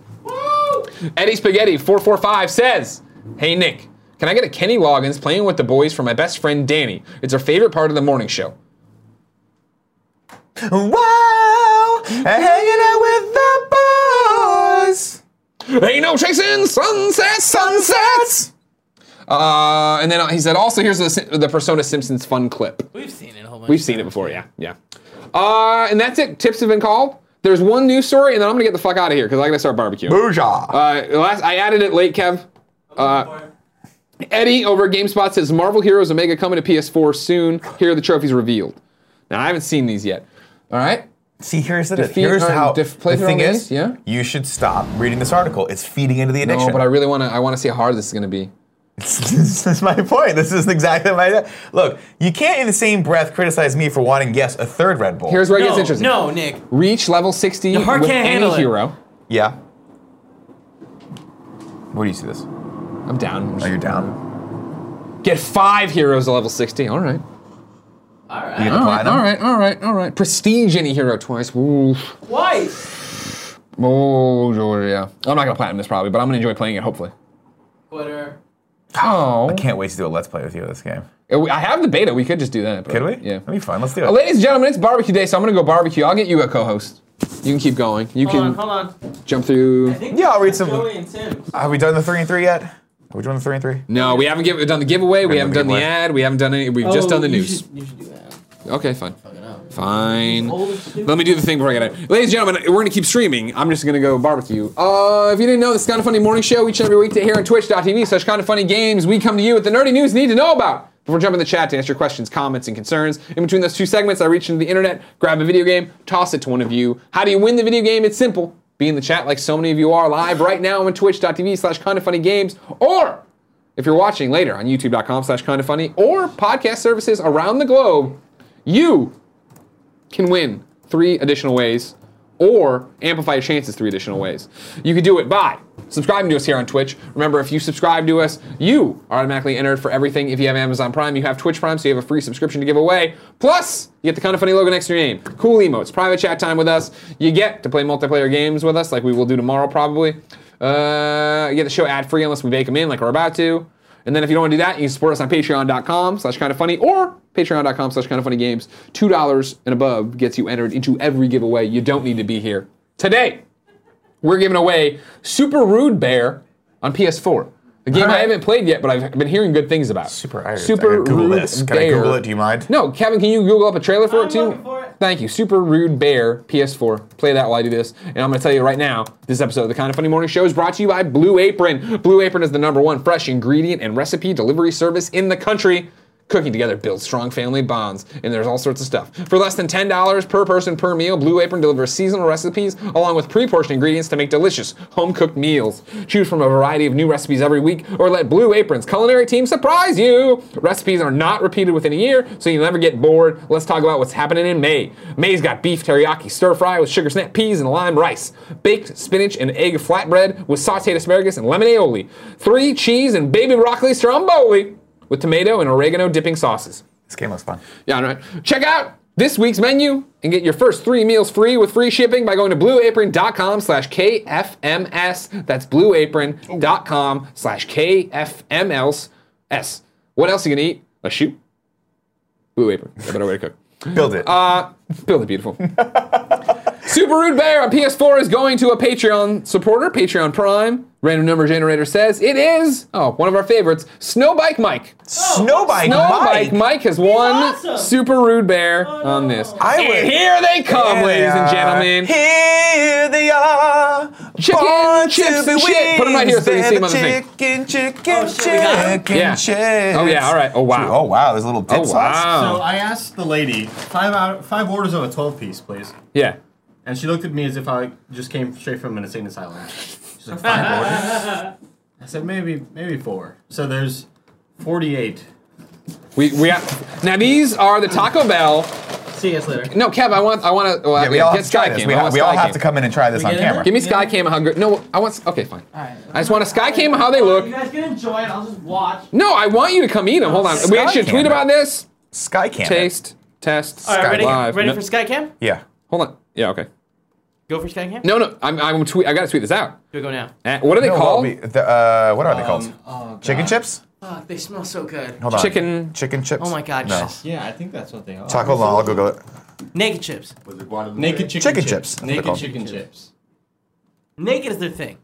[SPEAKER 1] Eddie Spaghetti 445 says, Hey Nick, can I get a Kenny Loggins playing with the boys for my best friend Danny? It's her favorite part of the morning show.
[SPEAKER 2] Wow, hanging out with the boys.
[SPEAKER 1] Ain't no chasing sunsets, sunsets! Uh, and then he said, also, here's the, Sim- the Persona Simpsons fun clip.
[SPEAKER 4] We've seen it a whole bunch.
[SPEAKER 1] We've seen it before, yeah, yeah. Uh, and that's it. Tips have been called. There's one news story, and then I'm gonna get the fuck out of here because I gotta start barbecuing.
[SPEAKER 2] Booja.
[SPEAKER 1] Uh, last, I added it late, Kev. Uh, Eddie over at GameSpot says Marvel Heroes Omega coming to PS4 soon. Here are the trophies revealed. Now I haven't seen these yet. All right.
[SPEAKER 2] See, here's the
[SPEAKER 1] Defeat-
[SPEAKER 2] here's
[SPEAKER 1] or
[SPEAKER 2] how
[SPEAKER 1] def- play
[SPEAKER 2] the
[SPEAKER 1] through
[SPEAKER 2] thing
[SPEAKER 1] all
[SPEAKER 2] is.
[SPEAKER 1] these, yeah?
[SPEAKER 2] you should stop reading this article. It's feeding into the addiction.
[SPEAKER 1] No, but I really want to. I want to see how hard this is going to be.
[SPEAKER 2] <laughs> this is my point. This is exactly my look. You can't in the same breath criticize me for wanting yes a third Red Bull.
[SPEAKER 1] Here's where it
[SPEAKER 4] No,
[SPEAKER 1] gets interesting.
[SPEAKER 4] no, Nick.
[SPEAKER 1] Reach level 60
[SPEAKER 4] Your heart
[SPEAKER 1] with
[SPEAKER 4] can't
[SPEAKER 1] any
[SPEAKER 4] handle it.
[SPEAKER 1] hero.
[SPEAKER 2] yeah. Where do you see this?
[SPEAKER 1] I'm down.
[SPEAKER 2] Oh, you're down.
[SPEAKER 1] Get five heroes to level 60. All right.
[SPEAKER 4] All
[SPEAKER 2] You
[SPEAKER 4] right.
[SPEAKER 2] get the
[SPEAKER 1] All right.
[SPEAKER 2] platinum.
[SPEAKER 1] All right. All right. All right. Prestige any hero twice. Ooh.
[SPEAKER 4] Why?
[SPEAKER 1] Oh, Georgia. Yeah. I'm not gonna platinum this probably, but I'm gonna enjoy playing it. Hopefully.
[SPEAKER 4] Twitter.
[SPEAKER 1] Oh.
[SPEAKER 2] I can't wait to do a let's play with you of this game.
[SPEAKER 1] I have the beta. We could just do that. but-
[SPEAKER 2] Could we?
[SPEAKER 1] Yeah.
[SPEAKER 2] That'd be fun. Let's do
[SPEAKER 1] Uh,
[SPEAKER 2] it.
[SPEAKER 1] Ladies and gentlemen, it's barbecue day, so I'm gonna go barbecue. I'll get you a co-host. You can keep going. You
[SPEAKER 4] Hold
[SPEAKER 1] can
[SPEAKER 4] on, hold on.
[SPEAKER 1] jump through.
[SPEAKER 4] I think
[SPEAKER 2] Yeah, I'll read
[SPEAKER 4] that's
[SPEAKER 2] some-
[SPEAKER 4] Joey and Tim's.
[SPEAKER 2] Have we done the three and three yet? Have we done the three and three?
[SPEAKER 1] No, we haven't give, done the giveaway. We
[SPEAKER 2] We're
[SPEAKER 1] haven't
[SPEAKER 2] gonna
[SPEAKER 1] done the
[SPEAKER 2] giveaway.
[SPEAKER 1] ad. We haven't done any. We've just done the
[SPEAKER 4] Oh, you
[SPEAKER 1] news.
[SPEAKER 4] should- you should do that.
[SPEAKER 1] Okay, fine.
[SPEAKER 4] up.
[SPEAKER 1] Fine.
[SPEAKER 4] Old and stupid.
[SPEAKER 1] Let me do the thing before I get it. Ladies and gentlemen, we're gonna keep streaming. I'm just gonna go barbecue. Uh, if you didn't know, this is Kinda Funny Morning Show each and every weekday here on twitch.tv slash Kinda Funny Games. We come to you with the nerdy news you need to know about. Before jumping in the chat to answer your questions, comments, and concerns. In between those two segments, I reach into the internet, grab a video game, toss it to one of you. How do you win the video game? It's simple. Be in the chat like so many of you are live right now on twitch.tv slash Kinda Funny Games or if you're watching later on youtube.com slash kind of funny or podcast services around the globe, you can win three additional ways or amplify your chances three additional ways. You can do it by subscribing to us here on Twitch. Remember, if you subscribe to us, you are automatically entered for everything. If you have Amazon Prime, you have Twitch Prime, so you have a free subscription to give away. Plus, you get the kind of funny logo next to your name, cool emotes, private chat time with us. You get to play multiplayer games with us, like we will do tomorrow probably. Uh, you get the show ad free unless we bake them in, like we're about to. And then if you don't want to do that, you can support us on patreon.com slash kind of funny or patreon.com slash kind of funny games. $2 and above gets you entered into every giveaway. You don't need to be here. Today, we're giving away Super Rude Bear on PS4. A game I haven't played yet, but I've been hearing good things about.
[SPEAKER 2] Super Irish.
[SPEAKER 1] Super
[SPEAKER 2] I gotta Google
[SPEAKER 1] Rude
[SPEAKER 2] this. Can I
[SPEAKER 1] Bear.
[SPEAKER 2] Google it? Do you mind?
[SPEAKER 1] No, Kevin, can you Google up a trailer for
[SPEAKER 3] I'm
[SPEAKER 1] it too?
[SPEAKER 3] looking for it.
[SPEAKER 1] Thank you. Super Rude Bear PS4. Play that while I do this. And I'm going to tell you right now this episode of the Kind of Funny Morning Show is brought to you by Blue Apron. Blue Apron is the number one fresh ingredient and recipe delivery service in the country. Cooking together builds strong family bonds, and there's all sorts of stuff. For less than $10 per person per meal, Blue Apron delivers seasonal recipes along with pre portioned ingredients to make delicious home cooked meals. Choose from a variety of new recipes every week, or let Blue Apron's culinary team surprise you. Recipes are not repeated within a year, so you never get bored. Let's talk about what's happening in May. May's got beef teriyaki stir fry with sugar snap peas and lime rice, baked spinach and egg flatbread with sauteed asparagus and lemon aioli, three cheese and baby broccoli stromboli with tomato and oregano dipping sauces.
[SPEAKER 2] This game looks fun.
[SPEAKER 1] Yeah, all right. Check out this week's menu and get your first three meals free with free shipping by going to blueapron.com slash KFMS. That's blueapron.com slash KFMLS. What else are you going to eat? A shoot? Blue Apron. A better way to cook. <laughs>
[SPEAKER 2] Build it.
[SPEAKER 1] Uh, Build it beautiful. Super Rude Bear on PS4 is going to a Patreon supporter, Patreon Prime. Random number generator says it is, oh, one of our favorites, Snowbike Mike.
[SPEAKER 2] Snowbike
[SPEAKER 1] Snowbike
[SPEAKER 2] Mike.
[SPEAKER 1] Mike has won
[SPEAKER 3] awesome. Oh,
[SPEAKER 1] Super Rude Bear on this.
[SPEAKER 2] I
[SPEAKER 1] And
[SPEAKER 2] would-
[SPEAKER 1] here they come,
[SPEAKER 2] Here they
[SPEAKER 1] ladies and
[SPEAKER 2] are.
[SPEAKER 1] gentlemen.
[SPEAKER 2] Here they are.
[SPEAKER 1] Chicken,
[SPEAKER 2] Born to
[SPEAKER 1] chips,
[SPEAKER 2] be
[SPEAKER 1] and shit. Put 'em right here so they can see 'em on the thing.
[SPEAKER 2] Chicken, chicken,
[SPEAKER 3] Oh, got 'em?
[SPEAKER 2] chicken,
[SPEAKER 1] Yeah.
[SPEAKER 2] chips.
[SPEAKER 1] Oh, yeah, all right. Oh, wow.
[SPEAKER 2] Oh, wow, there's a little
[SPEAKER 1] Oh,
[SPEAKER 2] tip sauce.
[SPEAKER 5] So
[SPEAKER 1] wow.
[SPEAKER 5] I asked the lady five out five orders of a twelve piece, please,
[SPEAKER 1] Yeah.
[SPEAKER 5] and she looked at me as if I just came straight from an insane asylum. She's like five <laughs> orders. I said maybe maybe four. So there's forty eight.
[SPEAKER 1] We, we got, now these are the Taco Bell.
[SPEAKER 5] See you guys later.
[SPEAKER 1] No, Kev, I want, I want to, well,
[SPEAKER 2] Yeah, we all
[SPEAKER 1] get
[SPEAKER 2] have to
[SPEAKER 1] Sky
[SPEAKER 2] try this.
[SPEAKER 1] Cam.
[SPEAKER 2] We,
[SPEAKER 1] I
[SPEAKER 2] ha-
[SPEAKER 1] want
[SPEAKER 2] we all
[SPEAKER 1] Sky
[SPEAKER 2] have
[SPEAKER 1] Cam.
[SPEAKER 2] to come in and try this on
[SPEAKER 3] get in
[SPEAKER 2] camera.
[SPEAKER 1] Give me Sky Cam how good, no, I want, okay, fine. I just want a Sky Cam how they look.
[SPEAKER 3] You guys can enjoy it. I'll just watch.
[SPEAKER 1] No, I want you to come eat them. Hold on. we
[SPEAKER 2] Sky
[SPEAKER 1] should
[SPEAKER 2] Cam.
[SPEAKER 1] tweet about this.
[SPEAKER 2] Sky cam.
[SPEAKER 1] Taste, test,
[SPEAKER 3] All right, ready?
[SPEAKER 1] live.
[SPEAKER 3] Ready
[SPEAKER 1] No-
[SPEAKER 3] for Skycam?
[SPEAKER 2] Yeah.
[SPEAKER 1] Hold on. Yeah, okay.
[SPEAKER 3] Go for Skycam?
[SPEAKER 1] No, no, I'm, I'm tweet, I gotta tweet this out.
[SPEAKER 3] Do we go now?
[SPEAKER 1] Eh, What are they
[SPEAKER 2] No, what,
[SPEAKER 1] called?
[SPEAKER 2] we- the, uh, what are they
[SPEAKER 3] Um,
[SPEAKER 5] um,
[SPEAKER 2] called?
[SPEAKER 5] oh,
[SPEAKER 2] chicken chips?
[SPEAKER 3] Fuck, they smell so good.
[SPEAKER 2] Hold on.
[SPEAKER 1] Chicken-
[SPEAKER 2] Chicken chips?
[SPEAKER 3] Oh my god,
[SPEAKER 2] No.
[SPEAKER 3] guys.
[SPEAKER 5] Yeah, I think that's what they are.
[SPEAKER 2] Taco Long, I'll Google it.
[SPEAKER 3] Naked chips.
[SPEAKER 5] Naked chicken,
[SPEAKER 2] Chicken chips, that's what they're
[SPEAKER 5] Naked
[SPEAKER 2] called.
[SPEAKER 5] chicken chips.
[SPEAKER 3] Naked is their thing.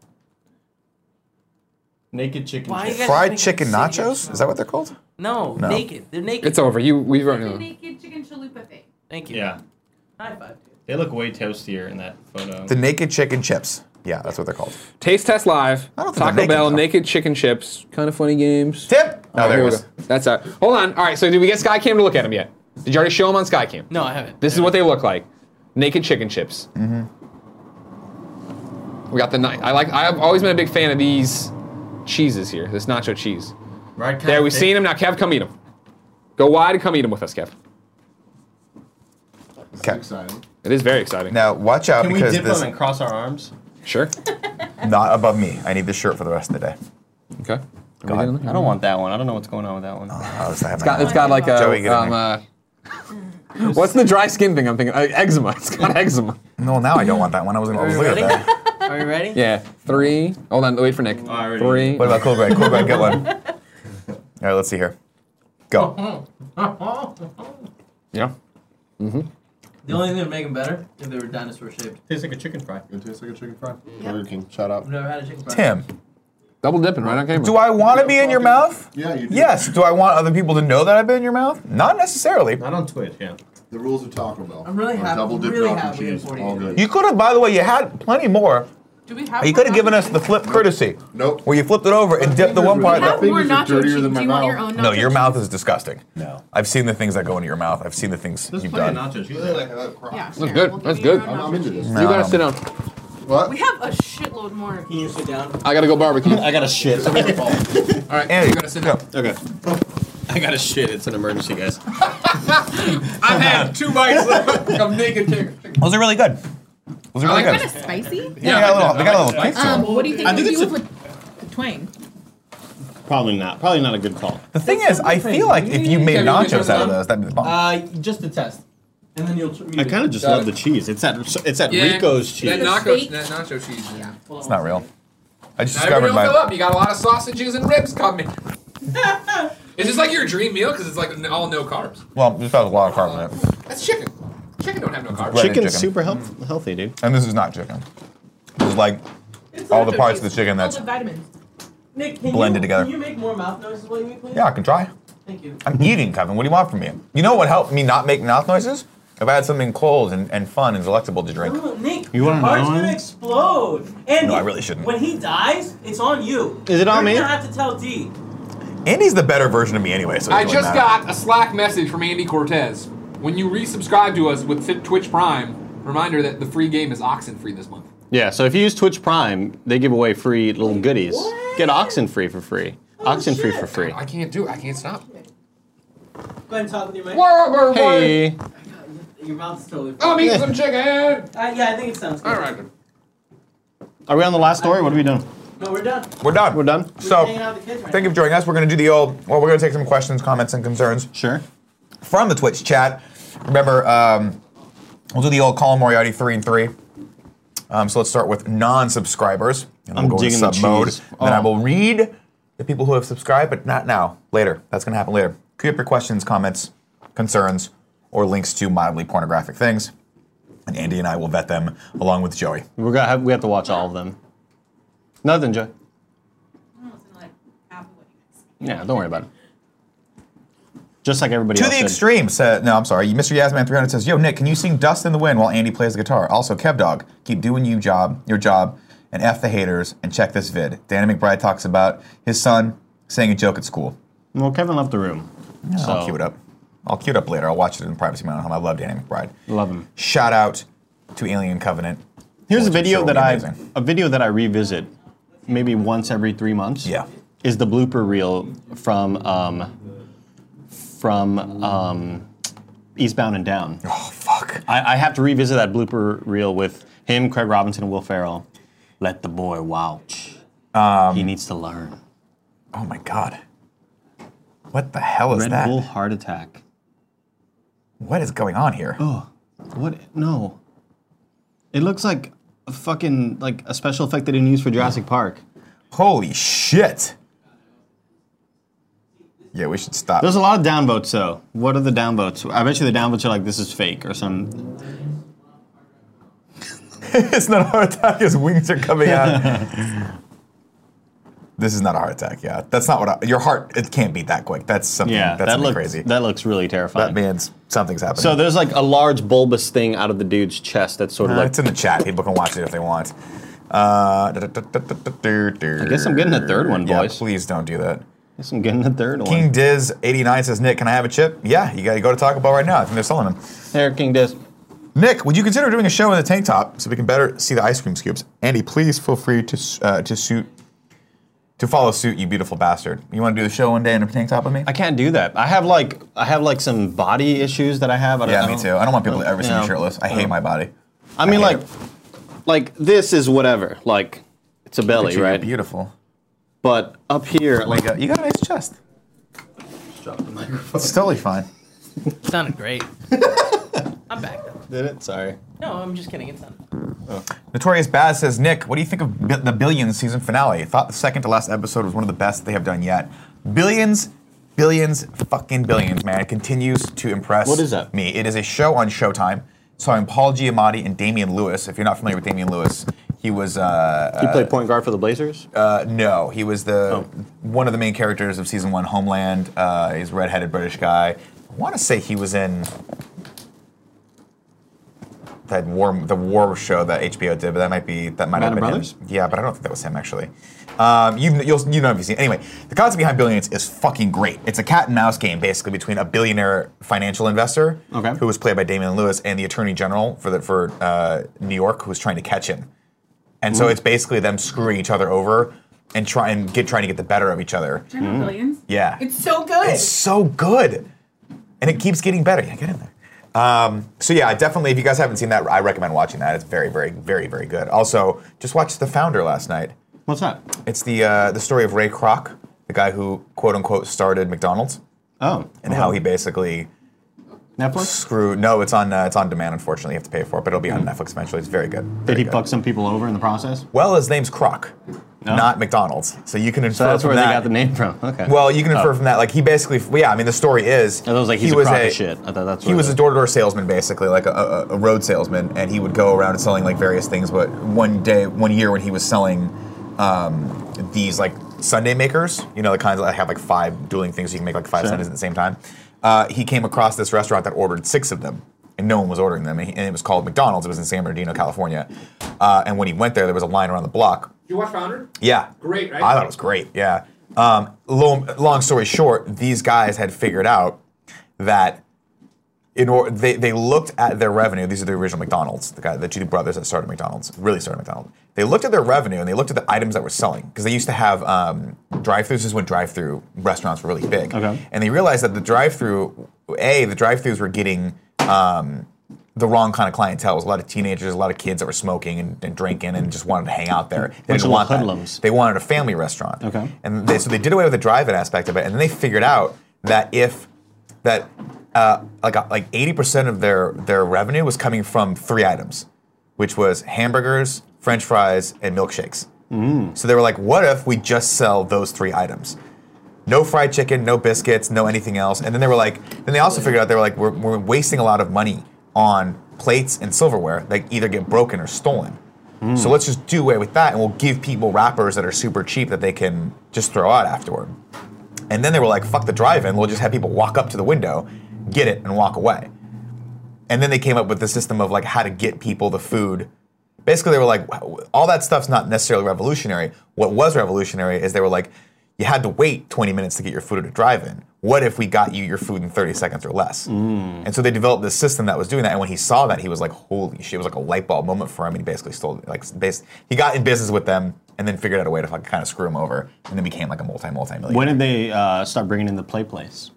[SPEAKER 5] Naked chicken
[SPEAKER 3] Why you
[SPEAKER 5] chips.
[SPEAKER 3] guys
[SPEAKER 2] Fried
[SPEAKER 3] make it
[SPEAKER 2] chicken
[SPEAKER 3] so good?
[SPEAKER 2] nachos? Is that what they're called?
[SPEAKER 3] No,
[SPEAKER 2] No.
[SPEAKER 3] naked. They're naked.
[SPEAKER 1] It's over. You, we've
[SPEAKER 7] The
[SPEAKER 1] already.
[SPEAKER 7] naked chicken chalupa thing.
[SPEAKER 3] Thank you.
[SPEAKER 5] Yeah,
[SPEAKER 3] High five, dude.
[SPEAKER 5] they look way toastier in that photo.
[SPEAKER 2] The naked chicken chips. Yeah, that's what they're called.
[SPEAKER 1] Taste test live.
[SPEAKER 2] I don't think
[SPEAKER 1] Taco
[SPEAKER 2] they're naked,
[SPEAKER 1] Bell
[SPEAKER 2] though.
[SPEAKER 1] naked chicken chips. Kind of funny games.
[SPEAKER 2] Tip!
[SPEAKER 1] All
[SPEAKER 2] Oh,
[SPEAKER 1] right,
[SPEAKER 2] there
[SPEAKER 1] here
[SPEAKER 2] it
[SPEAKER 1] we
[SPEAKER 2] is.
[SPEAKER 1] go. That's all. Hold on. All right. So did we get Skycam to look at them yet? Did you already show them on Skycam?
[SPEAKER 3] No, I haven't.
[SPEAKER 1] This is what they look like. Naked chicken chips. Mm-hmm. We got the night. I like. I've always been a big fan of these cheeses here. This nacho cheese.
[SPEAKER 5] right kind
[SPEAKER 1] There,
[SPEAKER 5] of
[SPEAKER 1] we've
[SPEAKER 5] thing.
[SPEAKER 1] seen them. Now, Kev, come eat them. Go wide and come eat them with us, Kev.
[SPEAKER 2] Okay.
[SPEAKER 5] Exciting.
[SPEAKER 1] It is very exciting.
[SPEAKER 2] Now, watch out
[SPEAKER 5] Can we
[SPEAKER 2] because
[SPEAKER 5] dip
[SPEAKER 2] this
[SPEAKER 5] them and cross our arms?
[SPEAKER 1] Sure.
[SPEAKER 2] not above me. I need this shirt for the rest of the day.
[SPEAKER 1] Okay.
[SPEAKER 2] God.
[SPEAKER 5] I don't want that one. I don't know what's going on with that one.
[SPEAKER 2] Oh, this I have
[SPEAKER 1] Got- it's got like a.
[SPEAKER 2] Joey, get in
[SPEAKER 1] um,
[SPEAKER 2] there.
[SPEAKER 1] uh, what's the dry skin thing I'm thinking? Uh, eczema. <laughs> It's got eczema.
[SPEAKER 2] No, now I don't want that one. I
[SPEAKER 3] Oh,
[SPEAKER 2] was gonna look at that.
[SPEAKER 3] <laughs> Are you ready?
[SPEAKER 1] Yeah. Three. Hold on. Wait for Nick.
[SPEAKER 5] Alrighty.
[SPEAKER 1] Three.
[SPEAKER 2] What about Cool Greg? Cool Greg, get one. All right, let's see here. Go.
[SPEAKER 1] Yeah.
[SPEAKER 3] The only thing that would make them better if they were dinosaur shaped.
[SPEAKER 5] <laughs> Tastes like a chicken fry.
[SPEAKER 9] It tastes like a chicken fry. Burger King. Shout out.
[SPEAKER 3] I've never had a chicken fry.
[SPEAKER 2] Tim,
[SPEAKER 1] Double dipping right on camera.
[SPEAKER 2] do I want to be in your mouth?
[SPEAKER 9] Yeah, you do.
[SPEAKER 2] Yes. Do I want other people to know that I've been in your mouth? Not necessarily.
[SPEAKER 5] Not on Twitch, yeah.
[SPEAKER 9] The rules of Taco Bell.
[SPEAKER 3] I'm really
[SPEAKER 9] Or
[SPEAKER 3] happy-
[SPEAKER 9] Double dip
[SPEAKER 3] really
[SPEAKER 9] Dr.
[SPEAKER 3] happy
[SPEAKER 9] cheese.
[SPEAKER 3] for you.
[SPEAKER 9] All good.
[SPEAKER 2] You could have, by the way, you had plenty more.
[SPEAKER 7] Do we have
[SPEAKER 2] You could have given us the flip courtesy,
[SPEAKER 9] Nope.
[SPEAKER 2] where you flipped it over and dipped the one part.
[SPEAKER 9] My
[SPEAKER 7] have
[SPEAKER 2] That,
[SPEAKER 7] more
[SPEAKER 9] fingers are
[SPEAKER 7] nacho
[SPEAKER 9] dirtier
[SPEAKER 7] cheese.
[SPEAKER 9] than
[SPEAKER 7] Do
[SPEAKER 9] my
[SPEAKER 7] you want your
[SPEAKER 9] mouth.
[SPEAKER 7] own nacho
[SPEAKER 2] no, your
[SPEAKER 7] cheese?
[SPEAKER 2] mouth is disgusting.
[SPEAKER 9] No.
[SPEAKER 2] I've seen the things that go into your mouth. I've seen the things
[SPEAKER 5] There's
[SPEAKER 2] you've
[SPEAKER 5] plenty of
[SPEAKER 2] done.
[SPEAKER 5] nachos. You
[SPEAKER 9] Really
[SPEAKER 5] really
[SPEAKER 9] like
[SPEAKER 5] like
[SPEAKER 9] how that crop.
[SPEAKER 7] Yeah,
[SPEAKER 1] That's
[SPEAKER 7] sure,
[SPEAKER 1] good.
[SPEAKER 7] we'll
[SPEAKER 1] That's
[SPEAKER 7] give you your
[SPEAKER 1] good.
[SPEAKER 7] own
[SPEAKER 9] I'm, I'm
[SPEAKER 7] nacho
[SPEAKER 9] into
[SPEAKER 7] cheese.
[SPEAKER 9] this.
[SPEAKER 1] You
[SPEAKER 2] Um,
[SPEAKER 1] gotta sit down.
[SPEAKER 9] What?
[SPEAKER 7] We have a shitload more.
[SPEAKER 3] Can you
[SPEAKER 1] <laughs>
[SPEAKER 3] sit down?
[SPEAKER 1] I gotta go barbecue.
[SPEAKER 5] I got
[SPEAKER 1] <laughs>
[SPEAKER 5] a shit.
[SPEAKER 1] All right.
[SPEAKER 2] Andy,
[SPEAKER 1] you gotta sit down.
[SPEAKER 5] okay. I got a shit. It's an emergency, guys.
[SPEAKER 2] <laughs>
[SPEAKER 1] I've had two bites of naked chicken.
[SPEAKER 2] Those are really good. Those are really
[SPEAKER 7] Kind of
[SPEAKER 2] good.
[SPEAKER 7] spicy.
[SPEAKER 1] Yeah, I
[SPEAKER 2] Yeah, they got a
[SPEAKER 1] like
[SPEAKER 2] little, they got a
[SPEAKER 5] that.
[SPEAKER 2] little
[SPEAKER 5] I like
[SPEAKER 2] kick to
[SPEAKER 7] Um,
[SPEAKER 2] them.
[SPEAKER 7] what do you think
[SPEAKER 5] I
[SPEAKER 7] would
[SPEAKER 5] think
[SPEAKER 7] you
[SPEAKER 5] it's
[SPEAKER 7] with the twang?
[SPEAKER 5] Probably not. Probably not a good call.
[SPEAKER 2] The thing is, I feel like if you made
[SPEAKER 1] Can you get
[SPEAKER 2] nachos out
[SPEAKER 1] some?
[SPEAKER 2] of those, that'd be the bomb.
[SPEAKER 4] Uh, just a test, and then you'll.
[SPEAKER 5] I kind of just
[SPEAKER 1] Got
[SPEAKER 5] love
[SPEAKER 1] it.
[SPEAKER 5] the cheese. It's that. It's that
[SPEAKER 1] Yeah,
[SPEAKER 5] Rico's cheese.
[SPEAKER 1] That
[SPEAKER 7] The
[SPEAKER 1] nacho,
[SPEAKER 7] steak.
[SPEAKER 1] that nacho cheese. Yeah.
[SPEAKER 2] it's not <laughs> real. I just
[SPEAKER 1] Now everybody
[SPEAKER 2] discovered
[SPEAKER 1] will fill
[SPEAKER 2] my.
[SPEAKER 1] up. You got a lot of sausages and ribs coming. Is this like your dream meal? Because it's like n- all no carbs.
[SPEAKER 2] Well, this has a lot of carb in it.
[SPEAKER 1] That's chicken. Chicken don't have no carbs.
[SPEAKER 2] bread.
[SPEAKER 5] Chicken's
[SPEAKER 2] chicken.
[SPEAKER 5] super health, healthy, dude.
[SPEAKER 2] And this is not chicken. This is like all the parts of the chicken that's.
[SPEAKER 7] All the vitamins.
[SPEAKER 4] Nick, can
[SPEAKER 2] Blended
[SPEAKER 4] you,
[SPEAKER 2] together.
[SPEAKER 4] Can you make more mouth noises while you eat, please?
[SPEAKER 2] Yeah, I can try.
[SPEAKER 4] Thank you.
[SPEAKER 2] I'm eating, Kevin. What do you want from me? You know what helped me not make mouth noises? If I had something cold and, and fun and delectable to drink.
[SPEAKER 4] Ooh, Nick,
[SPEAKER 5] You
[SPEAKER 4] your
[SPEAKER 5] want another
[SPEAKER 4] heart's
[SPEAKER 5] one?
[SPEAKER 4] gonna explode. And
[SPEAKER 2] No, I really shouldn't.
[SPEAKER 4] When he dies, it's on you.
[SPEAKER 5] Is it on me?
[SPEAKER 4] You're gonna have to tell D.
[SPEAKER 2] Andy's the better version of me anyway, so it
[SPEAKER 1] I
[SPEAKER 2] doesn't
[SPEAKER 1] just
[SPEAKER 2] really matter.
[SPEAKER 1] got a Slack message from Andy Cortez. When you resubscribe to us with Fit- Twitch Prime, reminder that the free game is oxen free this month.
[SPEAKER 5] Yeah. So if you use Twitch Prime, they give away free little goodies. Get oxen free for free.
[SPEAKER 1] Oh,
[SPEAKER 5] Oxen free for free.
[SPEAKER 1] I can't do it. I can't stop.
[SPEAKER 4] Go ahead and talk with your mic.
[SPEAKER 5] Hey.
[SPEAKER 4] Your mouth's totally.
[SPEAKER 1] I'm eating some chicken.
[SPEAKER 4] Uh, yeah, I think it sounds good.
[SPEAKER 1] All right.
[SPEAKER 5] Are we on the last story? What are we doing?
[SPEAKER 4] No, we're done.
[SPEAKER 2] We're done.
[SPEAKER 5] We're done.
[SPEAKER 2] So,
[SPEAKER 4] Hanging out with the kids right
[SPEAKER 2] thank you for joining us. We're going to do the old, well, we're going to take some questions, comments, and concerns
[SPEAKER 5] Sure.
[SPEAKER 2] from the Twitch chat. Remember, um, we'll do the old Colin Moriarty 3 and 3. Um, so let's start with non subscribers. And
[SPEAKER 5] I'm
[SPEAKER 2] we'll go in
[SPEAKER 5] digging the
[SPEAKER 2] sub mode.
[SPEAKER 5] cheese.
[SPEAKER 2] And Then I
[SPEAKER 5] Oh.
[SPEAKER 2] will read the people who have subscribed, but not now. Later. That's going to happen later. Queue up your questions, comments, concerns, or links to mildly pornographic things. And Andy and I will vet them along with Joey.
[SPEAKER 5] We're gonna have, we have to watch all of them. Nothing, Joy.
[SPEAKER 7] I don't know, it's in, like half of what you guys.
[SPEAKER 5] Yeah, don't worry about it. Just like everybody
[SPEAKER 2] To
[SPEAKER 5] else.
[SPEAKER 2] the
[SPEAKER 5] did.
[SPEAKER 2] extreme, said, no, I'm sorry. Mr. Yasman300 says, Yo, Nick, can you sing Dust in the Wind while Andy plays the guitar? Also, Kevdog, keep doing you job, your job, and F the haters, and check this vid. Danny McBride talks about his son saying a joke at school.
[SPEAKER 5] Well, Kevin left the room. so
[SPEAKER 2] I'll queue it up. I'll queue it up later. I'll watch it in privacy of my own home. I love Danny McBride.
[SPEAKER 5] Love him.
[SPEAKER 2] Shout out to Alien Covenant.
[SPEAKER 5] Here's a
[SPEAKER 2] Which I'm
[SPEAKER 5] video
[SPEAKER 2] sure
[SPEAKER 5] that
[SPEAKER 2] will be
[SPEAKER 5] I
[SPEAKER 2] amazing.
[SPEAKER 5] a video that I revisit maybe once every three months.
[SPEAKER 2] Yeah.
[SPEAKER 5] Is the blooper reel from um, from um, Eastbound and Down.
[SPEAKER 2] Oh, fuck.
[SPEAKER 5] I, I have to revisit that blooper reel with him, Craig Robinson, and Will Ferrell. Let the boy watch. he needs to learn.
[SPEAKER 2] Oh, my God. What the hell is
[SPEAKER 5] Red
[SPEAKER 2] that?
[SPEAKER 5] Bull heart attack.
[SPEAKER 2] What is going on here?
[SPEAKER 5] What? No. It looks like a fucking like a special effect they didn't use for Jurassic Park.
[SPEAKER 2] Holy shit. Yeah, we should stop.
[SPEAKER 5] There's a lot of downvotes though. What are the downvotes? I bet you the downvotes are like this is fake or some.
[SPEAKER 2] <laughs> it's not a heart attack. His wings are coming out.
[SPEAKER 5] <laughs>
[SPEAKER 2] this is not a heart attack. Yeah, that's not what I, your heart. It can't beat that quick. That's something.
[SPEAKER 5] Yeah,
[SPEAKER 2] that's
[SPEAKER 5] that
[SPEAKER 2] something
[SPEAKER 5] looks
[SPEAKER 2] crazy. That,
[SPEAKER 5] that looks really terrifying.
[SPEAKER 2] means something's happening.
[SPEAKER 5] so there's like a large bulbous thing out of the dude's chest that's sort of
[SPEAKER 2] Uh,
[SPEAKER 5] like.
[SPEAKER 2] it's in the chat. People can watch it if they want. Uh, I
[SPEAKER 5] guess I'm getting a third one,
[SPEAKER 2] yeah,
[SPEAKER 5] boys.
[SPEAKER 2] Please don't do that.
[SPEAKER 5] Guess I'm getting the third
[SPEAKER 2] King
[SPEAKER 5] one.
[SPEAKER 2] Diz 89 says, Nick, can I have a chip? Yeah, you got to go to Taco Bell right now. I think they're selling them.
[SPEAKER 5] There, King Disc.
[SPEAKER 2] Nick, would you consider doing a show in the tank top so we can better see the ice cream scoops? Andy, please feel free to s- uh, to suit to follow suit, you beautiful bastard. You want to do the show one day in a tank top with me?
[SPEAKER 5] I can't do that. I have like I have like some body issues that I have. I don't,
[SPEAKER 2] yeah,
[SPEAKER 5] I
[SPEAKER 2] me
[SPEAKER 5] don't-
[SPEAKER 2] too. I don't want people to ever see me
[SPEAKER 5] Yeah.
[SPEAKER 2] shirtless. I hate my body.
[SPEAKER 5] I mean,
[SPEAKER 2] I hate
[SPEAKER 5] like, like this is whatever. Like, it's a belly,
[SPEAKER 2] You're
[SPEAKER 5] right?
[SPEAKER 2] beautiful.
[SPEAKER 5] But up here, like,
[SPEAKER 2] Like uh, you got a nice chest.
[SPEAKER 5] drop the microphone.
[SPEAKER 2] It's totally fine.
[SPEAKER 4] It sounded
[SPEAKER 2] <laughs>
[SPEAKER 4] great. I'm back though.
[SPEAKER 5] Did it? Sorry.
[SPEAKER 4] No, I'm just kidding. It's not.
[SPEAKER 2] Notorious Baz says, Nick, what do you think of Bi- the Billions season finale? I thought the second to last episode was one of the best they have done yet. Billions, billions, fucking billions, man. It continues to impress
[SPEAKER 5] What is that?
[SPEAKER 2] me. It is a show on Showtime starring Paul Giamatti and Damian Lewis. If you're not familiar with Damian Lewis, he was, uh,
[SPEAKER 5] You played point guard for the Blazers.
[SPEAKER 2] uh, no, he was the
[SPEAKER 5] Oh.
[SPEAKER 2] one of the main characters of season one, Homeland. Uh, he's a redheaded British guy. I want to say he was in that war the war show that HBO did, but that might be that might
[SPEAKER 5] Band
[SPEAKER 2] have
[SPEAKER 5] of
[SPEAKER 2] been
[SPEAKER 5] Brothers?
[SPEAKER 2] him. Yeah, but I don't think that was him actually. Um, you you'll you know if you seen anyway. The concept behind Billions is fucking great. It's a cat and mouse game basically between a billionaire financial investor
[SPEAKER 5] Okay.
[SPEAKER 2] who was played by Damian Lewis and the Attorney General for the, for uh, New York who was trying to catch him. And so it's basically them screwing each other over and try and get trying to get the better of each other.
[SPEAKER 7] Do you remember Billions?
[SPEAKER 2] Mm. Yeah.
[SPEAKER 7] It's so good.
[SPEAKER 2] It's so good. And it keeps getting better. Yeah, get in there. Um, so yeah, definitely. If you guys haven't seen that, I recommend watching that. It's very, very, very, very good. Also, just watched The Founder last night.
[SPEAKER 5] What's that?
[SPEAKER 2] It's the uh, the story of Ray Kroc, the guy who quote unquote started McDonald's,
[SPEAKER 5] Oh,
[SPEAKER 2] and how he basically
[SPEAKER 5] Netflix.
[SPEAKER 2] screwed. No, it's on uh, it's on demand. Unfortunately, you have to pay for it, but it'll be
[SPEAKER 5] Hmm.
[SPEAKER 2] on Netflix eventually. It's very good.
[SPEAKER 5] Did
[SPEAKER 2] Very
[SPEAKER 5] he
[SPEAKER 2] good.
[SPEAKER 5] fuck some people over in the process?
[SPEAKER 2] Well, his name's Kroc, not McDonald's. So you can infer
[SPEAKER 5] Oh. So that's
[SPEAKER 2] from
[SPEAKER 5] where
[SPEAKER 2] that.
[SPEAKER 5] they got the name from. <laughs> Okay.
[SPEAKER 2] Well, you can infer
[SPEAKER 5] Oh.
[SPEAKER 2] from that. Like he basically, well, yeah. I mean, the story is.
[SPEAKER 5] I was like, he's
[SPEAKER 2] he
[SPEAKER 5] a
[SPEAKER 2] was
[SPEAKER 5] crock
[SPEAKER 2] a
[SPEAKER 5] of shit. I thought that's
[SPEAKER 2] He
[SPEAKER 5] what
[SPEAKER 2] was
[SPEAKER 5] it-
[SPEAKER 2] a door-to-door salesman, basically, like a, a, a road salesman, and he would go around and selling like various things. But one day, one year, when he was selling um, these like Sunday makers, you know, the kinds that have like five dueling things, so you can make like five
[SPEAKER 5] Sure.
[SPEAKER 2] Sundays at the same time. Uh, he came across this restaurant that ordered six of them, and no one was ordering them, and, he, and it was called McDonald's. It was in San Bernardino, California. Uh, and when he went there, there was a line around the block.
[SPEAKER 1] You watch Founder?
[SPEAKER 2] Yeah.
[SPEAKER 1] Great, right?
[SPEAKER 2] I thought it was great. Yeah. Um, long, long story short, these guys had figured out that in or, they, they looked at their revenue. These are the original McDonald's, the guy, the two brothers that started McDonald's, really started McDonald's. They looked at their revenue and they looked at the items that were selling because they used to have um, drive-throughs. This is when drive-through restaurants were really big.
[SPEAKER 5] Okay.
[SPEAKER 2] And they realized that the drive-through, a, the drive-throughs were getting um, the wrong kind of clientele. It was a lot of teenagers, a lot of kids that were smoking and, and drinking and just wanted to hang out there. They
[SPEAKER 5] Bunch
[SPEAKER 2] didn't
[SPEAKER 5] of
[SPEAKER 2] want that.
[SPEAKER 5] hoodlums.
[SPEAKER 2] They wanted a family restaurant.
[SPEAKER 5] Okay.
[SPEAKER 2] And they, so they did away with the drive-in aspect of it, and then they figured out that if that uh, like a- like eighty percent of their their revenue was coming from three items, which was hamburgers, French fries, and milkshakes. So they were like, what if we just sell those three items? No fried chicken, no biscuits, no anything else. And then they were like, then they also figured out they were like, we're, we're wasting a lot of money on plates and silverware that either get broken or stolen. So let's just do away with that and we'll give people wrappers that are super cheap that they can just throw out afterward. And then they were like, fuck the drive in, we'll just have people walk up to the window, get it, and walk away. And then they came up with the system of like how to get people the food. Basically, they were like, all that stuff's not necessarily revolutionary. What was revolutionary is they were like, you had to wait 20 minutes to get your food at a drive in. What if we got you your food in 30 seconds or less? And so they developed this system that was doing that. And when he saw that, he was like, holy shit, it was like a light bulb moment for him. And he basically stole, like, bas- he got in business with them and then figured out a way to like, kind of screw him over and then became like a multi, multi millionaire.
[SPEAKER 5] When did they uh, start bringing in the play place?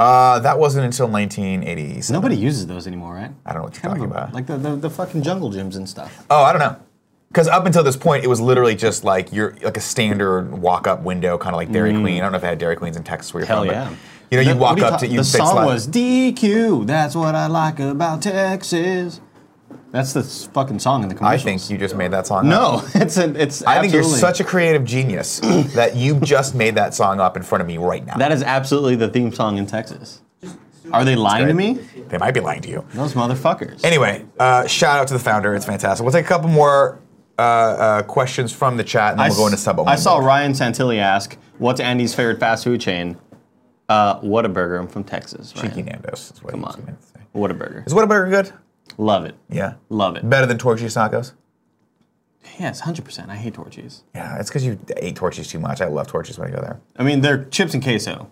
[SPEAKER 2] Uh, that wasn't until 1980s.
[SPEAKER 5] Nobody uses those anymore, right?
[SPEAKER 2] I don't know what you're
[SPEAKER 5] Kind
[SPEAKER 2] talking
[SPEAKER 5] of a-
[SPEAKER 2] about.
[SPEAKER 5] Like the, the, the fucking jungle gyms and stuff.
[SPEAKER 2] oh, I don't know. Because up until this point, it was literally just like you're like a standard walk-up window, kind of like Dairy Queen. I don't know if they had Dairy Queens in Texas where you're
[SPEAKER 5] Mm. Hell
[SPEAKER 2] from. but,
[SPEAKER 5] yeah.
[SPEAKER 2] You know,
[SPEAKER 5] The-
[SPEAKER 2] you
[SPEAKER 5] what
[SPEAKER 2] walk
[SPEAKER 5] do you
[SPEAKER 2] up
[SPEAKER 5] ta-
[SPEAKER 2] to you.
[SPEAKER 5] The
[SPEAKER 2] they
[SPEAKER 5] song
[SPEAKER 2] slide-
[SPEAKER 5] was DQ. That's what I like about Texas. That's the s- fucking song in the
[SPEAKER 2] I
[SPEAKER 5] commercials.
[SPEAKER 2] think you just made that song. up.
[SPEAKER 5] No, <laughs> it's an, it's.
[SPEAKER 2] I think you're
[SPEAKER 5] absolutely-
[SPEAKER 2] such a creative
[SPEAKER 5] <laughs>
[SPEAKER 2] genius that you just made that song up in front of me right now.
[SPEAKER 5] That is absolutely the theme song in Texas. Are they lying to me?
[SPEAKER 2] They might be lying to you.
[SPEAKER 5] Those motherfuckers.
[SPEAKER 2] Anyway, uh, shout out to the founder. It's fantastic. We'll take a couple more uh, uh, questions from the chat, and then
[SPEAKER 5] I
[SPEAKER 2] we'll go
[SPEAKER 5] s-
[SPEAKER 2] into sub.
[SPEAKER 5] I saw Ryan Santilli ask, "What's Andy's favorite fast food chain?" Uh, Whataburger. I'm from Texas. Ryan.
[SPEAKER 2] Cheeky Nando's. Is what
[SPEAKER 5] Come
[SPEAKER 2] he was
[SPEAKER 5] on.
[SPEAKER 2] meant to say.
[SPEAKER 5] Whataburger.
[SPEAKER 2] Is Whataburger good?
[SPEAKER 5] Love it.
[SPEAKER 2] Yeah.
[SPEAKER 5] Love it.
[SPEAKER 2] Better than torch cheese tacos?
[SPEAKER 5] Yes, hundred percent. I hate torchies.
[SPEAKER 2] Yeah, it's because you ate torches too much. I love torches when I go there.
[SPEAKER 5] I mean, they're chips and queso,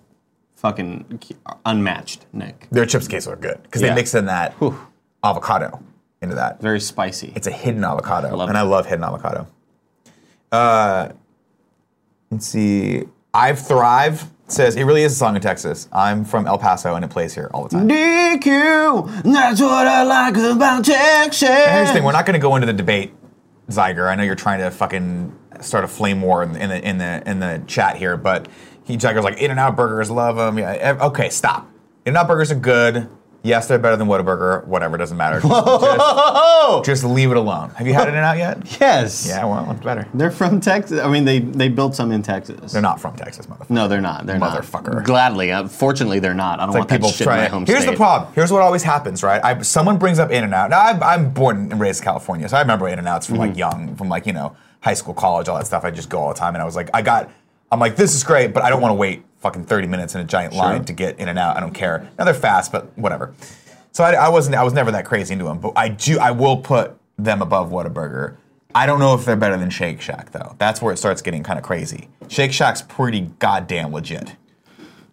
[SPEAKER 5] fucking ke- unmatched. Nick,
[SPEAKER 2] Their chips and queso are good because
[SPEAKER 5] Yeah.
[SPEAKER 2] they mix in that
[SPEAKER 5] Whew.
[SPEAKER 2] avocado into that.
[SPEAKER 5] very spicy.
[SPEAKER 2] It's a hidden avocado,
[SPEAKER 5] Love
[SPEAKER 2] and
[SPEAKER 5] it.
[SPEAKER 2] I love hidden avocado. Uh, let's see. I've Thrive says it really is a song in Texas. I'm from El Paso, and it plays here all the time.
[SPEAKER 5] DQ. That's what I like about Texas.
[SPEAKER 2] And here's the thing: we're not going to go into the debate, Zeiger. I know you're trying to fucking start a flame war in, in the in the in the chat here, but he Zeiger's like In and Out burgers, love them. Yeah, ev- okay, stop. In and Out burgers are good. Yes, they're better than Whataburger. Whatever, doesn't <laughs> matter. Just,
[SPEAKER 5] Oh,
[SPEAKER 2] just leave it alone. Have you <laughs> had In and Out yet?
[SPEAKER 5] yes.
[SPEAKER 2] Yeah, well, it's better.
[SPEAKER 5] They're from Texas. I mean, they they built some in Texas.
[SPEAKER 2] They're not from Texas, motherfucker.
[SPEAKER 5] No, they're not. They're not.
[SPEAKER 2] Motherfucker.
[SPEAKER 5] Gladly, uh, fortunately, they're not. I don't
[SPEAKER 2] It's
[SPEAKER 5] want
[SPEAKER 2] like people
[SPEAKER 5] that shit in my
[SPEAKER 2] try.
[SPEAKER 5] home
[SPEAKER 2] Here's
[SPEAKER 5] state.
[SPEAKER 2] the problem. Here's what always happens, right? I, someone brings up In and Out. Now I'm, I'm born and raised in California, so I remember In and Outs from
[SPEAKER 5] Mm-hmm.
[SPEAKER 2] like young, from like you know high school, college, all that stuff. I just go all the time, and I was like, I got. I'm like, this is great, but I don't want to wait fucking 30 minutes in a giant line to get In and Out. I don't care. Now they're fast, but whatever. So I, I wasn't. I was never that crazy into them, but I do. I will put them above Whataburger. I don't know if they're better than Shake Shack though. That's where it starts getting kind of crazy. Shake Shack's pretty goddamn legit.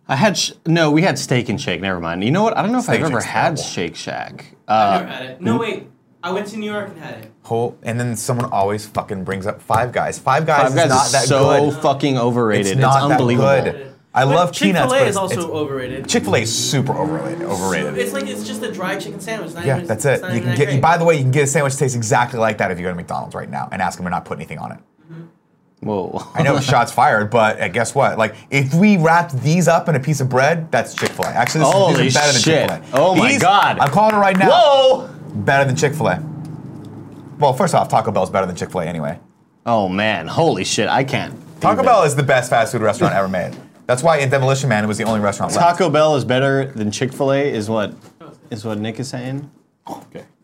[SPEAKER 5] I had sh- no. We had Steak and Shake. Never mind. You know what? I don't know if
[SPEAKER 2] Steak
[SPEAKER 5] I've
[SPEAKER 2] and
[SPEAKER 5] ever
[SPEAKER 2] Shake's
[SPEAKER 5] had
[SPEAKER 2] terrible.
[SPEAKER 5] Shake Shack.
[SPEAKER 4] I
[SPEAKER 5] Uh,
[SPEAKER 4] never had it.
[SPEAKER 2] mm-hmm.
[SPEAKER 4] No, wait. I went to New York and had it.
[SPEAKER 2] Whole, and then someone always fucking brings up Five Guys. Five Guys,
[SPEAKER 5] Five Guys
[SPEAKER 2] is not
[SPEAKER 5] is
[SPEAKER 2] that
[SPEAKER 5] so
[SPEAKER 2] good.
[SPEAKER 5] fucking overrated. It's,
[SPEAKER 2] not that
[SPEAKER 5] unbelievable.
[SPEAKER 2] good. I love
[SPEAKER 4] Chick
[SPEAKER 2] peanuts.
[SPEAKER 4] Fil
[SPEAKER 2] but
[SPEAKER 4] A
[SPEAKER 2] it's-
[SPEAKER 4] is also
[SPEAKER 2] it's-
[SPEAKER 4] overrated.
[SPEAKER 2] Chick-fil-A is super overrated. Overrated.
[SPEAKER 4] It's like it's just a dry chicken sandwich. Not
[SPEAKER 2] yeah,
[SPEAKER 4] even,
[SPEAKER 2] that's
[SPEAKER 4] it's
[SPEAKER 2] it.
[SPEAKER 4] not
[SPEAKER 2] You
[SPEAKER 4] even
[SPEAKER 2] can
[SPEAKER 4] that
[SPEAKER 2] get.
[SPEAKER 4] great.
[SPEAKER 2] By the way, you can get a sandwich that tastes exactly like that if you go to McDonald's right now and ask them to not put anything on it.
[SPEAKER 5] Whoa.
[SPEAKER 2] I <laughs>
[SPEAKER 5] <laughs>
[SPEAKER 2] know shots fired, but uh, guess what? Like, if we wrapped these up in a piece of bread, that's Chick Fil A. Actually, this is,
[SPEAKER 5] Holy
[SPEAKER 2] these are better
[SPEAKER 5] shit.
[SPEAKER 2] than Chick Fil A.
[SPEAKER 5] Oh my God.
[SPEAKER 2] I'm calling it right now.
[SPEAKER 5] Whoa!
[SPEAKER 2] Better than Chick Fil A. Well, first off, Taco Bell's better than Chick Fil A anyway.
[SPEAKER 5] Oh man, holy shit, I can't.
[SPEAKER 2] Taco
[SPEAKER 5] even-
[SPEAKER 2] Bell is the best fast food restaurant ever made. That's why in Demolition Man it was the only restaurant left.
[SPEAKER 5] Taco Bell is better than Chick Fil A, is what is what Nick is saying.
[SPEAKER 9] Okay.
[SPEAKER 5] <laughs>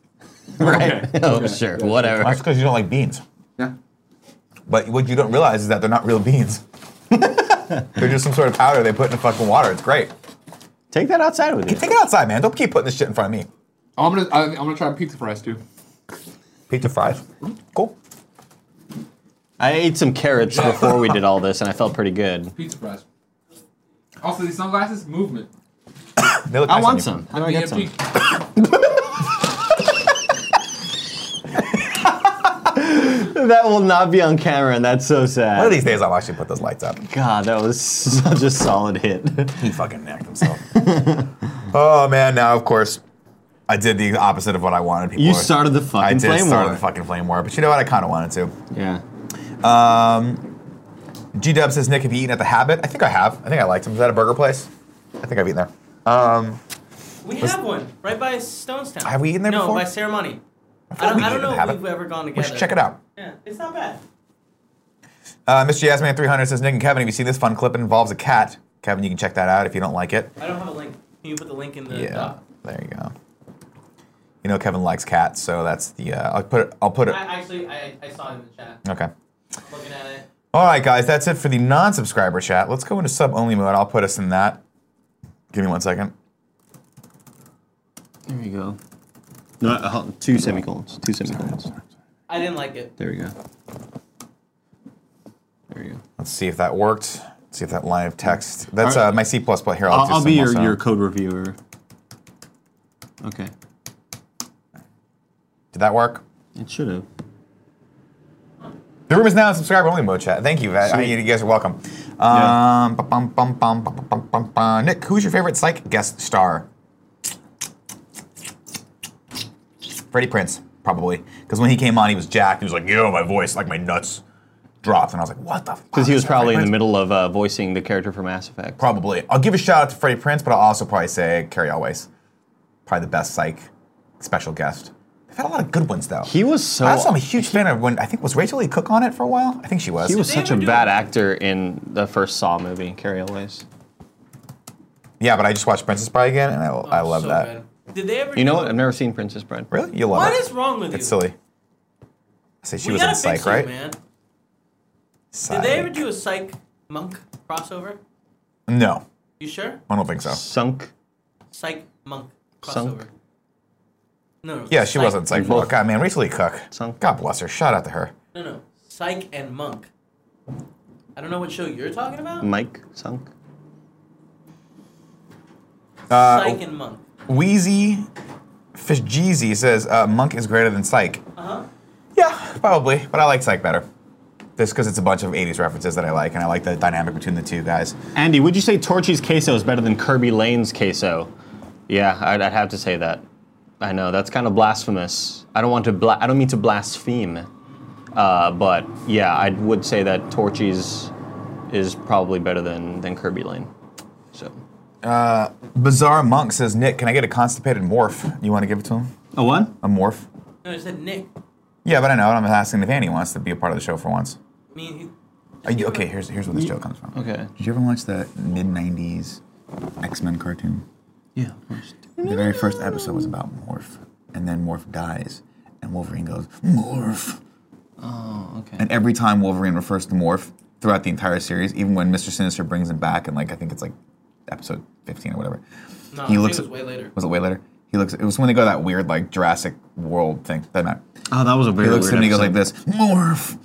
[SPEAKER 5] Right? <laughs> Oh sure, whatever.
[SPEAKER 2] That's because you don't like beans.
[SPEAKER 9] Yeah.
[SPEAKER 2] But what you don't realize is that they're not real
[SPEAKER 5] <laughs>
[SPEAKER 2] beans. they're just some sort of powder they put in fucking water. It's great.
[SPEAKER 5] Take that outside with you.
[SPEAKER 2] Take it outside, man. Don't keep putting this shit in front of me.
[SPEAKER 9] Oh, I'm gonna I, I'm gonna try pizza fries too.
[SPEAKER 2] Pizza fries. Cool.
[SPEAKER 5] I ate some carrots before we did all this, and I felt pretty good.
[SPEAKER 9] Pizza fries. Also, these sunglasses movement.
[SPEAKER 2] They look nice
[SPEAKER 5] I
[SPEAKER 2] on
[SPEAKER 5] want
[SPEAKER 2] you.
[SPEAKER 5] some. How do I get some? That will not be on camera, and that's so
[SPEAKER 2] One of
[SPEAKER 5] sad.
[SPEAKER 2] these days I'll actually put those lights up.
[SPEAKER 5] God, that was <laughs> such a solid hit.
[SPEAKER 2] He fucking nacked himself. <laughs> oh man, now of course I did the opposite of what I wanted. People
[SPEAKER 5] You
[SPEAKER 2] were-
[SPEAKER 5] started the
[SPEAKER 2] I
[SPEAKER 5] fucking
[SPEAKER 2] did
[SPEAKER 5] flame
[SPEAKER 2] start
[SPEAKER 5] war.
[SPEAKER 2] the fucking flame war, but you know what? I kind of wanted to.
[SPEAKER 5] yeah.
[SPEAKER 2] G Dub says, Nick, have you eaten at the Habit? I think I have. I think I liked them. Is that a burger place? I think I've eaten there.
[SPEAKER 4] we have one right by Stonestown.
[SPEAKER 2] Have we eaten there
[SPEAKER 4] no,
[SPEAKER 2] before?
[SPEAKER 4] by Ceremony.
[SPEAKER 2] thought
[SPEAKER 4] I don't,
[SPEAKER 2] we
[SPEAKER 4] I
[SPEAKER 2] did
[SPEAKER 4] don't know
[SPEAKER 2] have
[SPEAKER 4] if
[SPEAKER 2] it.
[SPEAKER 4] we've ever gone
[SPEAKER 2] We
[SPEAKER 4] together.
[SPEAKER 2] should check it out.
[SPEAKER 4] Yeah, it's not bad.
[SPEAKER 2] Uh, Mr. Yasman300 says, Nick and Kevin, have you seen this fun clip? It involves a cat. Kevin, you can check that out if you don't like it.
[SPEAKER 4] I don't have a link. Can you put the link in the?
[SPEAKER 2] Yeah,
[SPEAKER 4] doc?
[SPEAKER 2] there you go. You know Kevin likes cats, so that's the. Uh, I'll put it. I'll put it.
[SPEAKER 4] I actually I, I saw it in the chat.
[SPEAKER 2] Okay.
[SPEAKER 4] Looking at it.
[SPEAKER 2] All right, guys, that's it for the non-subscriber chat. Let's go into sub-only mode. I'll put us in that. Give me one second.
[SPEAKER 5] There we go. No, uh, hold- two semicolons. Two semicolons.
[SPEAKER 4] I didn't like it.
[SPEAKER 5] There we go. There we go.
[SPEAKER 2] Let's see if that worked. Let's see if that line of text. That's uh, my C++. Here, I'll,
[SPEAKER 5] I'll,
[SPEAKER 2] do
[SPEAKER 5] I'll
[SPEAKER 2] some
[SPEAKER 5] be
[SPEAKER 2] more
[SPEAKER 5] your,
[SPEAKER 2] sound.
[SPEAKER 5] your code reviewer. Okay.
[SPEAKER 2] Did that work?
[SPEAKER 5] It should have.
[SPEAKER 2] The room is now in subscriber-only mode chat. Thank you. I, I,
[SPEAKER 5] Sweet.
[SPEAKER 2] you guys are welcome.
[SPEAKER 5] Yeah.
[SPEAKER 2] Um, ba-bum, bum, bum, ba-bum, bum, bum, bum. Nick, who's your favorite psych guest star? Freddie Prince, probably. Because when he came on, he was jacked. He was like, yo, my voice, like my nuts dropped. And I was like, what the fuck?
[SPEAKER 5] Because he
[SPEAKER 2] is
[SPEAKER 5] was
[SPEAKER 2] that Freddie
[SPEAKER 5] probably in the
[SPEAKER 2] Prinze?"
[SPEAKER 5] middle of uh, voicing the character for Mass Effect.
[SPEAKER 2] Probably. I'll give a shout out to Freddie Prince, but I'll also probably say Carrie Always. Probably the best psych special guest. They've had a lot of good ones though.
[SPEAKER 5] He was so.
[SPEAKER 2] I also am a huge fan of when I think was Rachel Lee Cook on it for a while. I think she was.
[SPEAKER 5] He was
[SPEAKER 4] Did they
[SPEAKER 5] such a
[SPEAKER 4] ever do
[SPEAKER 5] bad
[SPEAKER 4] a-
[SPEAKER 5] actor in the first Saw movie, Carrie Always.
[SPEAKER 2] Yeah, but I just watched Princess Bride again, and I, I love
[SPEAKER 4] Oh, so
[SPEAKER 2] that.
[SPEAKER 4] bad. Did they ever?
[SPEAKER 5] You know
[SPEAKER 4] do-
[SPEAKER 5] what? I've never seen Princess Bride.
[SPEAKER 2] Really, you love
[SPEAKER 4] What
[SPEAKER 2] it.
[SPEAKER 4] is wrong with you?
[SPEAKER 2] It's silly. I say she
[SPEAKER 4] we
[SPEAKER 2] was
[SPEAKER 4] gotta
[SPEAKER 2] in Psych,
[SPEAKER 4] fix you,
[SPEAKER 2] right?
[SPEAKER 4] man.
[SPEAKER 2] Psych.
[SPEAKER 4] Did they ever do a psych monk crossover?
[SPEAKER 2] No,
[SPEAKER 4] You sure?
[SPEAKER 2] I don't think so.
[SPEAKER 5] Sunk.
[SPEAKER 4] Psych monk crossover.
[SPEAKER 5] Sunk.
[SPEAKER 4] No, no.
[SPEAKER 2] Yeah, she
[SPEAKER 4] psych-
[SPEAKER 2] wasn't Psych. Well, God, man, Rachel Lee Cook.
[SPEAKER 5] Some-
[SPEAKER 2] God bless her. Shout out to her.
[SPEAKER 4] No, no. Psych and monk. I don't know what show you're talking about.
[SPEAKER 2] Mm,
[SPEAKER 5] Mike. Sunk.
[SPEAKER 2] Uh,
[SPEAKER 4] Psych and monk.
[SPEAKER 2] Wheezy Fishjeezy says uh, Monk is greater than Psych. Uh-huh. Yeah, probably, but I like Psych better. Just because it's a bunch of 80s references that I like, and I like the dynamic between the two guys.
[SPEAKER 5] Andy, would you say Torchy's queso is better than Kirby Lane's queso? Yeah, I'd, I'd have to say that. I know that's kind of blasphemous. I don't want to. Bla- I don't mean to blaspheme, uh, but yeah, I would say that Torchy's is probably better than than Kirby Lane. So
[SPEAKER 2] Bizarre Monk says, Nick, can I get a constipated morph? You want to give it to him?
[SPEAKER 5] a one.
[SPEAKER 2] A morph?
[SPEAKER 4] No, I said Nick.
[SPEAKER 2] Yeah, but I know. I'm asking if Annie wants to be a part of the show for once.
[SPEAKER 4] I mean, he,
[SPEAKER 2] Are you, okay, here's here's where this joke comes from.
[SPEAKER 5] Okay.
[SPEAKER 2] Did you ever watch the mid '90s X-Men cartoon?
[SPEAKER 5] Yeah, of course.
[SPEAKER 2] The very first episode was about Morph, and then Morph dies, and Wolverine goes Morph,
[SPEAKER 5] Oh, okay.
[SPEAKER 2] and every time Wolverine refers to Morph throughout the entire series, even when Mister Sinister brings him back, and like I think it's like episode 15 or whatever,
[SPEAKER 4] no,
[SPEAKER 2] he
[SPEAKER 4] I
[SPEAKER 2] looks.
[SPEAKER 4] think it was way later.
[SPEAKER 2] Was it way later? He looks. It was when they go to that weird like Jurassic World thing. Doesn't matter.
[SPEAKER 5] Oh, that was a very
[SPEAKER 2] He looks at
[SPEAKER 5] weird
[SPEAKER 2] him and he goes like
[SPEAKER 5] episode.
[SPEAKER 2] this, Morph,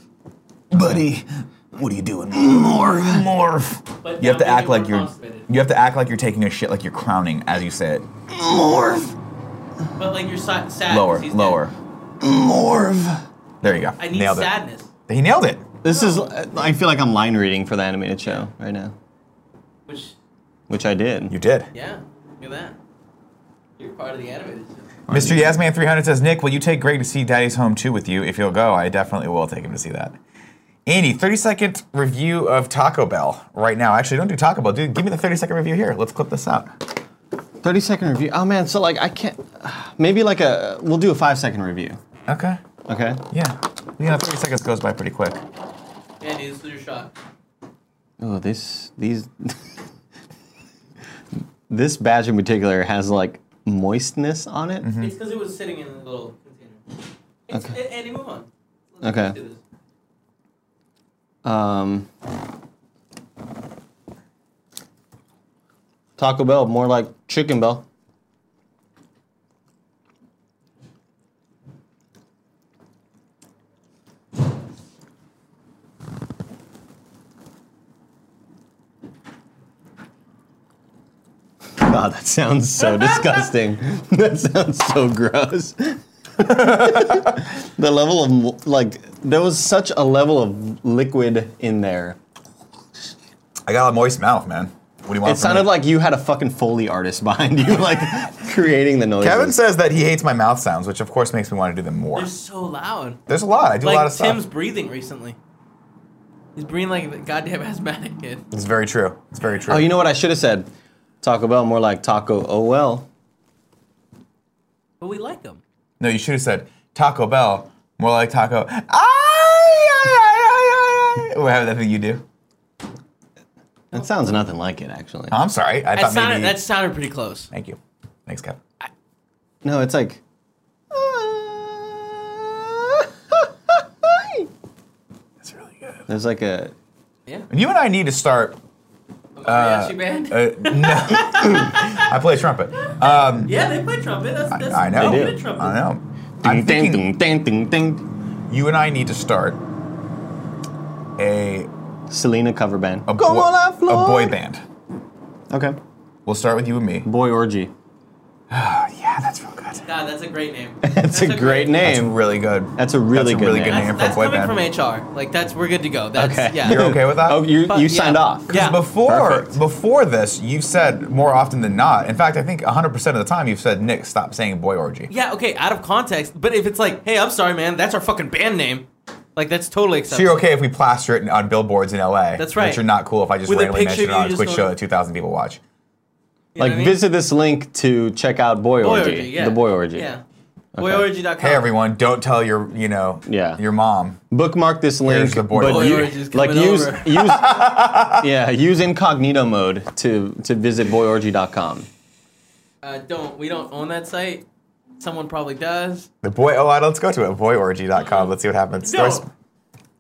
[SPEAKER 2] buddy, what are you doing? Morph, morph.
[SPEAKER 4] But
[SPEAKER 2] you have to
[SPEAKER 4] now
[SPEAKER 2] act
[SPEAKER 4] maybe
[SPEAKER 2] like
[SPEAKER 4] we're
[SPEAKER 2] you're
[SPEAKER 4] constipated.
[SPEAKER 2] you have to act like you're taking a shit like you're crowning as you say it. Morph.
[SPEAKER 4] But like you're si- sad.
[SPEAKER 2] Lower,
[SPEAKER 4] 'cause he's dead.
[SPEAKER 2] lower. Morph. There you go.
[SPEAKER 4] I need
[SPEAKER 2] Nailed
[SPEAKER 4] sadness.
[SPEAKER 2] it. He nailed it.
[SPEAKER 5] This is. I feel like I'm line reading for the animated show right now.
[SPEAKER 4] Which,
[SPEAKER 5] which I did.
[SPEAKER 2] You did.
[SPEAKER 4] yeah, look at that. You're part of the animated. show.
[SPEAKER 2] Mr. Yasman300 says, Nick, will you take Greg to see Daddy's Home 2 with you? If you'll go, I definitely will take him to see that. Andy, 30 second review of Taco Bell right now. Actually, don't do Taco Bell. Dude, give me the 30 second review here. Let's clip this out.
[SPEAKER 5] 30 second review. Oh man, so like I can't. Maybe like a. We'll do a five second review.
[SPEAKER 2] Okay.
[SPEAKER 5] Okay.
[SPEAKER 2] Yeah. You know, 30 seconds goes by pretty quick.
[SPEAKER 4] Andy, this is your shot.
[SPEAKER 2] Mm.
[SPEAKER 5] Oh, this these. <laughs> this badge in particular has like moistness on it.
[SPEAKER 4] It's because it was sitting in a little container. It's,
[SPEAKER 5] Okay.
[SPEAKER 4] A- Andy, move on. Let's
[SPEAKER 5] Okay.
[SPEAKER 4] do this.
[SPEAKER 5] Um, Taco Bell, more like Chicken Bell. <laughs> God, that sounds so disgusting. <laughs> that sounds so gross. the level of mo- like there was such a level of liquid in there.
[SPEAKER 2] I got a moist mouth, man. What do you want?
[SPEAKER 5] It
[SPEAKER 2] from
[SPEAKER 5] sounded
[SPEAKER 2] me?
[SPEAKER 5] like you had a fucking foley artist <laughs> behind you, like creating the noises.
[SPEAKER 2] Kevin says that he hates my mouth sounds, which of course makes me want to do them more.
[SPEAKER 4] They're
[SPEAKER 2] There's,
[SPEAKER 4] so loud.
[SPEAKER 2] a lot. I do
[SPEAKER 4] like
[SPEAKER 2] a lot of
[SPEAKER 4] Tim's
[SPEAKER 2] stuff.
[SPEAKER 4] breathing recently. He's breathing like a goddamn <laughs> asthmatic kid.
[SPEAKER 2] It's very true. It's very true.
[SPEAKER 5] "Oh, you know what I should have said? Taco Bell, more like Taco Oh well."
[SPEAKER 4] But we like him.
[SPEAKER 2] no, you should have said Taco Bell, more like Taco. Ay, ay, ay, ay, ay. Whatever that thing you do.
[SPEAKER 5] That sounds nothing like it, actually.
[SPEAKER 2] I'm sorry. I
[SPEAKER 4] That
[SPEAKER 2] thought
[SPEAKER 4] sounded,
[SPEAKER 2] maybe.
[SPEAKER 4] that sounded pretty close.
[SPEAKER 2] Thank you. Thanks, Kevin.
[SPEAKER 5] No, it's like. <laughs>
[SPEAKER 2] That's really good.
[SPEAKER 5] There's like a.
[SPEAKER 2] You and I need to start.
[SPEAKER 4] Uh, band.
[SPEAKER 2] Uh, <laughs> no, I play trumpet. Um,
[SPEAKER 4] yeah, they play trumpet. That's, that's
[SPEAKER 2] I know.
[SPEAKER 4] they
[SPEAKER 5] do.
[SPEAKER 4] play trumpet.
[SPEAKER 2] I know. I'm
[SPEAKER 5] Ding, ding,
[SPEAKER 2] thinking
[SPEAKER 5] ding, ding, ding, ding.
[SPEAKER 2] you and I need to start a
[SPEAKER 5] Selena cover band.
[SPEAKER 2] a,
[SPEAKER 5] Go
[SPEAKER 2] boy,
[SPEAKER 5] on, I
[SPEAKER 2] a
[SPEAKER 5] float.
[SPEAKER 2] boy band.
[SPEAKER 5] Okay.
[SPEAKER 2] We'll start with you and me.
[SPEAKER 5] Boy orgy.
[SPEAKER 2] Uh, Yeah, that's real good.
[SPEAKER 4] God, that's a
[SPEAKER 2] <laughs>
[SPEAKER 4] great name.
[SPEAKER 5] That's, a, great
[SPEAKER 2] That's
[SPEAKER 5] name.
[SPEAKER 2] really good.
[SPEAKER 5] That's a really good name.
[SPEAKER 2] good
[SPEAKER 4] That's,
[SPEAKER 2] name for a
[SPEAKER 4] that's
[SPEAKER 2] boy
[SPEAKER 4] coming
[SPEAKER 2] band.
[SPEAKER 4] from HR. Like that's we're good to go. That's,
[SPEAKER 5] Okay.
[SPEAKER 4] Yeah.
[SPEAKER 2] You're okay with that?
[SPEAKER 5] oh, you
[SPEAKER 4] But
[SPEAKER 5] you
[SPEAKER 4] yeah.
[SPEAKER 5] signed off.
[SPEAKER 4] Yeah.
[SPEAKER 2] Before
[SPEAKER 5] Perfect.
[SPEAKER 2] before this, you've said more often than not. In fact, I think 100% of the time you've said, "Nick, stop saying boy orgy."
[SPEAKER 4] Yeah. Okay. Out of context, but if it's like, hey, I'm sorry, man, that's our fucking band name. Like that's totally
[SPEAKER 2] So
[SPEAKER 4] acceptable.
[SPEAKER 2] you're okay if we plaster it on billboards in LA.
[SPEAKER 4] That's right.
[SPEAKER 2] But you're not cool if I just
[SPEAKER 4] With a
[SPEAKER 2] randomly
[SPEAKER 4] picture
[SPEAKER 2] mention it
[SPEAKER 4] of you
[SPEAKER 2] on a
[SPEAKER 4] just
[SPEAKER 2] Twitch
[SPEAKER 4] going-
[SPEAKER 2] show that 2,000 people watch.
[SPEAKER 4] You know
[SPEAKER 5] Like
[SPEAKER 4] what I mean?
[SPEAKER 5] visit this link to check out boy,
[SPEAKER 4] Boy
[SPEAKER 5] orgy,
[SPEAKER 4] yeah.
[SPEAKER 5] the boy orgy.
[SPEAKER 4] Yeah. Boyorgy.com.
[SPEAKER 2] Hey everyone, don't tell your you know
[SPEAKER 5] Yeah.
[SPEAKER 2] your mom.
[SPEAKER 5] bookmark this link,
[SPEAKER 2] the
[SPEAKER 5] but
[SPEAKER 2] boy orgy.
[SPEAKER 5] you,
[SPEAKER 2] Boy
[SPEAKER 4] orgy's
[SPEAKER 5] like
[SPEAKER 4] coming
[SPEAKER 5] use
[SPEAKER 4] over.
[SPEAKER 5] use <laughs> yeah use incognito mode to to visit boyorgy.com.
[SPEAKER 4] Uh, don't we don't own that site? Someone probably does.
[SPEAKER 2] The boy oh let's go to it. Boyorgy.com. Let's see what happens.
[SPEAKER 4] Don't.
[SPEAKER 2] There's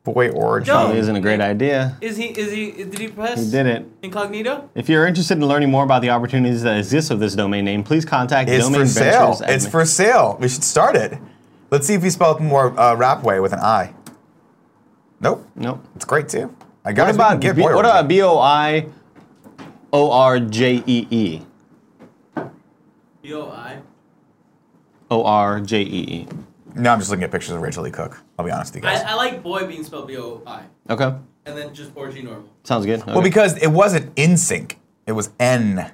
[SPEAKER 2] Boy orgy.
[SPEAKER 5] Probably isn't a great idea.
[SPEAKER 4] Is he? Is he? Did he press?
[SPEAKER 5] Um, You did it.
[SPEAKER 4] Incognito.
[SPEAKER 5] If you're interested in learning more about the opportunities that exist with this domain name, please contact
[SPEAKER 2] It's
[SPEAKER 5] Domain
[SPEAKER 2] for sale.
[SPEAKER 5] Ventures.
[SPEAKER 2] It's
[SPEAKER 5] admin.
[SPEAKER 2] for sale. We should start it. Let's see if we spell it more uh, rap way with an I. Nope.
[SPEAKER 5] nope.
[SPEAKER 2] It's great too. I got
[SPEAKER 5] What about
[SPEAKER 2] get
[SPEAKER 5] B-
[SPEAKER 2] boy
[SPEAKER 5] what
[SPEAKER 2] orgy.
[SPEAKER 5] about b o i o r j e e
[SPEAKER 4] Yo, I.
[SPEAKER 5] o r j e e?
[SPEAKER 2] No, I'm just looking at pictures of Rachel Lee Cook. I'll be honest with you guys.
[SPEAKER 4] I, I like boy being spelled B O I,
[SPEAKER 5] Okay,
[SPEAKER 4] and then just orgy normal.
[SPEAKER 5] sounds good.
[SPEAKER 2] well,
[SPEAKER 5] Okay.
[SPEAKER 2] because it wasn't in sync. It was N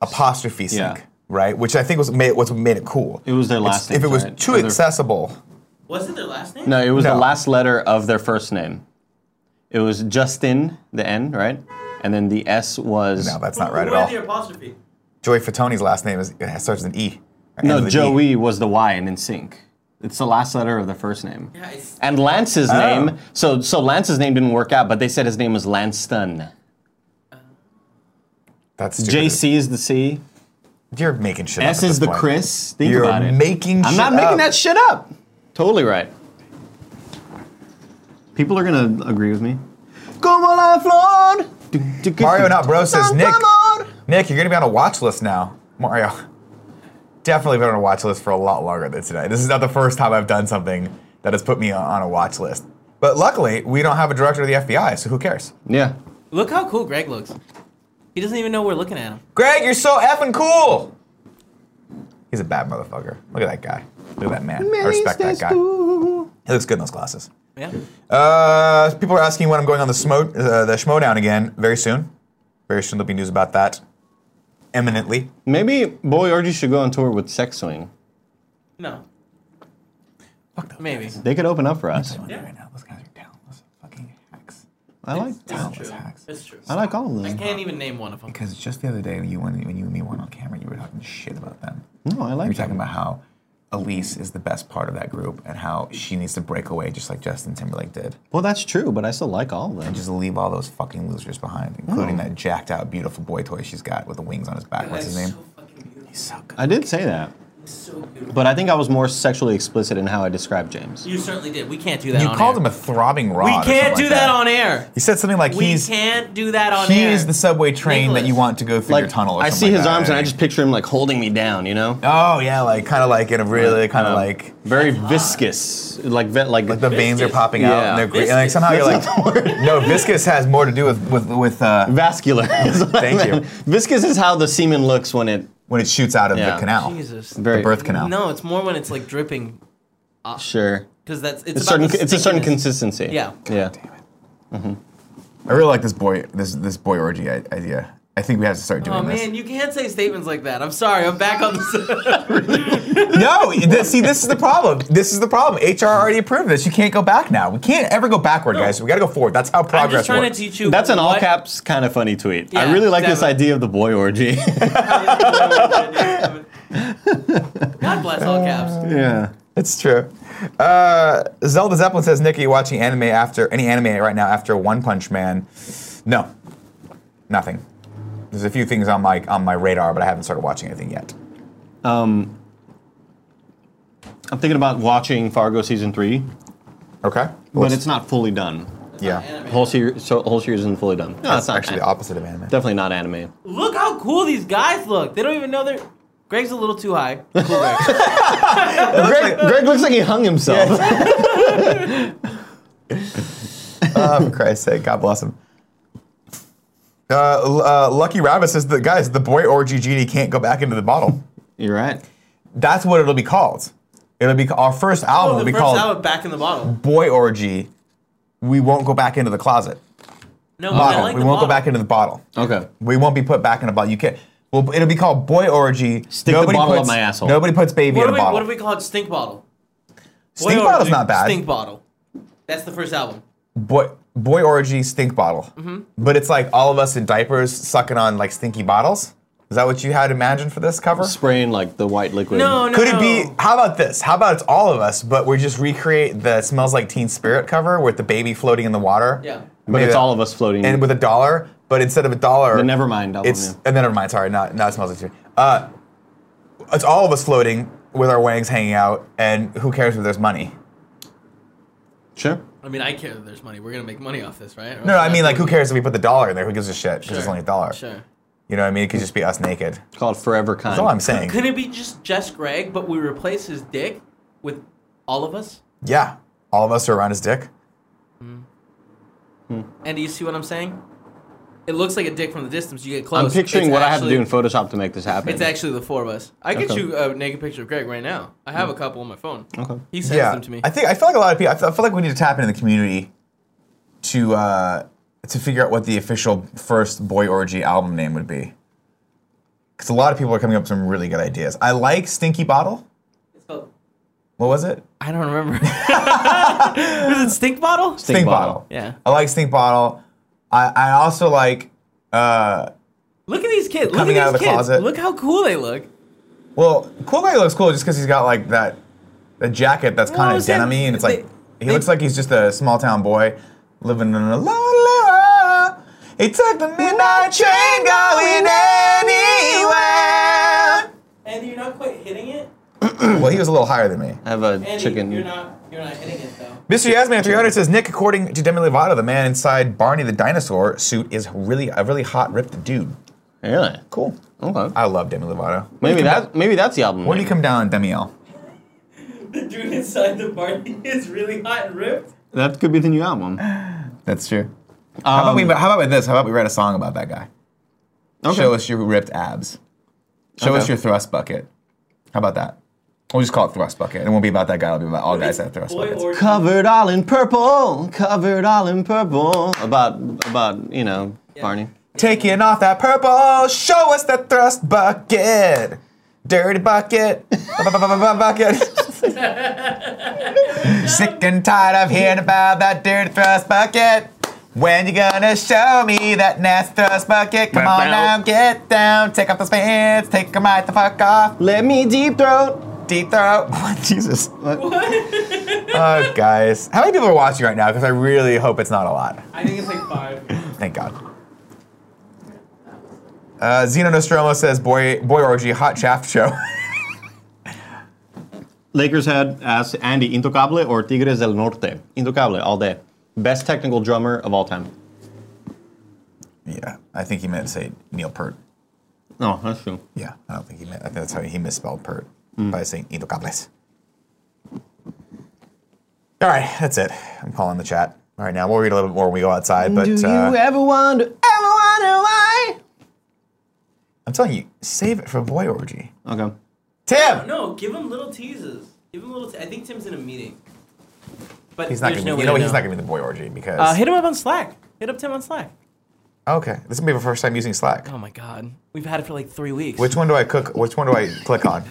[SPEAKER 2] apostrophe
[SPEAKER 5] Yeah.
[SPEAKER 2] sync, right? Which I think was made, what's what made it cool.
[SPEAKER 5] It was their
[SPEAKER 2] It's-
[SPEAKER 5] last
[SPEAKER 2] If it
[SPEAKER 5] names,
[SPEAKER 2] was
[SPEAKER 5] right?
[SPEAKER 2] too
[SPEAKER 5] Or their-
[SPEAKER 2] accessible,
[SPEAKER 4] Was it their last name?
[SPEAKER 5] No, it was
[SPEAKER 2] No.
[SPEAKER 5] the last letter of their first name. It was Justin, the N, right? And then the S was
[SPEAKER 2] no, that's
[SPEAKER 4] Who-
[SPEAKER 2] not right
[SPEAKER 4] who
[SPEAKER 2] at all.
[SPEAKER 4] had the apostrophe?
[SPEAKER 2] Joey Fatoni's last name is it starts with an E. It ends
[SPEAKER 5] no
[SPEAKER 2] with an E.
[SPEAKER 5] Joey was the Y and in sync. It's the last letter of the first name.
[SPEAKER 4] Yeah, it's-
[SPEAKER 5] And Lance's
[SPEAKER 2] Oh.
[SPEAKER 5] name. So so Lance's name didn't work out, but they said his name was Lanston.
[SPEAKER 2] That's stupid.
[SPEAKER 5] JC is the C.
[SPEAKER 2] You're making shit up.
[SPEAKER 5] S
[SPEAKER 2] at
[SPEAKER 5] is
[SPEAKER 2] this
[SPEAKER 5] the
[SPEAKER 2] point.
[SPEAKER 5] Chris. Think
[SPEAKER 2] You're
[SPEAKER 5] about it.
[SPEAKER 2] making
[SPEAKER 5] I'm
[SPEAKER 2] shit
[SPEAKER 5] not making
[SPEAKER 2] up.
[SPEAKER 5] that shit up. Totally right. People are gonna agree with me. Como la flor.
[SPEAKER 2] Mario Not Bro says,
[SPEAKER 5] Come
[SPEAKER 2] "Nick."
[SPEAKER 5] on."
[SPEAKER 2] Nick, you're gonna be on a watch list now, Mario. Definitely been on a watch list for a lot longer than today. This is not the first time I've done something that has put me on on a watch list. But luckily, we don't have a director of the FBI, so who cares?
[SPEAKER 5] Yeah.
[SPEAKER 4] Look how cool Greg looks. He doesn't even know we're looking at him.
[SPEAKER 2] Greg, you're so effing cool. He's a bad motherfucker. Look at that guy. Look at that man. I respect that guy. He looks good in those glasses.
[SPEAKER 4] Yeah.
[SPEAKER 2] Uh, people are asking when I'm going on the smo- uh, the schmodown again very soon. Very soon there'll be news about that. Eminently.
[SPEAKER 5] Maybe Boy Orgy should go on tour with Sex Swing.
[SPEAKER 4] No. Maybe.
[SPEAKER 5] They could open up for us.
[SPEAKER 2] Yeah. Right now, those guys are talentless fucking hacks.
[SPEAKER 5] I like
[SPEAKER 2] Talentless hacks.
[SPEAKER 4] It's true.
[SPEAKER 5] I like all of them.
[SPEAKER 4] Can't even name one of them.
[SPEAKER 2] Because just the other day, when you when, when you and me went on camera, you were talking shit about them.
[SPEAKER 5] No, I
[SPEAKER 2] You were
[SPEAKER 5] like
[SPEAKER 2] talking about how Elise is the best part of that group and how she needs to break away just like Justin Timberlake did.
[SPEAKER 5] Well, that's true, but I still like all of them.
[SPEAKER 2] And just leave all those fucking losers behind, including that jacked out beautiful boy toy she's got with the wings on his back. What's his name?
[SPEAKER 5] I did say that. But I think I was more sexually explicit in how I described James.
[SPEAKER 4] You certainly did. We can't do that
[SPEAKER 2] you
[SPEAKER 4] on
[SPEAKER 2] called
[SPEAKER 4] air.
[SPEAKER 2] him a throbbing rod.
[SPEAKER 4] We
[SPEAKER 2] or
[SPEAKER 4] can't
[SPEAKER 2] something
[SPEAKER 4] do
[SPEAKER 2] like
[SPEAKER 4] that on air.
[SPEAKER 2] He said something like
[SPEAKER 4] We
[SPEAKER 2] he's
[SPEAKER 4] can't do that on
[SPEAKER 2] he
[SPEAKER 4] air.
[SPEAKER 2] is the subway train that
[SPEAKER 4] Nicholas.
[SPEAKER 2] you want to go through
[SPEAKER 5] Like
[SPEAKER 2] your tunnel. Or
[SPEAKER 5] I see
[SPEAKER 2] something like
[SPEAKER 5] his
[SPEAKER 2] that.
[SPEAKER 5] arms and I just picture him like holding me down, you know?
[SPEAKER 2] Oh yeah, like kind of like in a really kind
[SPEAKER 4] um,
[SPEAKER 2] of like
[SPEAKER 5] Very viscous, like ve- like,
[SPEAKER 2] like the veins are popping out
[SPEAKER 5] Yeah.
[SPEAKER 2] and they're great. And like somehow you're like,
[SPEAKER 5] That's not the word.
[SPEAKER 2] no, viscous has more to do with with with uh,
[SPEAKER 5] vascular. <laughs> is what I
[SPEAKER 2] Thank you.
[SPEAKER 5] meant. Viscous is how the semen looks when it
[SPEAKER 2] when it shoots out of
[SPEAKER 5] Yeah.
[SPEAKER 2] the canal,
[SPEAKER 4] Jesus.
[SPEAKER 5] very
[SPEAKER 2] the birth canal.
[SPEAKER 4] No, it's more when it's like dripping
[SPEAKER 5] Sure,
[SPEAKER 4] because that's it's,
[SPEAKER 5] it's,
[SPEAKER 4] about
[SPEAKER 5] certain.
[SPEAKER 4] the
[SPEAKER 5] It's a certain
[SPEAKER 4] stickiness.
[SPEAKER 5] consistency.
[SPEAKER 4] Yeah. Mm-hmm.
[SPEAKER 5] yeah.
[SPEAKER 2] I really like this boy this this boy orgy i- idea. I think we have to start doing
[SPEAKER 4] Oh
[SPEAKER 2] this.
[SPEAKER 4] man, you can't say statements like that. I'm sorry. <laughs> I'm back on the.
[SPEAKER 2] No, this, see, this is the problem. This is the problem. HR already approved this. You can't go back now. We can't ever go backward, guys. We got to go forward. That's how
[SPEAKER 4] I'm just
[SPEAKER 2] progress
[SPEAKER 4] trying
[SPEAKER 2] works.
[SPEAKER 4] to teach you.
[SPEAKER 5] That's an all
[SPEAKER 4] what-
[SPEAKER 5] caps kind of funny tweet. I
[SPEAKER 4] Yeah,
[SPEAKER 5] really like this
[SPEAKER 4] definitely.
[SPEAKER 5] idea of the boy orgy. <laughs>
[SPEAKER 4] God bless all caps.
[SPEAKER 2] Uh,
[SPEAKER 5] yeah.
[SPEAKER 2] It's true. Uh, Zelda Zeppelin says, Nick, are you watching anime after any anime right now after One Punch Man? No, nothing. There's a few things on my on my radar, but I haven't started watching anything yet.
[SPEAKER 5] I'm thinking about watching Fargo season three,
[SPEAKER 2] Okay,
[SPEAKER 5] but it's not fully done.
[SPEAKER 2] yeah,
[SPEAKER 5] Whole series, so whole series isn't fully done. No, that's not
[SPEAKER 2] actually the
[SPEAKER 5] an-
[SPEAKER 2] opposite of anime.
[SPEAKER 5] Definitely not anime.
[SPEAKER 4] Look how cool these guys look. They don't even know they're. Greg's a little
[SPEAKER 2] <laughs>
[SPEAKER 4] too high.
[SPEAKER 2] Oh,
[SPEAKER 4] Cool, Greg.
[SPEAKER 5] Greg, Greg looks like he hung himself.
[SPEAKER 2] Oh, for Christ's sake, God bless him. Uh, L- uh, Lucky Rabbit says, the guys, the boy orgy genie can't go back into the bottle. <laughs>
[SPEAKER 5] You're right.
[SPEAKER 2] That's what it'll be called. It'll be our first album
[SPEAKER 4] Oh,
[SPEAKER 2] will
[SPEAKER 4] the
[SPEAKER 2] be
[SPEAKER 4] first
[SPEAKER 2] called
[SPEAKER 4] album back in the bottle.
[SPEAKER 2] Boy Orgy. We won't go back into the closet.
[SPEAKER 4] No,
[SPEAKER 2] Bottle.
[SPEAKER 4] I like
[SPEAKER 2] we
[SPEAKER 4] the
[SPEAKER 2] won't
[SPEAKER 4] bottle.
[SPEAKER 2] go back into the bottle.
[SPEAKER 5] Okay.
[SPEAKER 2] We won't be put back in a bottle. You can't. Well, it'll be called Boy Orgy.
[SPEAKER 5] Stick the bottle up my asshole.
[SPEAKER 2] Nobody puts baby in
[SPEAKER 4] What do
[SPEAKER 2] a
[SPEAKER 4] we,
[SPEAKER 2] bottle.
[SPEAKER 4] what do we call it? Stink bottle.
[SPEAKER 2] Stink
[SPEAKER 4] Boy, oh,
[SPEAKER 2] bottle's
[SPEAKER 4] dude,
[SPEAKER 2] not bad.
[SPEAKER 4] Stink bottle. That's the first album.
[SPEAKER 2] boy, boy orgy stink bottle.
[SPEAKER 4] Mm-hmm.
[SPEAKER 2] But it's like all of us in diapers sucking on like stinky bottles. Is that what you had imagined for this cover?
[SPEAKER 5] Spraying like the white liquid.
[SPEAKER 4] No, no.
[SPEAKER 2] Could it be?
[SPEAKER 4] no.
[SPEAKER 2] How about this? How about it's all of us, but we just recreate the smells like Teen Spirit cover with the baby floating in the water.
[SPEAKER 4] Yeah.
[SPEAKER 5] But it's all of us floating.
[SPEAKER 2] And with a dollar, but instead of a dollar,
[SPEAKER 5] Then never mind, album,
[SPEAKER 2] It's
[SPEAKER 5] yeah.
[SPEAKER 2] and then never mind. Sorry, not not it smells like Teen Spirit. Uh, it's all of us floating with our wangs hanging out, and who cares if there's money?
[SPEAKER 5] sure.
[SPEAKER 4] I mean, I care that there's money. We're gonna make money off this, right?
[SPEAKER 2] No, no, I mean like who cares if we put the dollar in there? Who gives a shit? Because it's only a dollar.
[SPEAKER 4] Sure.
[SPEAKER 2] You know what I mean? It could just be us naked.
[SPEAKER 5] It's called Forever Kind.
[SPEAKER 2] That's all I'm saying.
[SPEAKER 4] Could it be just Jess Greg, but we replace his dick with all of us?
[SPEAKER 2] Yeah, all of us are around his dick.
[SPEAKER 4] And do you see what I'm saying? It looks like a dick from the distance. You get close.
[SPEAKER 5] I'm picturing
[SPEAKER 4] It's
[SPEAKER 5] what I
[SPEAKER 4] actually-
[SPEAKER 5] have to do in Photoshop to make this happen.
[SPEAKER 4] It's actually the four of us. I get
[SPEAKER 5] Okay.
[SPEAKER 4] you a naked picture of Greg right now. I have a couple on my phone.
[SPEAKER 5] Okay.
[SPEAKER 4] He sends
[SPEAKER 2] yeah,
[SPEAKER 4] them to me.
[SPEAKER 2] I think I feel like a lot of people. I feel, I feel like we need to tap into the community to uh, to figure out what the official first boy orgy album name would be. Because a lot of people are coming up with some really good ideas. I like Stinky Bottle.
[SPEAKER 4] Oh,
[SPEAKER 2] What was it?
[SPEAKER 4] I
[SPEAKER 2] <laughs>
[SPEAKER 4] don't remember. Was it stink bottle?
[SPEAKER 5] Stink bottle.
[SPEAKER 4] Yeah.
[SPEAKER 2] I like Stink Bottle. I, I also like. Uh,
[SPEAKER 4] Look at these kids. Look at
[SPEAKER 2] Coming
[SPEAKER 4] these
[SPEAKER 2] out of the
[SPEAKER 4] kids.
[SPEAKER 2] closet.
[SPEAKER 4] Look how cool they look.
[SPEAKER 2] well, Cool Guy looks cool just because he's got like that the jacket that's
[SPEAKER 4] Well, I
[SPEAKER 2] kind of
[SPEAKER 4] was saying,
[SPEAKER 2] denim and it's like
[SPEAKER 4] they-
[SPEAKER 2] he looks like he's just a small town boy living in a lonely world. He took the midnight train going anywhere.
[SPEAKER 4] And you're not quite hitting it.
[SPEAKER 2] Well, he was a little higher than me.
[SPEAKER 5] I have a
[SPEAKER 4] Andy,
[SPEAKER 5] chicken.
[SPEAKER 4] You're not. You're not hitting it though. <laughs>
[SPEAKER 2] Mr. Yasman300 says Nick, according to Demi Lovato, the man inside Barney the dinosaur suit is really a really hot, ripped dude.
[SPEAKER 5] Really?
[SPEAKER 2] Cool.
[SPEAKER 5] Okay.
[SPEAKER 2] I love Demi Lovato.
[SPEAKER 5] Maybe that. Maybe that's the album.
[SPEAKER 2] When do you
[SPEAKER 5] name.
[SPEAKER 2] come down, Demi L?
[SPEAKER 4] The dude inside the party <laughs> is really hot and ripped.
[SPEAKER 5] That could be the new album.
[SPEAKER 2] That's true. how about we? How about with this? How about we write a song about that guy?
[SPEAKER 5] Um, Okay.
[SPEAKER 2] Show us your ripped abs. Show
[SPEAKER 5] Okay.
[SPEAKER 2] us your thrust bucket. How about that? We'll just call it thrust bucket. It won't be about that guy. It'll be about all guys that have thrust buckets.
[SPEAKER 4] orgy.
[SPEAKER 5] Covered all in purple. Covered all in purple. About about you know Barney.
[SPEAKER 2] Taking off that purple, show us the thrust bucket. Dirty bucket, <laughs> bucket. Sick and tired of hearing about that dirty thrust bucket. When you gonna show me that nasty thrust bucket? Come on now, get down, take off those pants, take them right the fuck off.
[SPEAKER 5] Let me deep throat.
[SPEAKER 2] Deep throat. Jesus. <laughs> What?
[SPEAKER 4] <laughs>
[SPEAKER 2] oh, guys. How many people are watching right now? Because I really hope it's not a lot.
[SPEAKER 4] I think it's like five.
[SPEAKER 2] Thank God. Uh, Zeno Nostromo says, boy, boy orgy, hot shaft show. <laughs>
[SPEAKER 5] Lakers had as Andy Intocable or Tigres del Norte. Intocable all day. Best technical drummer of all time.
[SPEAKER 2] yeah, I think he meant to say Neil Pert.
[SPEAKER 5] No, that's true.
[SPEAKER 2] Yeah, I don't think he meant, I think that's how he misspelled Pert by saying Intocables. All right, that's it. I'm calling the chat. All right, now we'll read a little bit more when we go outside, but uh,
[SPEAKER 5] ever wonder, ever wonder why?
[SPEAKER 2] I'm telling you, save it for boy orgy.
[SPEAKER 5] Okay.
[SPEAKER 2] Tim!
[SPEAKER 4] No, give him little teases. Give him little. Te- I think Tim's in a meeting. But
[SPEAKER 2] He's not
[SPEAKER 4] there's
[SPEAKER 2] gonna,
[SPEAKER 4] no
[SPEAKER 2] be-
[SPEAKER 4] way
[SPEAKER 2] you know
[SPEAKER 4] to
[SPEAKER 2] what, he's not gonna be the boy orgy because.
[SPEAKER 4] Uh, hit him up on Slack. Hit up Tim on Slack.
[SPEAKER 2] okay, this will be my first time using Slack.
[SPEAKER 4] Oh my God, we've had it for like three weeks.
[SPEAKER 2] Which one do I cook? Which one do I click on?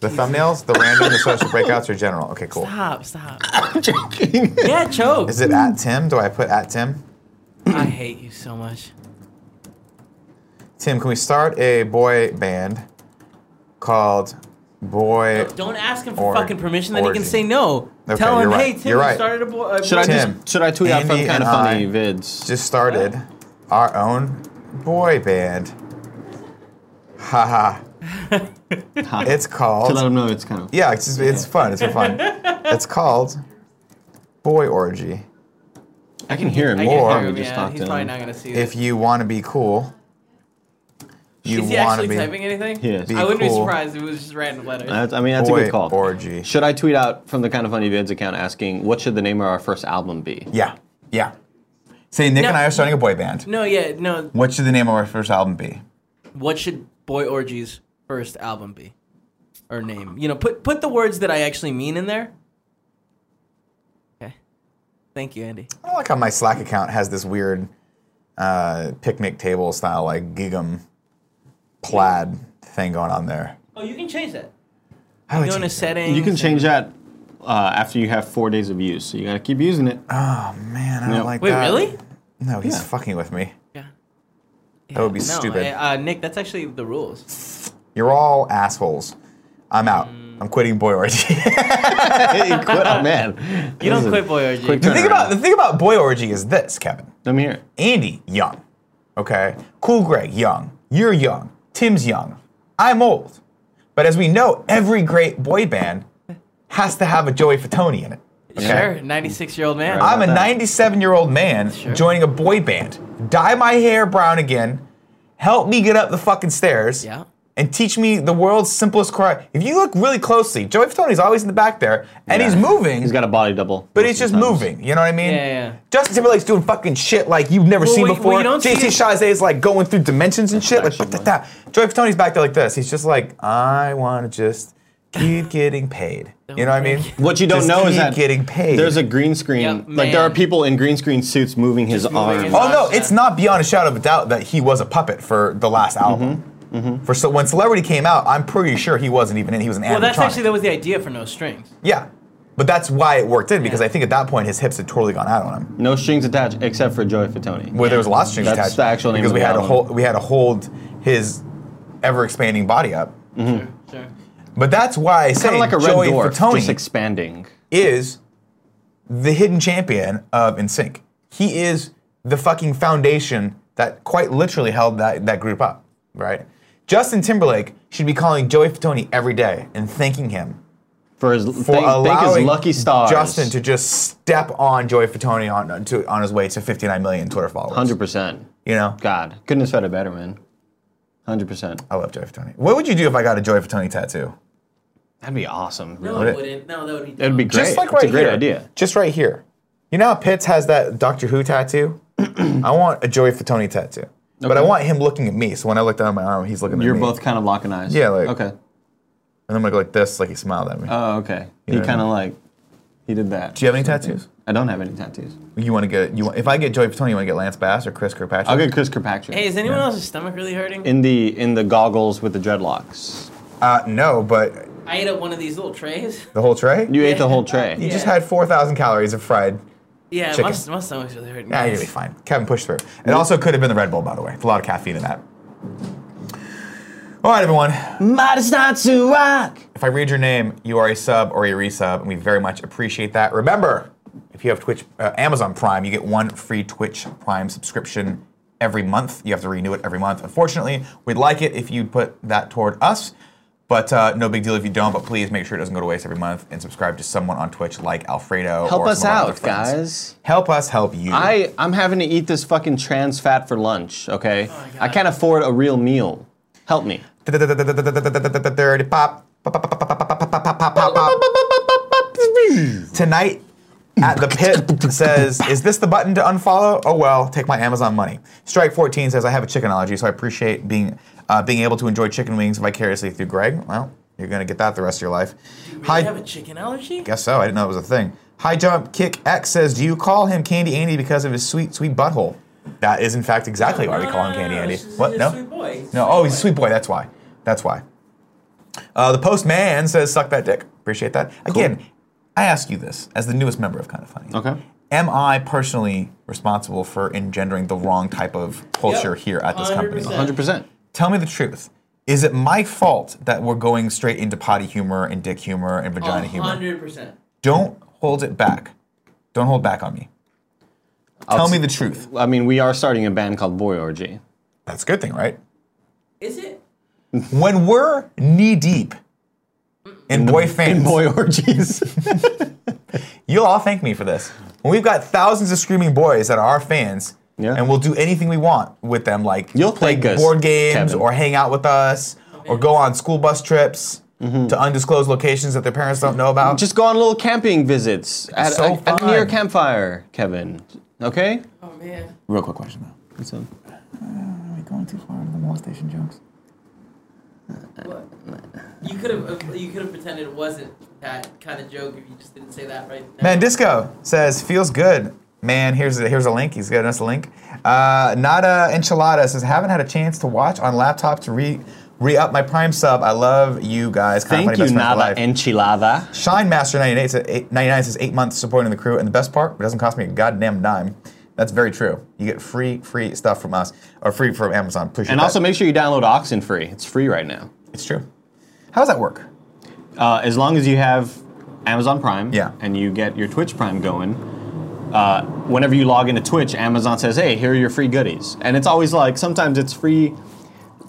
[SPEAKER 2] The thumbnails, the random, the social breakouts, or general? Okay, cool.
[SPEAKER 4] <laughs> Stop,
[SPEAKER 2] <laughs>
[SPEAKER 4] stop. yeah, choke.
[SPEAKER 2] Is it at Tim? Do I put at Tim?
[SPEAKER 4] I hate you so much.
[SPEAKER 2] Tim, can we start a boy band called Boy?
[SPEAKER 4] Don't ask him for
[SPEAKER 2] Or-
[SPEAKER 4] fucking permission. Then he
[SPEAKER 2] orgy.
[SPEAKER 4] can say no.
[SPEAKER 2] Okay,
[SPEAKER 4] Tell him,
[SPEAKER 2] you're right.
[SPEAKER 4] hey, Tim,
[SPEAKER 2] You're
[SPEAKER 4] you
[SPEAKER 2] right.
[SPEAKER 4] started a boy. A
[SPEAKER 5] Should
[SPEAKER 4] boy-
[SPEAKER 5] I just
[SPEAKER 2] Tim,
[SPEAKER 5] should I tweet out some
[SPEAKER 2] Andy
[SPEAKER 5] kind
[SPEAKER 2] and
[SPEAKER 5] of
[SPEAKER 2] I
[SPEAKER 5] funny vids?
[SPEAKER 2] Just started our own boy band. Haha. it's
[SPEAKER 5] to let
[SPEAKER 2] called.
[SPEAKER 5] them know it's kind of.
[SPEAKER 2] Yeah, it's just, it's fun. It's for
[SPEAKER 4] <laughs>
[SPEAKER 2] fun. it's called Boy Orgy.
[SPEAKER 5] I can hear him.
[SPEAKER 4] I
[SPEAKER 5] You
[SPEAKER 2] Or-
[SPEAKER 4] can
[SPEAKER 5] probably
[SPEAKER 4] hear him,
[SPEAKER 5] just
[SPEAKER 4] yeah,
[SPEAKER 5] talked
[SPEAKER 4] he's
[SPEAKER 5] to
[SPEAKER 4] probably
[SPEAKER 5] him.
[SPEAKER 4] not gonna see this.
[SPEAKER 2] If you want to be cool, you
[SPEAKER 4] Is
[SPEAKER 2] want
[SPEAKER 4] he
[SPEAKER 2] to
[SPEAKER 4] actually
[SPEAKER 2] be
[SPEAKER 4] typing anything?
[SPEAKER 5] He is.
[SPEAKER 2] Be
[SPEAKER 4] I wouldn't be
[SPEAKER 2] cool.
[SPEAKER 4] surprised if it was just random letters.
[SPEAKER 5] That's, I mean, that's a
[SPEAKER 2] boy
[SPEAKER 5] good call.
[SPEAKER 2] orgy.
[SPEAKER 5] Should I tweet out from the kind of funny vids account asking what should the name of our first album be?
[SPEAKER 2] Yeah, yeah. Say Nick
[SPEAKER 4] No.
[SPEAKER 2] and I are starting a boy band.
[SPEAKER 4] no, yeah, no.
[SPEAKER 2] What should the name of our first album be?
[SPEAKER 4] What should Boy Orgy's first album be? Or name? You know, put put the words that I actually mean in there. Okay. Thank you, Andy.
[SPEAKER 2] I don't like how my Slack account has this weird uh, picnic table style, like gigum plaid thing going on there.
[SPEAKER 4] Oh, you can change that.
[SPEAKER 2] How would
[SPEAKER 4] Go into
[SPEAKER 2] you-
[SPEAKER 4] settings.
[SPEAKER 5] You can
[SPEAKER 4] and-
[SPEAKER 5] change that uh, after you have four days of use, so you gotta keep using
[SPEAKER 2] <laughs>
[SPEAKER 5] it.
[SPEAKER 2] Man, I don't
[SPEAKER 5] Yeah.
[SPEAKER 2] like
[SPEAKER 4] Wait,
[SPEAKER 2] that.
[SPEAKER 4] really?
[SPEAKER 2] No, he's fucking with me.
[SPEAKER 4] Yeah.
[SPEAKER 2] That would be
[SPEAKER 4] No,
[SPEAKER 2] stupid.
[SPEAKER 4] I- uh, Nick, that's actually the rules.
[SPEAKER 2] You're all assholes. I'm out.
[SPEAKER 4] Mm.
[SPEAKER 2] I'm quitting Boy Orgy. <laughs>
[SPEAKER 5] Hey, quit, oh man.
[SPEAKER 4] You don't quit Boy Orgy.
[SPEAKER 5] Quick
[SPEAKER 2] the, thing
[SPEAKER 5] turnaround.
[SPEAKER 2] about, the thing about Boy Orgy is this, Kevin.
[SPEAKER 5] I'm here.
[SPEAKER 2] Andy, young. Okay? Cool Greg, young. You're young. Tim's young. I'm old. But as we know, every great boy band has to have a Joey Fatone in it.
[SPEAKER 4] Sure, 96 year old man.
[SPEAKER 5] Right.
[SPEAKER 2] I'm a
[SPEAKER 5] about that?
[SPEAKER 2] 97 year old man joining a boy band. Dye my hair brown again. Help me get up the fucking stairs.
[SPEAKER 4] Yeah.
[SPEAKER 2] And teach me the world's simplest choreo. If you look really closely, Joey Fatone's always in the back there, and he's moving,
[SPEAKER 5] He's got a body double.
[SPEAKER 2] but
[SPEAKER 5] most
[SPEAKER 2] he's
[SPEAKER 5] of
[SPEAKER 2] just
[SPEAKER 5] the times.
[SPEAKER 2] moving. You know what I mean?
[SPEAKER 4] Yeah, yeah.
[SPEAKER 2] Justin Timberlake's doing fucking shit like you've never
[SPEAKER 4] Well,
[SPEAKER 2] seen
[SPEAKER 4] well, you-
[SPEAKER 2] before.
[SPEAKER 4] well, you don't see
[SPEAKER 2] JC
[SPEAKER 4] it-
[SPEAKER 2] Chazé is like going through dimensions and shit. Like,
[SPEAKER 5] actually
[SPEAKER 2] da, da, da. Joey Fatone's back there like this. He's just like, I want to just
[SPEAKER 4] <laughs>
[SPEAKER 2] keep getting paid. You know what I mean?
[SPEAKER 5] What you don't
[SPEAKER 2] Just
[SPEAKER 5] know is
[SPEAKER 2] keep
[SPEAKER 5] that
[SPEAKER 2] getting paid.
[SPEAKER 5] There's a green screen.
[SPEAKER 4] Yep,
[SPEAKER 5] like there
[SPEAKER 4] man.
[SPEAKER 5] are people in green screen suits moving his
[SPEAKER 4] moving
[SPEAKER 5] arm.
[SPEAKER 4] his
[SPEAKER 2] Oh no,
[SPEAKER 4] Yeah.
[SPEAKER 2] it's not beyond a shadow of a doubt that he was a puppet for the last
[SPEAKER 5] Mm-hmm,
[SPEAKER 2] album. For so when Celebrity came out, I'm pretty sure he wasn't even in. He was an
[SPEAKER 4] Well, that's
[SPEAKER 2] animatronic.
[SPEAKER 4] actually that was the idea for No Strings.
[SPEAKER 2] yeah, but that's why it worked in because
[SPEAKER 4] Yeah.
[SPEAKER 2] I think at that point his hips had totally gone out on him.
[SPEAKER 5] No strings attached except for Joey Fatone.
[SPEAKER 2] Where there was a lot of strings
[SPEAKER 5] That's
[SPEAKER 2] attached.
[SPEAKER 5] the actual name
[SPEAKER 2] because
[SPEAKER 5] of
[SPEAKER 2] we
[SPEAKER 5] the
[SPEAKER 2] had to
[SPEAKER 5] album.
[SPEAKER 2] hold we had to hold his ever expanding body up.
[SPEAKER 5] Hmm.
[SPEAKER 4] Sure, sure.
[SPEAKER 2] But that's why I
[SPEAKER 5] kind
[SPEAKER 2] say
[SPEAKER 5] of like a red
[SPEAKER 2] Joey
[SPEAKER 5] dwarf,
[SPEAKER 2] Fatone
[SPEAKER 5] just expanding.
[SPEAKER 2] is the hidden champion of NSYNC. He is the fucking foundation that quite literally held that, that group up, right? Justin Timberlake should be calling Joey Fatone every day and thanking him
[SPEAKER 5] For his
[SPEAKER 2] for
[SPEAKER 5] thank, thank
[SPEAKER 2] allowing
[SPEAKER 5] his lucky stars.
[SPEAKER 2] Justin to just step on Joey Fatone on to, on his way to 59 million Twitter followers.
[SPEAKER 5] hundred percent.
[SPEAKER 2] You know,
[SPEAKER 5] God, couldn't have said it better, man. Hundred percent.
[SPEAKER 2] I love Joey Fatone. What would you do if I got a Joey Fatone tattoo?
[SPEAKER 5] That'd be awesome.
[SPEAKER 4] No,
[SPEAKER 5] Really.
[SPEAKER 4] it wouldn't. No, that would be.
[SPEAKER 5] That'd be
[SPEAKER 4] dumb.
[SPEAKER 5] great.
[SPEAKER 2] Just like
[SPEAKER 5] It's
[SPEAKER 2] right
[SPEAKER 5] a great
[SPEAKER 2] here.
[SPEAKER 5] idea.
[SPEAKER 2] Just right here. You know how Pitts has that Doctor Who tattoo? <clears throat> I want a Joey Fatone tattoo. But I
[SPEAKER 5] Okay.
[SPEAKER 2] want him looking at me. So when I look down at my arm, he's looking at
[SPEAKER 5] You're
[SPEAKER 2] me.
[SPEAKER 5] both kind of locking eyes.
[SPEAKER 2] Yeah, like-
[SPEAKER 5] okay.
[SPEAKER 2] And I'm gonna go like this, like he smiled at me.
[SPEAKER 5] Oh, okay.
[SPEAKER 2] know
[SPEAKER 5] He
[SPEAKER 2] what I
[SPEAKER 5] kind of
[SPEAKER 2] mean?
[SPEAKER 5] like he did that.
[SPEAKER 2] Do you have any tattoos?
[SPEAKER 5] I don't have any tattoos.
[SPEAKER 2] You want to get you? Want, if I get Joey Fatone, you want to get Lance Bass or Chris Kirkpatrick?
[SPEAKER 5] I'll get Chris Kirkpatrick.
[SPEAKER 4] Hey, is anyone else's stomach really hurting?
[SPEAKER 5] in the in the goggles with the dreadlocks.
[SPEAKER 2] Uh, no, but
[SPEAKER 4] I ate up one of these little trays.
[SPEAKER 2] the whole tray. You,
[SPEAKER 5] You ate the whole tray.
[SPEAKER 2] just
[SPEAKER 4] Yeah.
[SPEAKER 2] had four thousand calories of fried.
[SPEAKER 4] Yeah, my,
[SPEAKER 2] Chicken.
[SPEAKER 4] my stomach's really hurting.
[SPEAKER 2] Nah, you're
[SPEAKER 4] guys.
[SPEAKER 2] gonna be fine. Kevin, push through. It also could have been the Red Bull, by the way. It's a lot of caffeine in that. All right, everyone.
[SPEAKER 5] Modest not to rock.
[SPEAKER 2] If I read your name, you are a sub or a resub, and we very much appreciate that. Remember, if you have Twitch, uh, Amazon Prime, you get one free Twitch Prime subscription every month. You have to renew it every month. Unfortunately, we'd like it if you'd put that toward us, but uh, no big deal if you don't. But please make sure it doesn't go to waste every month, and subscribe to someone on Twitch like Alfredo.
[SPEAKER 5] Help
[SPEAKER 2] or
[SPEAKER 5] us
[SPEAKER 2] some of our other
[SPEAKER 5] out,
[SPEAKER 2] friends.
[SPEAKER 5] guys.
[SPEAKER 2] Help us help you.
[SPEAKER 5] I I'm having to eat this fucking trans fat for lunch. Okay, I can't afford a real meal. Help me.
[SPEAKER 2] Dirty pop. Pop, pop, pop, pop, pop, pop, pop, pop, pop, pop. Tonight at the pit says, Is this the button to unfollow? Oh well, take my Amazon money. Strike 14 says, I have a chicken allergy, so I appreciate being uh, being able to enjoy chicken wings vicariously through Greg. Well, you're going to get that the rest of your life.
[SPEAKER 4] You
[SPEAKER 2] Hi,
[SPEAKER 4] have a chicken allergy?
[SPEAKER 2] guess so. I didn't know it was a thing. High Jump Kick X says, Do you call him Candy Andy because of his sweet, sweet butthole? That is, in fact, exactly why we call him Candy Andy. What? No? No, oh, he's a sweet boy. That's why. That's why. Uh, the postman says, "Suck that dick." Appreciate that. Again, I ask you this as the newest member of Kind of Funny.
[SPEAKER 5] Okay.
[SPEAKER 2] Am I personally responsible for engendering the wrong type of culture
[SPEAKER 4] Yep.
[SPEAKER 2] here at this company?
[SPEAKER 4] 100%.
[SPEAKER 5] 100. percent
[SPEAKER 2] Tell me the truth. Is it my fault that we're going straight into potty humor and dick humor and
[SPEAKER 4] Oh,
[SPEAKER 2] vagina humor?
[SPEAKER 4] 100%.
[SPEAKER 2] Don't hold it back. Don't hold back on me. Tell me the truth.
[SPEAKER 5] I mean, we are starting a band called Boy Orgy.
[SPEAKER 2] That's a good thing, right?
[SPEAKER 4] Is it?
[SPEAKER 2] When we're knee deep in, boy fans,
[SPEAKER 5] In <laughs> boy orgies.
[SPEAKER 2] You'll all thank me for this. When we've got thousands of screaming boys that are our fans,
[SPEAKER 5] Yeah.
[SPEAKER 2] and we'll do anything we want with them, like
[SPEAKER 5] You'll
[SPEAKER 2] play
[SPEAKER 5] thank us,
[SPEAKER 2] board games
[SPEAKER 5] Kevin.
[SPEAKER 2] or hang out with us or go on school bus trips to undisclosed locations that their parents don't know about.
[SPEAKER 5] Mm-hmm. Just go on little camping visits at,
[SPEAKER 2] So
[SPEAKER 5] at- at near
[SPEAKER 2] fun.
[SPEAKER 5] campfire, Kevin. Okay.
[SPEAKER 4] Oh, man.
[SPEAKER 2] real quick question though.
[SPEAKER 5] What's up?
[SPEAKER 2] Are we going too far into the molestation jokes?
[SPEAKER 4] What? You could have you could have pretended it wasn't that kind of joke if you just didn't say that right now.
[SPEAKER 2] Man, Disco says feels good. Man, here's a, here's a link. He's got us a link. Uh, Nada Enchilada says haven't had a chance to watch on laptop to re re up my Prime sub. I love you guys. Kinda
[SPEAKER 5] Thank
[SPEAKER 2] funny,
[SPEAKER 5] you,
[SPEAKER 2] best friend for
[SPEAKER 5] Nada
[SPEAKER 2] life.
[SPEAKER 5] Enchilada.
[SPEAKER 2] Shine Master 98 says eight, 99 says eight months supporting the crew, and the best part, it doesn't cost me a goddamn dime. That's very true. You get free, free stuff from us, or free from Amazon. Appreciate
[SPEAKER 5] And
[SPEAKER 2] that.
[SPEAKER 5] also make sure you download Oxen Free. It's free right now.
[SPEAKER 2] it's true. How does that work?
[SPEAKER 5] Uh, as long as you have Amazon Prime
[SPEAKER 2] Yeah.
[SPEAKER 5] and you get your Twitch Prime going, uh, whenever you log into Twitch, Amazon says, hey, here are your free goodies. And it's always like, sometimes it's free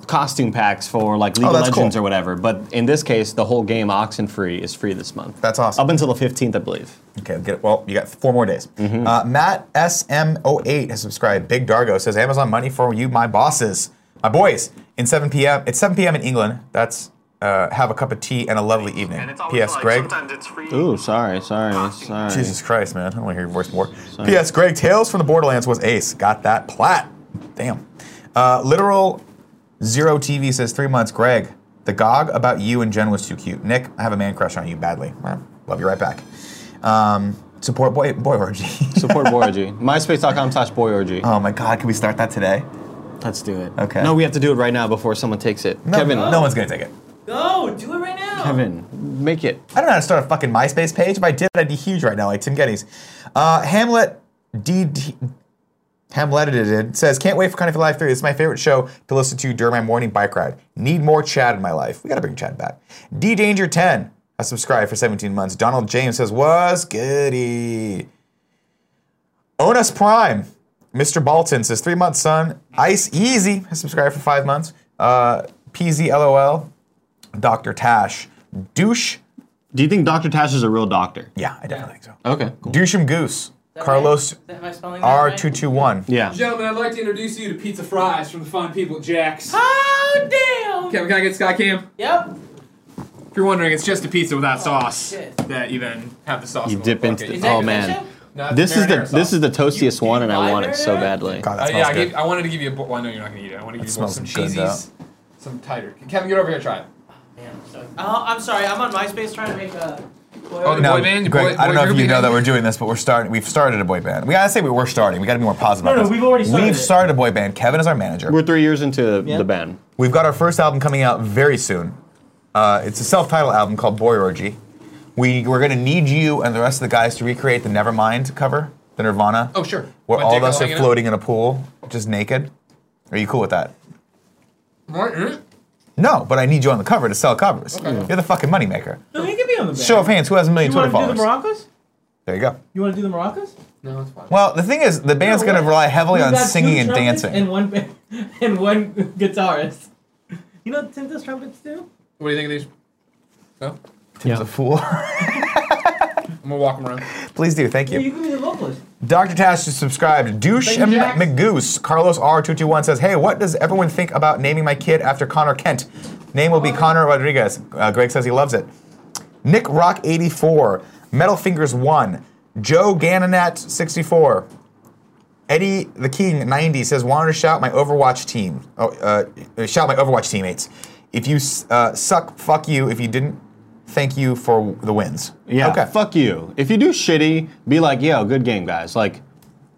[SPEAKER 5] costume packs for like League of
[SPEAKER 2] Oh, that's
[SPEAKER 5] Legends
[SPEAKER 2] cool.
[SPEAKER 5] or whatever. But in this case, the whole game Oxen Free is free this month.
[SPEAKER 2] That's awesome.
[SPEAKER 5] Up until the 15th, I believe.
[SPEAKER 2] Okay, get it. Well, you got four more days.
[SPEAKER 5] Mm-hmm.
[SPEAKER 2] Uh, Matt SM08 has subscribed. Big Dargo says Amazon money for you, my bosses, my boys. In 7 p.m. It's 7 p.m. in England. That's uh, have a cup of tea and a lovely evening. P.S. Greg.
[SPEAKER 10] it's free.
[SPEAKER 5] Ooh, sorry, sorry, sorry.
[SPEAKER 2] Jesus Christ, man. I don't want to hear your voice more. P.S. Greg Tales from the Borderlands was ace. Got that plat. Damn. Uh, literal Zero TV says three months. Greg, the gog about you and Jen was too cute. Nick, I have a man crush on you badly. Mwah. Love you right back. Um, support boy, boy <laughs> orgy.
[SPEAKER 5] Support Boy Orgy. MySpace.com slash Boy Orgy.
[SPEAKER 2] oh my God, can we start that today?
[SPEAKER 5] Let's do it.
[SPEAKER 2] Okay.
[SPEAKER 5] No, we have to do it right now before someone takes it.
[SPEAKER 2] No,
[SPEAKER 5] Kevin,
[SPEAKER 2] no one's gonna take it.
[SPEAKER 4] Go, do it right now.
[SPEAKER 5] Kevin, make it.
[SPEAKER 2] I don't know how to start a fucking MySpace page. If I did, I'd be huge right now, like Tim Gettys. Uh, Hamlet D. D- Hamlet edited says, "Can't wait for Kind of Life 3. It's my favorite show to listen to during my morning bike ride. Need more Chad in my life. We gotta bring Chad back." D Danger 10, I subscribed for 17 months. Donald James says, "Was goody." Onus Prime, Mr. Balton says, three months, son. Ice Easy has subscribed for five months. Uh, PZLOL, Dr. Tash, Douche.
[SPEAKER 5] Do you think Dr. Tash is a real doctor?
[SPEAKER 2] Yeah, I definitely think so.
[SPEAKER 5] Okay, cool.
[SPEAKER 2] Douchum Goose,
[SPEAKER 4] that
[SPEAKER 2] Carlos
[SPEAKER 4] right? Am I spelling that right?
[SPEAKER 2] R221.
[SPEAKER 5] Yeah.
[SPEAKER 9] Gentlemen, I'd like to introduce you to Pizza Fries from the fine people at Jack's.
[SPEAKER 4] Oh damn.
[SPEAKER 9] Kevin, can I get Sky Cam?
[SPEAKER 4] Yep.
[SPEAKER 9] If you're wondering, it's just a pizza without sauce
[SPEAKER 4] Oh, shit.
[SPEAKER 9] that you then have the sauce.
[SPEAKER 5] You
[SPEAKER 9] in
[SPEAKER 5] dip
[SPEAKER 9] the
[SPEAKER 5] into.
[SPEAKER 9] bucket.
[SPEAKER 5] The,
[SPEAKER 4] that
[SPEAKER 5] oh
[SPEAKER 4] your
[SPEAKER 5] man,
[SPEAKER 4] fish?
[SPEAKER 9] No, it's
[SPEAKER 5] this is the
[SPEAKER 9] marinara
[SPEAKER 5] this is
[SPEAKER 9] sauce.
[SPEAKER 5] the toastiest one, and I
[SPEAKER 4] buy
[SPEAKER 5] want it so
[SPEAKER 4] marinara?
[SPEAKER 5] badly.
[SPEAKER 2] God, that
[SPEAKER 9] Uh,
[SPEAKER 2] smells
[SPEAKER 9] yeah, I,
[SPEAKER 2] good.
[SPEAKER 9] gave, I wanted to give you a. bo- Well, I know you're not gonna eat it. I want to give you both
[SPEAKER 2] smells
[SPEAKER 9] some
[SPEAKER 2] good, though.
[SPEAKER 9] cheesies, some tighter. Kevin, get over here and try it.
[SPEAKER 4] Uh, Man, I'm sorry. Oh, I'm sorry. I'm on MySpace trying to make a
[SPEAKER 9] Oh, the
[SPEAKER 2] Now,
[SPEAKER 9] boy band?
[SPEAKER 2] Greg,
[SPEAKER 9] boy,
[SPEAKER 2] I don't
[SPEAKER 9] boy
[SPEAKER 2] know if
[SPEAKER 9] group
[SPEAKER 2] you know
[SPEAKER 9] again?
[SPEAKER 2] that we're doing this, but we're starting. We've started a boy band. We gotta say we were starting. We gotta be more positive
[SPEAKER 4] No,
[SPEAKER 2] about
[SPEAKER 4] no,
[SPEAKER 2] this.
[SPEAKER 4] we've already started
[SPEAKER 2] We've
[SPEAKER 4] it.
[SPEAKER 2] started a boy band. Kevin is our manager.
[SPEAKER 5] We're three years into
[SPEAKER 4] Yeah.
[SPEAKER 5] the band.
[SPEAKER 2] We've got our first album coming out very soon. Uh, it's a self-titled album called Boy Orgy. We we're gonna need you and the rest of the guys to recreate the Nevermind cover, the Nirvana.
[SPEAKER 1] Oh, sure.
[SPEAKER 2] Where
[SPEAKER 1] What,
[SPEAKER 2] all
[SPEAKER 1] dick
[SPEAKER 2] of us
[SPEAKER 1] all
[SPEAKER 2] are
[SPEAKER 1] hanging out?
[SPEAKER 2] floating in a pool, just naked. Are you cool with that?
[SPEAKER 9] What? Mm?
[SPEAKER 2] No, but I need you on the cover to sell covers. You're the fucking moneymaker.
[SPEAKER 4] No, he can be on the band.
[SPEAKER 2] Show of hands, who has a million
[SPEAKER 4] You
[SPEAKER 2] Twitter
[SPEAKER 4] want to do the
[SPEAKER 2] followers?
[SPEAKER 4] Maracas?
[SPEAKER 2] there you go.
[SPEAKER 4] You want to do the Maracas?
[SPEAKER 9] No, it's fine.
[SPEAKER 2] Well, the thing is, the band's
[SPEAKER 4] No,
[SPEAKER 2] gonna
[SPEAKER 4] what?
[SPEAKER 2] rely heavily
[SPEAKER 4] We've
[SPEAKER 2] on
[SPEAKER 4] got two
[SPEAKER 2] singing Oh, and
[SPEAKER 4] trumpets
[SPEAKER 2] dancing.
[SPEAKER 4] And one
[SPEAKER 3] <laughs>
[SPEAKER 4] ba- and one guitarist. You know what Tim does trumpets do?
[SPEAKER 9] What do you think of these? No?
[SPEAKER 2] Tim's a fool. <laughs>
[SPEAKER 9] I'm gonna walk them around.
[SPEAKER 2] Please do, thank
[SPEAKER 4] Yeah, you
[SPEAKER 2] you.
[SPEAKER 4] can be the vocalist.
[SPEAKER 2] Dr. Tash is subscribed. Douche
[SPEAKER 9] Thank you,
[SPEAKER 2] and
[SPEAKER 9] Jax.
[SPEAKER 2] McGoose. Carlos R221 says, Hey, what does everyone think about naming my kid after Connor Kent? Name will be Connor Rodriguez. Uh, Greg says he loves it. Nick Rock 84. Metal Fingers 1. Joe Ganonat 64. Eddie the King 90 says, "Wanted to shout my Overwatch team. Oh, uh, shout my Overwatch teammates. If you uh, suck, fuck you. If you didn't, thank you for the wins.
[SPEAKER 5] Yeah.
[SPEAKER 2] Okay.
[SPEAKER 5] Fuck you. If you do shitty, be like, yo, good game, guys. Like,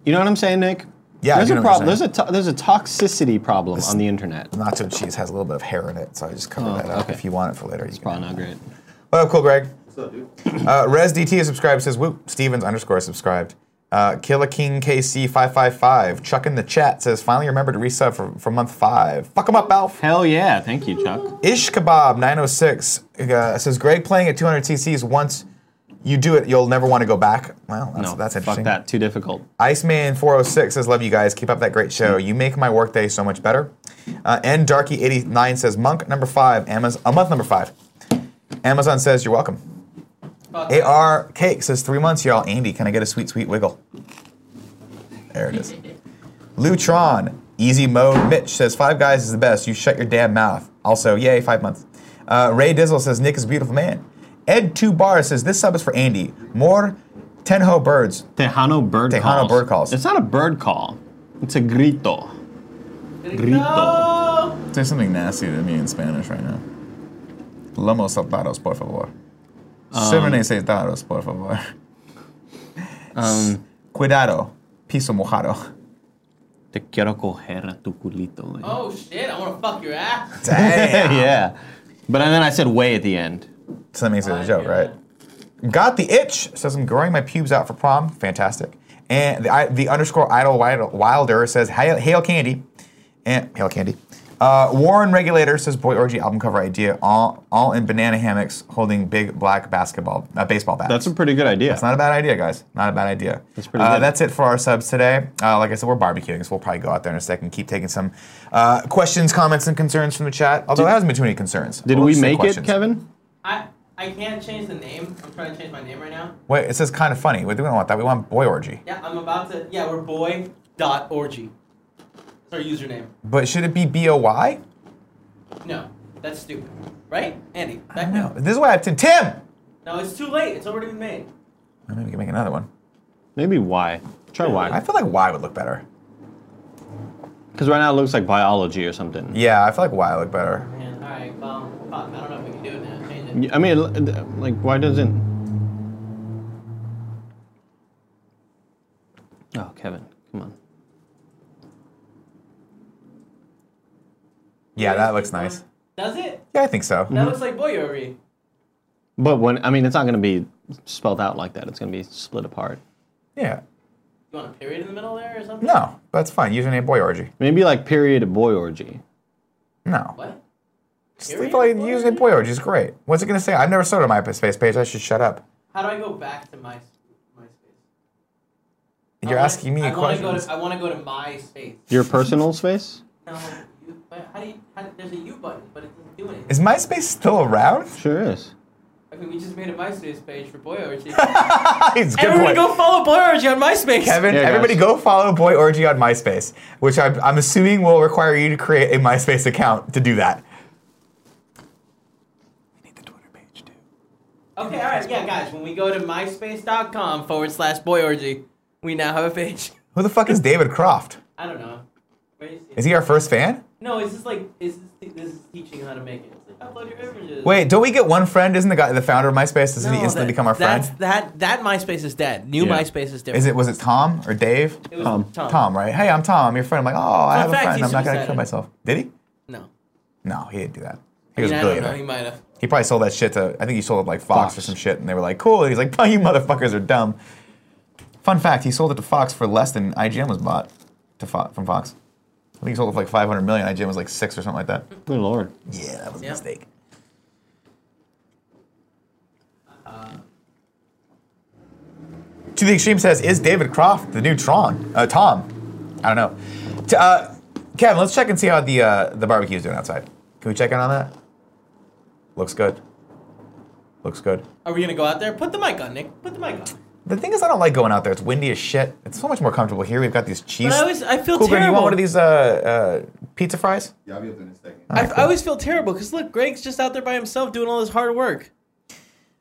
[SPEAKER 5] you know what I'm saying, Nick?
[SPEAKER 2] Yeah, I
[SPEAKER 5] There's
[SPEAKER 2] do
[SPEAKER 5] a
[SPEAKER 2] know what
[SPEAKER 5] problem.
[SPEAKER 2] you're
[SPEAKER 5] There's a to- there's a toxicity problem on the internet.
[SPEAKER 2] Nacho cheese has a little bit of hair in it, so I just covered that up.
[SPEAKER 5] Oh, okay.
[SPEAKER 2] If you want it for later, you
[SPEAKER 5] Probably
[SPEAKER 2] can.
[SPEAKER 5] not great.
[SPEAKER 2] Well, oh, cool, Greg. Uh, Res DT is subscribed. Says whoop. Stevens underscore subscribed. Uh, Killer King KC five five five. Chuck in the chat says finally remember to resub for, for month five. Fuck him up, Alf.
[SPEAKER 5] Hell yeah. Thank you, Chuck.
[SPEAKER 2] Ish Kebab 906 uh, says Greg playing at 200 CCs once you do it, you'll never want to go back. Wow, that's,
[SPEAKER 5] No,
[SPEAKER 2] that's
[SPEAKER 5] fuck
[SPEAKER 2] interesting.
[SPEAKER 5] that. Too difficult.
[SPEAKER 2] Iceman 406 says, Love you guys. Keep up that great show. You make my workday so much better. Uh, and Darky89 says, Monk number five, Amazon, a month number five. Amazon says, You're welcome. AR Cake says, Three months, y'all. Andy, can I get a sweet, sweet wiggle? There it is. Lutron, Easy Mode Mitch says, Five Guys is the best. You shut your damn mouth. Also, yay, five months. Uh, Ray Dizzle says, Nick is a beautiful man. Ed Two Bar says, This sub is for Andy. More Tenho Birds.
[SPEAKER 5] Tejano bird
[SPEAKER 2] Tejano
[SPEAKER 5] calls.
[SPEAKER 2] bird calls.
[SPEAKER 5] It's not a bird call. It's a grito. Grito.
[SPEAKER 2] Say something nasty to me in Spanish right now. Lomos saltados, por favor. Serenade saltados, por favor. <laughs>
[SPEAKER 5] Um,
[SPEAKER 2] Cuidado, piso mojado.
[SPEAKER 5] te quiero coger a tu culito. eh.
[SPEAKER 3] Oh shit! I want to fuck your ass.
[SPEAKER 2] Damn.
[SPEAKER 5] <laughs> yeah. But and then I said way at the end.
[SPEAKER 2] So that makes it a joke, right? Got the itch. Says I'm growing my pubes out for prom. Fantastic. And the, I, the underscore idle Wild- wilder says hail, hail candy, and hail candy. Uh, Warren Regulator says boy orgy album cover idea. All all in banana hammocks holding big black basketball uh, baseball bats.
[SPEAKER 5] That's a pretty good idea.
[SPEAKER 2] It's not a bad idea, guys. Not a bad idea.
[SPEAKER 5] That's pretty
[SPEAKER 2] Uh,
[SPEAKER 5] good.
[SPEAKER 2] That's it for our subs today. Uh, like I said, we're barbecuing, so we'll probably go out there in a second. Keep taking some uh, questions, comments, and concerns from the chat. Although there hasn't been too many concerns.
[SPEAKER 5] Did
[SPEAKER 2] We'll
[SPEAKER 5] we
[SPEAKER 2] just say
[SPEAKER 5] make it,
[SPEAKER 2] questions.
[SPEAKER 5] Kevin?
[SPEAKER 3] I I can't change the name. I'm trying to change my name right now.
[SPEAKER 2] Wait, it says kind of funny. We don't want that. We want boy orgy.
[SPEAKER 3] Yeah, I'm about to. Yeah, we're boy dot orgy. That's our username.
[SPEAKER 2] But should it be B O Y?
[SPEAKER 3] No, that's stupid. Right, Andy? Back
[SPEAKER 2] No.
[SPEAKER 3] now.
[SPEAKER 2] This is why I have to Tim.
[SPEAKER 3] No, it's too late. It's already been made.
[SPEAKER 2] Maybe we can make another one.
[SPEAKER 5] Maybe Y. Try
[SPEAKER 2] I
[SPEAKER 5] Y.
[SPEAKER 2] feel like Y would look better.
[SPEAKER 5] Because right now it looks like biology or something.
[SPEAKER 2] Yeah, I feel like Y would look better.
[SPEAKER 3] Man, all right. Well, fuck. I don't know if we can do it now. Change it.
[SPEAKER 5] I mean, l- like, why doesn't? Oh, Kevin, come on.
[SPEAKER 2] Yeah, that looks nice. Mm-hmm.
[SPEAKER 3] Does it?
[SPEAKER 2] Yeah, I think so.
[SPEAKER 3] That looks like boy orgy.
[SPEAKER 5] But when I mean, it's not going to be spelled out like that. It's going to be split apart.
[SPEAKER 2] Yeah.
[SPEAKER 3] You want a period in the middle there or something?
[SPEAKER 2] No, that's fine. Username boy orgy.
[SPEAKER 5] Maybe like period boy orgy.
[SPEAKER 2] No.
[SPEAKER 3] What?
[SPEAKER 2] Just leave it like username boy orgy is great. What's it gonna say? I've never started my MySpace page. I should shut up.
[SPEAKER 3] How do I go back to my MySpace?
[SPEAKER 2] You're
[SPEAKER 3] I wanna-
[SPEAKER 2] asking me
[SPEAKER 3] I wanna go
[SPEAKER 2] questions.
[SPEAKER 3] to- I want to go to MySpace.
[SPEAKER 5] Your personal space?
[SPEAKER 3] No, you, but how do you? How, there's a U button, but it doesn't do anything.
[SPEAKER 2] Is MySpace still around? <laughs>
[SPEAKER 5] Sure is.
[SPEAKER 3] I mean, we just made a MySpace page for Boy
[SPEAKER 2] <laughs>
[SPEAKER 3] Orgy.
[SPEAKER 2] it's a good point.
[SPEAKER 3] Everyone go follow Boy Orgy on MySpace.
[SPEAKER 2] Kevin,
[SPEAKER 5] Yeah, guys.
[SPEAKER 2] everybody go follow Boy Orgy on MySpace, which I'm, I'm assuming will require you to create a MySpace account to do that. We need the Twitter page too.
[SPEAKER 3] Okay, all right, yeah, guys. When we go to MySpace.com forward slash Boy Orgy, we now have a page. <laughs>
[SPEAKER 2] Who the fuck is David Croft?
[SPEAKER 3] I don't know. Where is he?
[SPEAKER 2] Is he our first fan?
[SPEAKER 4] No, it's just like it's just, this is teaching how to make it. It's like upload your images.
[SPEAKER 2] Wait, don't we get one friend? Isn't the guy the founder of MySpace? Doesn't he
[SPEAKER 4] No,
[SPEAKER 2] instantly
[SPEAKER 4] that-
[SPEAKER 2] become our friend?
[SPEAKER 4] That's, that that MySpace is dead. New
[SPEAKER 5] Yeah.
[SPEAKER 4] MySpace is different.
[SPEAKER 2] Is it was it Tom or Dave?
[SPEAKER 4] It was
[SPEAKER 5] Tom.
[SPEAKER 4] Tom.
[SPEAKER 2] Tom, right? Hey, I'm Tom. I'm your friend. I'm like, oh, I
[SPEAKER 4] Fun
[SPEAKER 2] have a
[SPEAKER 4] fact,
[SPEAKER 2] friend.
[SPEAKER 4] he's
[SPEAKER 2] I'm not gonna
[SPEAKER 4] suicidal.
[SPEAKER 2] kill myself. Did he?
[SPEAKER 4] No.
[SPEAKER 2] No, he didn't do that. He
[SPEAKER 4] I
[SPEAKER 2] was
[SPEAKER 4] mean,
[SPEAKER 2] a
[SPEAKER 4] I don't know. He
[SPEAKER 2] billionaire.
[SPEAKER 4] might have.
[SPEAKER 2] He probably sold that shit to I think he sold it like Fox,
[SPEAKER 5] Fox.
[SPEAKER 2] or some shit, and they were like, cool. And he's like, oh, you motherfuckers are dumb. Fun fact: He sold it to Fox for less than IGN was bought to Fo- from Fox. I think he sold it for like 500 million. IGN was like six or something like that.
[SPEAKER 5] Good lord.
[SPEAKER 2] Yeah, that was
[SPEAKER 4] Yeah.
[SPEAKER 2] a mistake. to the extreme says, is David Croft the new Tron? Uh, Tom, I don't know. T- uh, Kevin, let's check and see how the uh, the barbecue's doing outside. Can we check in on that? Looks good. Looks good.
[SPEAKER 4] Are we gonna go out there? Put the mic on, Nick. Put the mic on.
[SPEAKER 2] The thing is, I don't like going out there. It's windy as shit. It's so much more comfortable here. We've got these cheese.
[SPEAKER 4] But I always I feel
[SPEAKER 2] Cougar,
[SPEAKER 4] terrible.
[SPEAKER 2] you want one of these uh, uh, pizza fries?
[SPEAKER 9] Yeah, I'll be up there in a second.
[SPEAKER 4] I, I always feel terrible because look, Greg's just out there by himself doing all this hard work.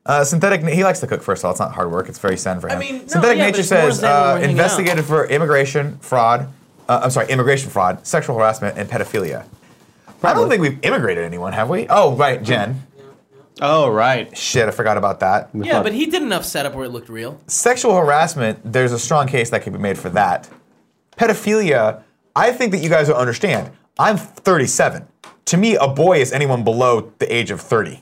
[SPEAKER 2] Uh, synthetic. He likes to cook. First of all, it's not hard work. It's very zen for him.
[SPEAKER 4] mean, no,
[SPEAKER 2] synthetic
[SPEAKER 4] yeah, but
[SPEAKER 2] nature
[SPEAKER 4] it's more
[SPEAKER 2] says
[SPEAKER 4] zen when we're
[SPEAKER 2] uh,
[SPEAKER 4] hanging
[SPEAKER 2] investigated for immigration fraud. Uh, I'm sorry, immigration fraud, sexual harassment, and pedophilia. I don't think we've immigrated anyone, have we? Oh, right, Jen.
[SPEAKER 5] Oh right.
[SPEAKER 2] Shit, I forgot about that.
[SPEAKER 4] Yeah, but he did enough setup where it looked real.
[SPEAKER 2] Sexual harassment. There's a strong case that can be made for that. Pedophilia. I think that you guys will understand. I'm 37. To me, a boy is anyone below the age of 30.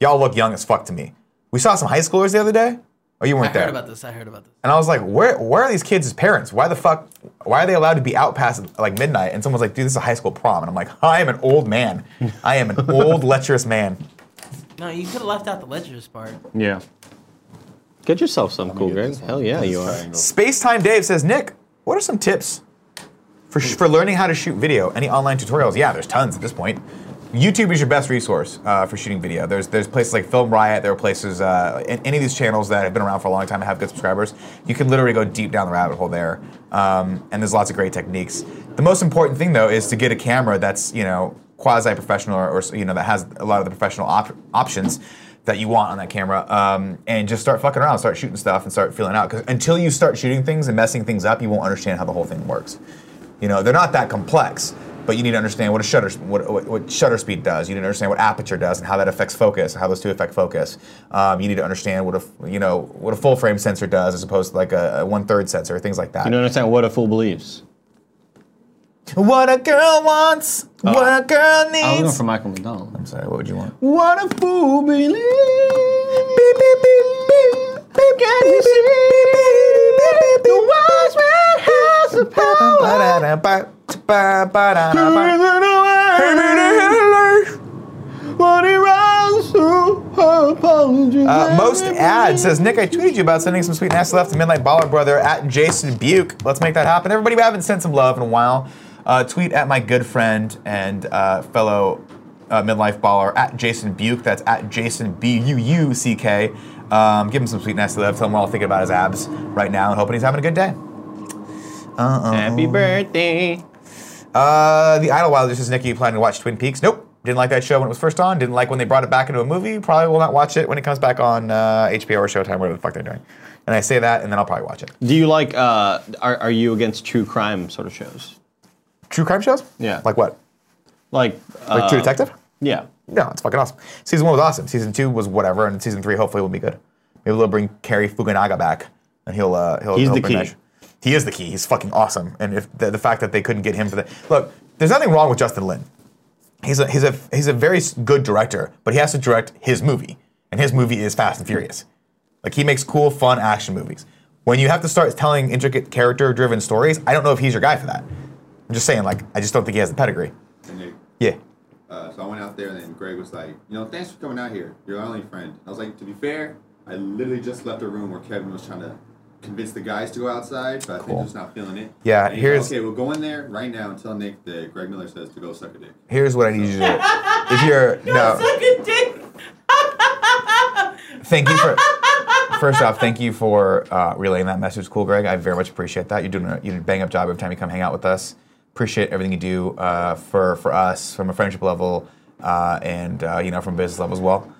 [SPEAKER 2] Y'all look young as fuck to me. We saw some high schoolers the other day. Oh, you weren't
[SPEAKER 4] I
[SPEAKER 2] there.
[SPEAKER 4] heard about this. I heard about this.
[SPEAKER 2] And I was like, where where are these kids' parents? Why the fuck why are they allowed to be out past like midnight? And someone's like, dude, this is a high school prom. And I'm like, I am an old man. I am an old lecherous man.
[SPEAKER 4] No, you could have left out the ledgers part. <laughs>
[SPEAKER 5] Yeah. Get yourself some cool, Greg. Hell yeah, you are.
[SPEAKER 2] Space Time Dave says, Nick, what are some tips for sh- for learning how to shoot video? Any online tutorials? Yeah, there's tons at this point. YouTube is your best resource uh, for shooting video. There's there's places like Film Riot. There are places uh, in any of these channels that have been around for a long time and have good subscribers. You can literally go deep down the rabbit hole there, um, and there's lots of great techniques. The most important thing though is to get a camera that's you know quasi professional or, or you know that has a lot of the professional op- options that you want on that camera, um, and just start fucking around, start shooting stuff, and start feeling out. Because until you start shooting things and messing things up, you won't understand how the whole thing works. You know, they're not that complex, but you need to understand what a shutter what, what, what shutter speed does. You need to understand what aperture does and how that affects focus, how those two affect focus. Um, you need to understand what a f- you know what a full frame sensor does as opposed to like a, a one third sensor, things like that.
[SPEAKER 5] You don't understand what a fool believes.
[SPEAKER 2] what a girl wants, what a girl
[SPEAKER 5] Oh, I was going
[SPEAKER 2] needs.
[SPEAKER 5] for Michael McDonald.
[SPEAKER 2] I'm sorry, what would you want?
[SPEAKER 5] What a fool believes.
[SPEAKER 2] Beep, beep, beep, beep, beep, beep, beep, beep, beep, beep, beep, beep, beep, beep, beep, beep, beep, beep, beep, beep, The wise man has the power.
[SPEAKER 5] What he runs through apologies.
[SPEAKER 2] Uh, most ad says Nick, I tweeted you about sending some sweet nasty love to Midnight Baller Brother at Jason Buke. Let's make that happen. Everybody, we haven't sent some love in a while. Uh, tweet at my good friend and uh, fellow uh, midlife baller at Jason Buke. That's at Jason B U U C K. Um, give him some sweet nasty love. Tell him we're all thinking about his abs right now and hoping he's having a good day.
[SPEAKER 5] Happy birthday.
[SPEAKER 2] Uh, the Idlewild just says, Nick, are you planning to watch Twin Peaks? Nope. Didn't like that show when it was first on. Didn't like when they brought it back into a movie. Probably will not watch it when it comes back on uh, HBO or Showtime, whatever the fuck they're doing. And I say that, and then I'll probably watch it.
[SPEAKER 5] Do you like? Uh, are are you against true crime sort of shows?
[SPEAKER 2] True crime shows?
[SPEAKER 5] Yeah.
[SPEAKER 2] Like what?
[SPEAKER 5] Like, uh,
[SPEAKER 2] Like True Detective?
[SPEAKER 5] Yeah.
[SPEAKER 2] No, it's fucking awesome. Season one was awesome. Season two was whatever, and season three hopefully will be good. Maybe they'll bring Kerry Fukunaga back, and he'll uh, he'll.
[SPEAKER 5] He's
[SPEAKER 2] he'll
[SPEAKER 5] the
[SPEAKER 2] bring
[SPEAKER 5] key.
[SPEAKER 2] that- He is the key. He's fucking awesome, and if the, the fact that they couldn't get him for the look, there's nothing wrong with Justin Lin. He's a he's a he's a very s- good director, but he has to direct his movie, and his movie is Fast and Furious. Like he makes cool, fun action movies. When you have to start telling intricate character-driven stories, I don't know if he's your guy for that. I'm just saying, like, I just don't think he has the pedigree.
[SPEAKER 9] And they-
[SPEAKER 2] Yeah.
[SPEAKER 9] Uh, so I went out there, and then Greg was like, you know, thanks for coming out here. You're our only friend. I was like, to be fair, I literally just left a room where Kevin was trying to convince the guys to go outside, but I think
[SPEAKER 2] Cool.
[SPEAKER 9] they're just not feeling it.
[SPEAKER 2] Yeah,
[SPEAKER 9] And he's
[SPEAKER 2] here's-
[SPEAKER 9] like, okay, we'll go in there right now and tell Nick that Greg Miller says to go suck a dick.
[SPEAKER 2] Here's what I need you to do. If you're no,
[SPEAKER 4] Good dick.
[SPEAKER 2] thank you for. First off, thank you for uh, relaying that message, cool, Greg. I very much appreciate that. You're doing a, you do a bang up job every time you come hang out with us. Appreciate everything you do uh, for for us from a friendship level uh, and uh, you know from a business level as well.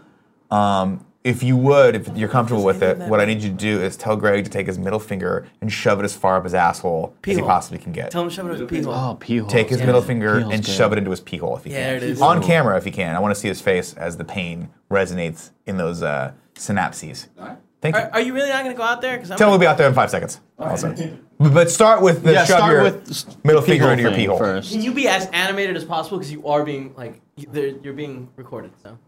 [SPEAKER 2] Um, if you would, if you're comfortable with it, what I need you to do is tell Greg to take his middle finger and shove it as far up his asshole as he
[SPEAKER 4] Peel.
[SPEAKER 2] possibly can get.
[SPEAKER 4] Tell him to shove it in his pee hole.
[SPEAKER 5] Oh, pee hole.
[SPEAKER 2] Take his
[SPEAKER 5] Yeah.
[SPEAKER 2] middle finger
[SPEAKER 5] Pee hole's
[SPEAKER 2] and
[SPEAKER 5] good.
[SPEAKER 2] shove it into his pee hole if he
[SPEAKER 4] Yeah,
[SPEAKER 2] can.
[SPEAKER 4] there it is.
[SPEAKER 2] On camera if he can. I want to see his face as the pain resonates in those uh, synapses.
[SPEAKER 9] Alright.
[SPEAKER 2] Thank you.
[SPEAKER 4] Are, are you really not gonna go out there? Because I'm
[SPEAKER 2] Tell him we'll be out there in five seconds. Also. But but start with the
[SPEAKER 5] Yeah,
[SPEAKER 2] shove
[SPEAKER 5] start
[SPEAKER 2] your
[SPEAKER 5] with s-
[SPEAKER 2] middle
[SPEAKER 5] pee
[SPEAKER 2] finger
[SPEAKER 5] hole
[SPEAKER 2] into your
[SPEAKER 5] thing
[SPEAKER 2] pee hole.
[SPEAKER 5] first.
[SPEAKER 4] Can you be as animated as possible? Because you are being like you- they're- you're being recorded. So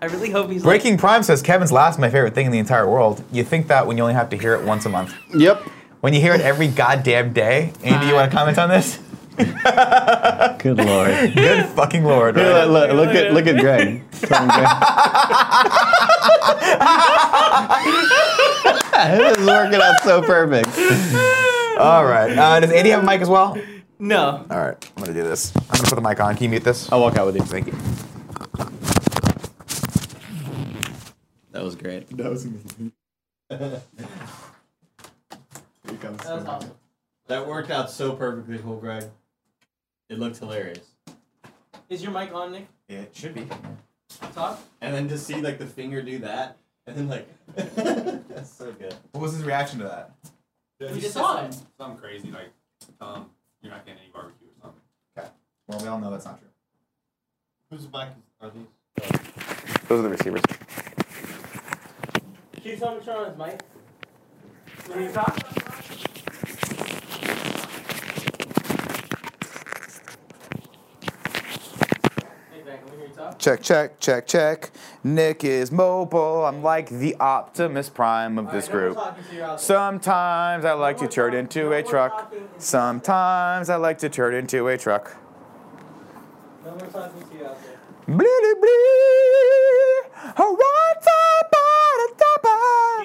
[SPEAKER 4] I really hope he's like,
[SPEAKER 2] Breaking Prime says Kevin's laugh's my favorite thing in the entire world. You think that when you only have to hear it once a month.
[SPEAKER 5] Yep.
[SPEAKER 2] When you hear it every goddamn day. Andy, you want to comment on this? <laughs>
[SPEAKER 5] Good lord.
[SPEAKER 2] Good fucking lord.
[SPEAKER 5] Look,
[SPEAKER 2] right?
[SPEAKER 5] look- look at look at Greg. Tell him Greg. <laughs> this is working out so perfect.
[SPEAKER 2] All right. Uh, does Andy have a mic as well?
[SPEAKER 4] no.
[SPEAKER 2] All right. I'm going to do this. Oh. I'm going to put the mic on. Can you mute this?
[SPEAKER 5] I'll walk out with you.
[SPEAKER 2] Thank you.
[SPEAKER 5] That was great.
[SPEAKER 9] That was amazing. Here comes
[SPEAKER 4] That was awesome.
[SPEAKER 5] That worked out so perfectly, whole Greg. It looked hilarious.
[SPEAKER 4] Is your mic on, Nick?
[SPEAKER 5] It should be.
[SPEAKER 4] Talk.
[SPEAKER 5] And then to see like the finger do that, and then like that's so good.
[SPEAKER 2] What was his reaction to that?
[SPEAKER 4] We just saw it.
[SPEAKER 9] Something crazy like, um, you're not getting any barbecue or something.
[SPEAKER 2] Well, we all know that's not true.
[SPEAKER 9] Whose black are these?
[SPEAKER 2] Those are the receivers.
[SPEAKER 4] Can you tell me to turn on his mic? When you talk. Hey, Zach, when you talk.
[SPEAKER 2] Check, check, check, check. Nick is mobile. I'm like the Optimus Prime of this
[SPEAKER 4] All right, no
[SPEAKER 2] group.
[SPEAKER 4] more talking to your outside.
[SPEAKER 2] Sometimes I like
[SPEAKER 4] No
[SPEAKER 2] to
[SPEAKER 4] more
[SPEAKER 2] turn
[SPEAKER 4] talk- no
[SPEAKER 2] into
[SPEAKER 4] more
[SPEAKER 2] a truck.
[SPEAKER 4] talking in-
[SPEAKER 2] Sometimes I like to turn into a truck.
[SPEAKER 4] No more talking to you out there.
[SPEAKER 2] Bleedy blee.
[SPEAKER 4] Can you
[SPEAKER 2] I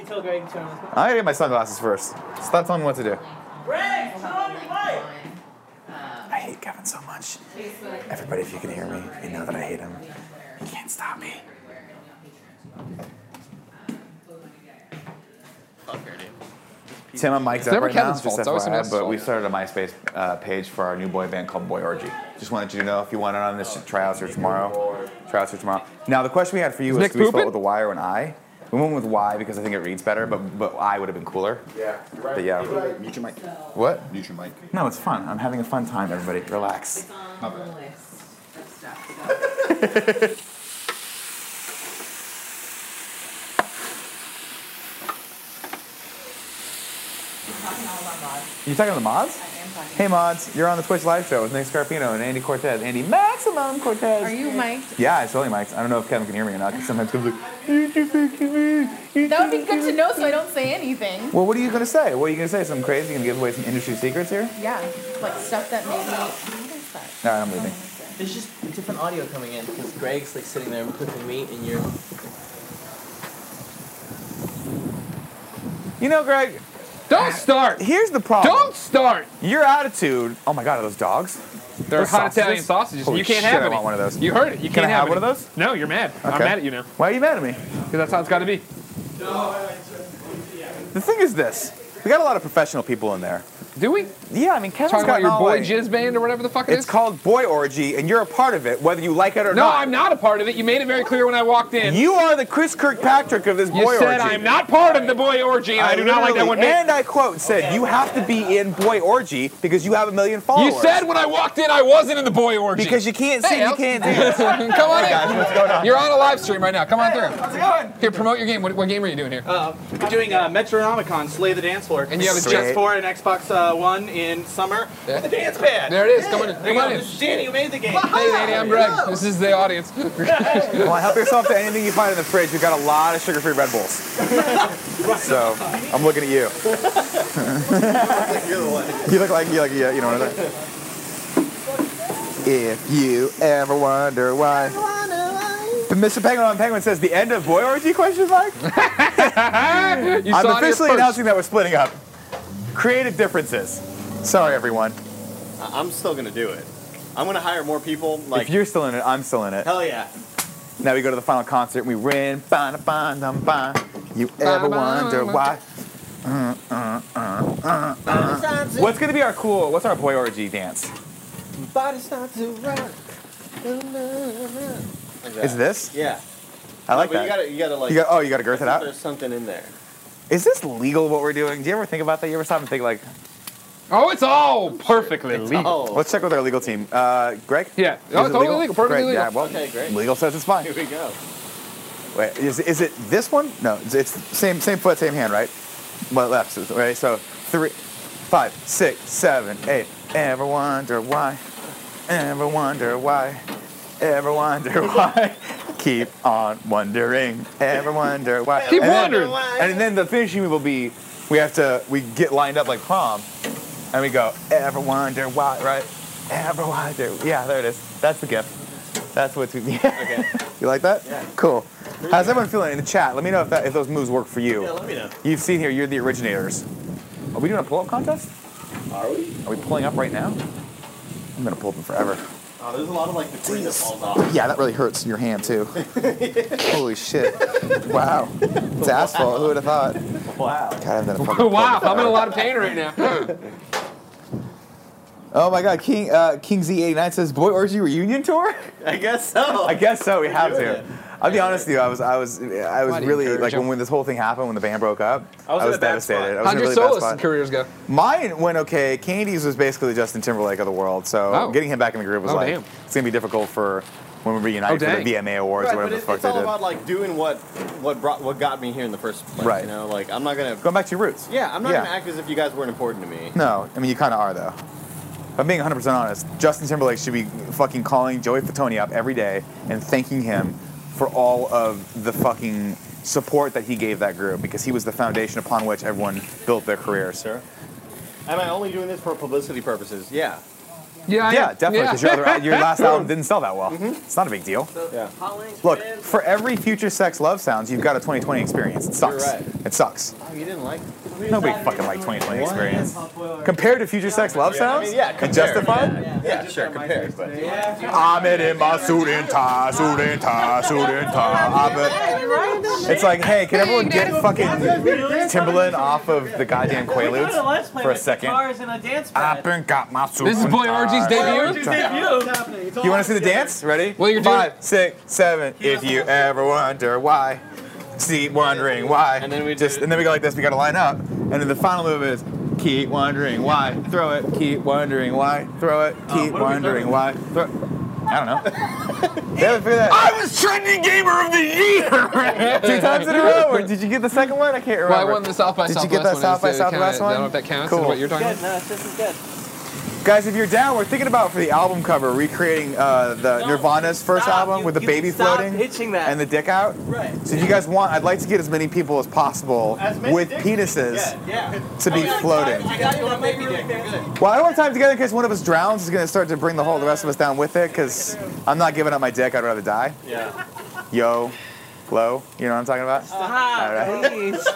[SPEAKER 4] tell Greg to turn on his mic?
[SPEAKER 2] gotta get my sunglasses first. Stop telling me what to do.
[SPEAKER 4] Greg, turn on your mic!
[SPEAKER 2] I hate Kevin so much. Everybody, if you can hear me, you know that I hate him. You can't stop me. Tim, I'm mic'd up
[SPEAKER 8] never
[SPEAKER 2] right now,
[SPEAKER 8] Kevin's
[SPEAKER 2] just
[SPEAKER 8] fault. It's always somebody
[SPEAKER 2] FYI,
[SPEAKER 8] else's
[SPEAKER 2] but
[SPEAKER 8] fault.
[SPEAKER 2] we started a MySpace uh, page for our new boy band called Boy Orgy. Just wanted you to know if you want it on this tryouts or tomorrow. Tryouts or tomorrow. Now the question we had for you was
[SPEAKER 8] Nick
[SPEAKER 2] do we spell it
[SPEAKER 8] pooping?
[SPEAKER 2] with a Y or an I? We went with Y because I think it reads better, but but I would have been cooler.
[SPEAKER 9] Yeah.
[SPEAKER 2] But yeah.
[SPEAKER 9] Mute your mic.
[SPEAKER 2] What?
[SPEAKER 9] Mute your mic.
[SPEAKER 2] No, it's fun. I'm having a fun time, everybody. Relax.
[SPEAKER 9] My bad.
[SPEAKER 2] You talking to the mods? Hey mods, you're on the Twitch live show with Nick Scarpino and Andy Cortez. Andy Maximum Cortez.
[SPEAKER 10] Are you Mike?
[SPEAKER 2] Yeah, it's only Mike's. I don't know if Kevin can hear me or not. 'cause sometimes Kevin's like,
[SPEAKER 10] That would be good to know so I don't say anything.
[SPEAKER 2] well, what are you gonna say? What are you gonna say? Something crazy? You gonna give away some industry secrets here?
[SPEAKER 10] Yeah, like stuff that made me. What is that?
[SPEAKER 2] All right, I'm leaving.
[SPEAKER 4] There's just a different audio coming in because Greg's like sitting there cooking meat and you're.
[SPEAKER 2] You know, Greg,
[SPEAKER 8] Don't start.
[SPEAKER 2] here's the problem.
[SPEAKER 8] Don't start.
[SPEAKER 2] Your attitude. Oh my God, are those dogs?
[SPEAKER 8] They're
[SPEAKER 2] Those
[SPEAKER 8] hot
[SPEAKER 2] sausages?
[SPEAKER 8] Italian sausages.
[SPEAKER 2] Holy
[SPEAKER 8] you can't
[SPEAKER 2] shit,
[SPEAKER 8] have
[SPEAKER 2] I
[SPEAKER 8] any.
[SPEAKER 2] want one of those.
[SPEAKER 8] You heard it. You
[SPEAKER 2] Can
[SPEAKER 8] can't
[SPEAKER 2] I have
[SPEAKER 8] have
[SPEAKER 2] one
[SPEAKER 8] any.
[SPEAKER 2] of those?
[SPEAKER 8] No, you're mad. I'm
[SPEAKER 2] Okay.
[SPEAKER 8] mad at you now
[SPEAKER 2] Why are you mad at me?
[SPEAKER 8] because that's how it's got to be.
[SPEAKER 2] The thing is this: we got a lot of professional people in there.
[SPEAKER 8] Do we
[SPEAKER 2] Yeah, I mean, Kevin's
[SPEAKER 8] talking about
[SPEAKER 2] gotten
[SPEAKER 8] your
[SPEAKER 2] all,
[SPEAKER 8] boy
[SPEAKER 2] like-
[SPEAKER 8] jizz band or whatever the fuck it
[SPEAKER 2] It's
[SPEAKER 8] is?
[SPEAKER 2] called Boy Orgy, and you're a part of it, whether you like it or
[SPEAKER 8] no,
[SPEAKER 2] not.
[SPEAKER 8] I'm not a part of it. You made it very clear when I walked in.
[SPEAKER 2] You are the Chris Kirkpatrick of this
[SPEAKER 8] You
[SPEAKER 2] boy
[SPEAKER 8] said
[SPEAKER 2] orgy.
[SPEAKER 8] I'm not part of the boy orgy, and I, do not like that
[SPEAKER 2] literally-
[SPEAKER 8] one bit.
[SPEAKER 2] And I quote said, "You have to be in boy orgy because you have a million followers."
[SPEAKER 8] You said when I walked in I wasn't in the boy orgy.
[SPEAKER 2] because you can't
[SPEAKER 8] Hey,
[SPEAKER 2] sing, you
[SPEAKER 8] Al.
[SPEAKER 2] can't
[SPEAKER 8] <laughs>
[SPEAKER 2] dance.
[SPEAKER 8] Come on
[SPEAKER 2] Guys,
[SPEAKER 8] in.
[SPEAKER 2] what's going on?
[SPEAKER 8] You're on a live stream right now. Come on through.
[SPEAKER 2] How's it going?
[SPEAKER 8] Here, promote your game. What, what game are you doing here?
[SPEAKER 4] We're doing uh, Metronomicon, Slay the Dance Floor.
[SPEAKER 8] and you have a
[SPEAKER 2] Sweet.
[SPEAKER 8] jet.
[SPEAKER 4] for an Xbox uh, One in summer.
[SPEAKER 8] Yeah.
[SPEAKER 4] The dance pad.
[SPEAKER 8] There it is. Come on in. Come
[SPEAKER 4] There you
[SPEAKER 8] on
[SPEAKER 4] go.
[SPEAKER 8] in.
[SPEAKER 4] This is Danny who made the game.
[SPEAKER 8] Hey, Danny, I'm Greg. This is the audience. <laughs>
[SPEAKER 2] Well, help yourself to anything you find in the fridge. We've got a lot of sugar-free Red
[SPEAKER 8] <laughs>
[SPEAKER 2] Bulls. so I'm looking at you. you look like you like yeah, you know what I mean. If you ever wonder why. But Mr. Penguin on Penguin says the end of boy orgy question mark.
[SPEAKER 8] You saw it
[SPEAKER 2] I'm
[SPEAKER 8] here
[SPEAKER 2] officially
[SPEAKER 8] first.
[SPEAKER 2] announcing that we're splitting up. Creative differences. Sorry, everyone.
[SPEAKER 5] I'm still gonna do it. I'm gonna hire more people. Like
[SPEAKER 2] if you're still in it, I'm still in it.
[SPEAKER 5] hell yeah.
[SPEAKER 2] Now we go to the final concert and we win. Ba, ba, dum, ba. You ever
[SPEAKER 8] Ba, ba,
[SPEAKER 2] wonder
[SPEAKER 8] ba.
[SPEAKER 2] why? Uh, uh, uh, uh, uh. What's gonna be our cool? What's our boy orgy dance?
[SPEAKER 5] Body's not to rock.
[SPEAKER 2] Is this?
[SPEAKER 5] Yeah.
[SPEAKER 2] I like
[SPEAKER 5] but
[SPEAKER 2] that.
[SPEAKER 5] you gotta, you gotta like.
[SPEAKER 2] You got- oh, you gotta girth it out?
[SPEAKER 5] There's something
[SPEAKER 2] <laughs>
[SPEAKER 5] in there.
[SPEAKER 2] Is this legal what we're doing? Do you ever think about that? You ever stop and think like,
[SPEAKER 1] Oh, it's all perfectly
[SPEAKER 8] <laughs>
[SPEAKER 1] legal.
[SPEAKER 5] Oh,
[SPEAKER 2] let's check with our legal team. Uh, Greg?
[SPEAKER 1] Yeah.
[SPEAKER 2] Is
[SPEAKER 1] Oh,
[SPEAKER 2] it
[SPEAKER 1] totally legal, perfectly
[SPEAKER 2] Greg,
[SPEAKER 1] legal.
[SPEAKER 2] Yeah, well,
[SPEAKER 5] Okay, great.
[SPEAKER 2] legal says it's fine.
[SPEAKER 5] Here we go.
[SPEAKER 2] Wait, is, is it this one? No, it's, it's same same foot, same hand, right? Well, left, is- right? So three, five, six, seven, eight. Ever wonder why? Ever wonder why? Ever wonder why? <laughs> Keep on wondering. Ever wonder why?
[SPEAKER 1] Keep
[SPEAKER 2] And then-
[SPEAKER 1] wondering.
[SPEAKER 2] and then the finishing move will be, we have to we get lined up like prom, and we go. Ever wonder why? Right? Ever wonder? Yeah, there it is. That's the gift. That's what's we
[SPEAKER 5] Okay.
[SPEAKER 2] You like that?
[SPEAKER 5] Yeah.
[SPEAKER 2] Cool. How's everyone feeling in the chat? Let me know if that if those moves work for you.
[SPEAKER 5] Yeah, let me know.
[SPEAKER 2] You've seen here, you're the originators. Are we doing a pull-up contest?
[SPEAKER 5] Are we?
[SPEAKER 2] Are we pulling up right now? I'm gonna pull them forever.
[SPEAKER 5] Oh, there's a lot of like the green that falls off.
[SPEAKER 2] Yeah, that really hurts your hand too. Holy shit! Wow, it's asphalt. Who would have <laughs> thought?
[SPEAKER 5] Wow.
[SPEAKER 2] God, I'm gonna fucking pull
[SPEAKER 1] wow,
[SPEAKER 2] them
[SPEAKER 1] I'm in a
[SPEAKER 2] forever.
[SPEAKER 1] lot of pain right now.
[SPEAKER 2] Oh my god, King uh, King Z89 says, "Boy Orgy reunion tour."
[SPEAKER 5] <laughs> I guess so.
[SPEAKER 2] I guess so. We have
[SPEAKER 5] doing
[SPEAKER 2] to.
[SPEAKER 5] it.
[SPEAKER 2] I'll be honest with you. I was, I was, I was
[SPEAKER 1] Why do you
[SPEAKER 2] really
[SPEAKER 1] encourage
[SPEAKER 2] like when,
[SPEAKER 1] him?
[SPEAKER 2] when this whole thing happened when the band broke up.
[SPEAKER 5] I was in a bad
[SPEAKER 2] devastated. I
[SPEAKER 5] spot.
[SPEAKER 2] was in
[SPEAKER 1] How'd
[SPEAKER 2] a
[SPEAKER 1] your
[SPEAKER 2] really bad
[SPEAKER 1] soloist
[SPEAKER 2] spot.
[SPEAKER 1] careers go?
[SPEAKER 2] Mine went okay. Candy's was basically Justin Timberlake of the world, so
[SPEAKER 1] Oh.
[SPEAKER 2] getting him back in the group was
[SPEAKER 1] Oh,
[SPEAKER 2] like
[SPEAKER 1] damn.
[SPEAKER 2] it's gonna be difficult for when we reunite
[SPEAKER 1] Oh,
[SPEAKER 2] for
[SPEAKER 1] dang.
[SPEAKER 2] the VMA Awards
[SPEAKER 5] Right,
[SPEAKER 2] or
[SPEAKER 5] but
[SPEAKER 2] whatever
[SPEAKER 5] it,
[SPEAKER 2] the
[SPEAKER 5] it's
[SPEAKER 2] fuck
[SPEAKER 5] all
[SPEAKER 2] they did.
[SPEAKER 5] about like doing what what brought what got me here in the first place.
[SPEAKER 2] Right.
[SPEAKER 5] You know, like I'm not gonna.
[SPEAKER 2] Going back to your roots.
[SPEAKER 5] Yeah, I'm not gonna act as if you guys weren't important to me.
[SPEAKER 2] No, I mean you kind of are though. If I'm being 100% honest, Justin Timberlake should be fucking calling Joey Fatone up every day and thanking him for all of the fucking support that he gave that group because he was the foundation upon which everyone built their careers.
[SPEAKER 5] Sure. Am I only doing this for publicity purposes? Yeah.
[SPEAKER 1] Yeah, I
[SPEAKER 2] Yeah,
[SPEAKER 1] am.
[SPEAKER 2] definitely, because
[SPEAKER 1] Yeah.
[SPEAKER 2] your, other- your
[SPEAKER 5] <laughs>
[SPEAKER 2] last album didn't sell that well.
[SPEAKER 5] Mm-hmm.
[SPEAKER 2] It's not a big deal.
[SPEAKER 5] Yeah.
[SPEAKER 2] Look, for every future sex love sounds, you've got a 2020 experience. It sucks.
[SPEAKER 5] You're right.
[SPEAKER 2] It sucks.
[SPEAKER 5] Oh, you didn't like.
[SPEAKER 2] Nobody fucking liked 2020 experience. Compared to future sex love
[SPEAKER 5] Yeah, I
[SPEAKER 2] sounds,
[SPEAKER 5] mean, yeah,
[SPEAKER 2] and
[SPEAKER 5] compared,
[SPEAKER 2] justified.
[SPEAKER 5] Yeah, sure, compared. But
[SPEAKER 2] I'm in, in my suit and tie, suit and tie, suit and tie. I'm in- It's like, hey, can everyone get fucking Timberland off of the goddamn Quaaludes for a second? Ah,
[SPEAKER 4] and a dance
[SPEAKER 2] I've <laughs> been got my suit.
[SPEAKER 1] This is
[SPEAKER 2] and
[SPEAKER 1] Boy
[SPEAKER 2] tie.
[SPEAKER 1] Orgy's debut.
[SPEAKER 2] You want to see the dance? Ready?
[SPEAKER 1] Well, you're doing-
[SPEAKER 2] Five, six, seven. If you ever wonder why, see wondering why.
[SPEAKER 5] And then we do-
[SPEAKER 2] just and then we go like this. We got to line up, and then the final move is keep wondering why, throw it, keep wondering why, throw it, keep
[SPEAKER 5] Uh, what are we
[SPEAKER 2] wondering
[SPEAKER 5] doing?
[SPEAKER 2] why. Throw it. I don't know. <laughs> They haven't figured that. I was trending gamer of the year two times in a row. Or did you get the second one? I can't remember.
[SPEAKER 1] Well, I won the South by
[SPEAKER 2] Did
[SPEAKER 1] Southwest
[SPEAKER 2] you get that
[SPEAKER 1] one.
[SPEAKER 2] South by
[SPEAKER 1] instead. It kinda-
[SPEAKER 2] Southwest one?
[SPEAKER 1] I don't know if that counts.
[SPEAKER 2] Cool.
[SPEAKER 1] Is what you're talking about?
[SPEAKER 4] No, it's just as good.
[SPEAKER 2] Guys, if you're down, we're thinking about for the album cover recreating uh, the
[SPEAKER 4] No,
[SPEAKER 2] Nirvana's first
[SPEAKER 4] stop.
[SPEAKER 2] album
[SPEAKER 4] You-
[SPEAKER 2] with the
[SPEAKER 4] you
[SPEAKER 2] baby
[SPEAKER 4] stop
[SPEAKER 2] floating
[SPEAKER 4] pitching that.
[SPEAKER 2] and the dick out.
[SPEAKER 4] Right.
[SPEAKER 2] So if you guys want, I'd like to get as many people as possible
[SPEAKER 5] As many
[SPEAKER 2] with
[SPEAKER 5] dicks-
[SPEAKER 2] penises
[SPEAKER 5] Yeah. yeah.
[SPEAKER 4] Oh,
[SPEAKER 2] to be floating.
[SPEAKER 5] I got you on baby dick. You're good.
[SPEAKER 2] Well, I don't have time together in case one of us drowns. It's going to start to bring the whole the rest of us down with it because I'm not giving up my dick. I'd rather die.
[SPEAKER 5] Yeah.
[SPEAKER 2] Yo, low. You know what I'm talking about? All right.
[SPEAKER 4] Please.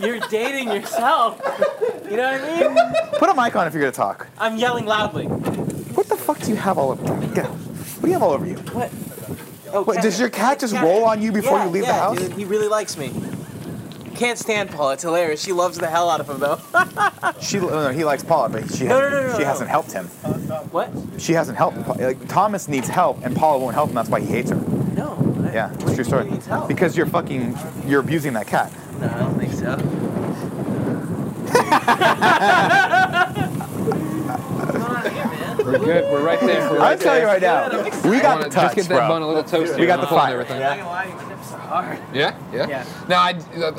[SPEAKER 4] You're dating yourself. You know what I mean?
[SPEAKER 2] Put a mic on if you're going to talk.
[SPEAKER 4] I'm yelling loudly.
[SPEAKER 2] What the fuck do you have all over you? Get- What do you have all over you?
[SPEAKER 4] Oh,
[SPEAKER 2] What, does your cat just roll on you before
[SPEAKER 4] yeah,
[SPEAKER 2] you leave
[SPEAKER 4] yeah,
[SPEAKER 2] the house?
[SPEAKER 4] Dude, he really likes me. Can't stand Paul. It's hilarious. She loves the hell out of him though. <laughs>
[SPEAKER 2] She, no, no, he likes Paula, but she,
[SPEAKER 4] No,
[SPEAKER 2] hasn't,
[SPEAKER 4] no, no, no,
[SPEAKER 2] she
[SPEAKER 4] no.
[SPEAKER 2] hasn't helped him.
[SPEAKER 4] what?
[SPEAKER 2] She hasn't helped. Pa- Like, Thomas needs help, and Paula won't help him. That's why he hates her.
[SPEAKER 4] No.
[SPEAKER 2] Yeah, it's a true story.
[SPEAKER 4] He needs help.
[SPEAKER 2] Because you're fucking, you're abusing that cat.
[SPEAKER 4] No, I don't think so.
[SPEAKER 1] We're good. We're right there. We're
[SPEAKER 2] I'll
[SPEAKER 1] right
[SPEAKER 2] tell you
[SPEAKER 1] there.
[SPEAKER 2] right now, we got the touch,
[SPEAKER 1] Just get that bun a
[SPEAKER 2] bro.
[SPEAKER 1] little toasty.
[SPEAKER 2] We got
[SPEAKER 1] I'm
[SPEAKER 2] the
[SPEAKER 1] holding
[SPEAKER 2] fire.
[SPEAKER 1] everything.
[SPEAKER 4] I'm not gonna lie, these nips are hard.
[SPEAKER 1] Yeah, yeah.
[SPEAKER 4] Yeah.
[SPEAKER 1] Now I,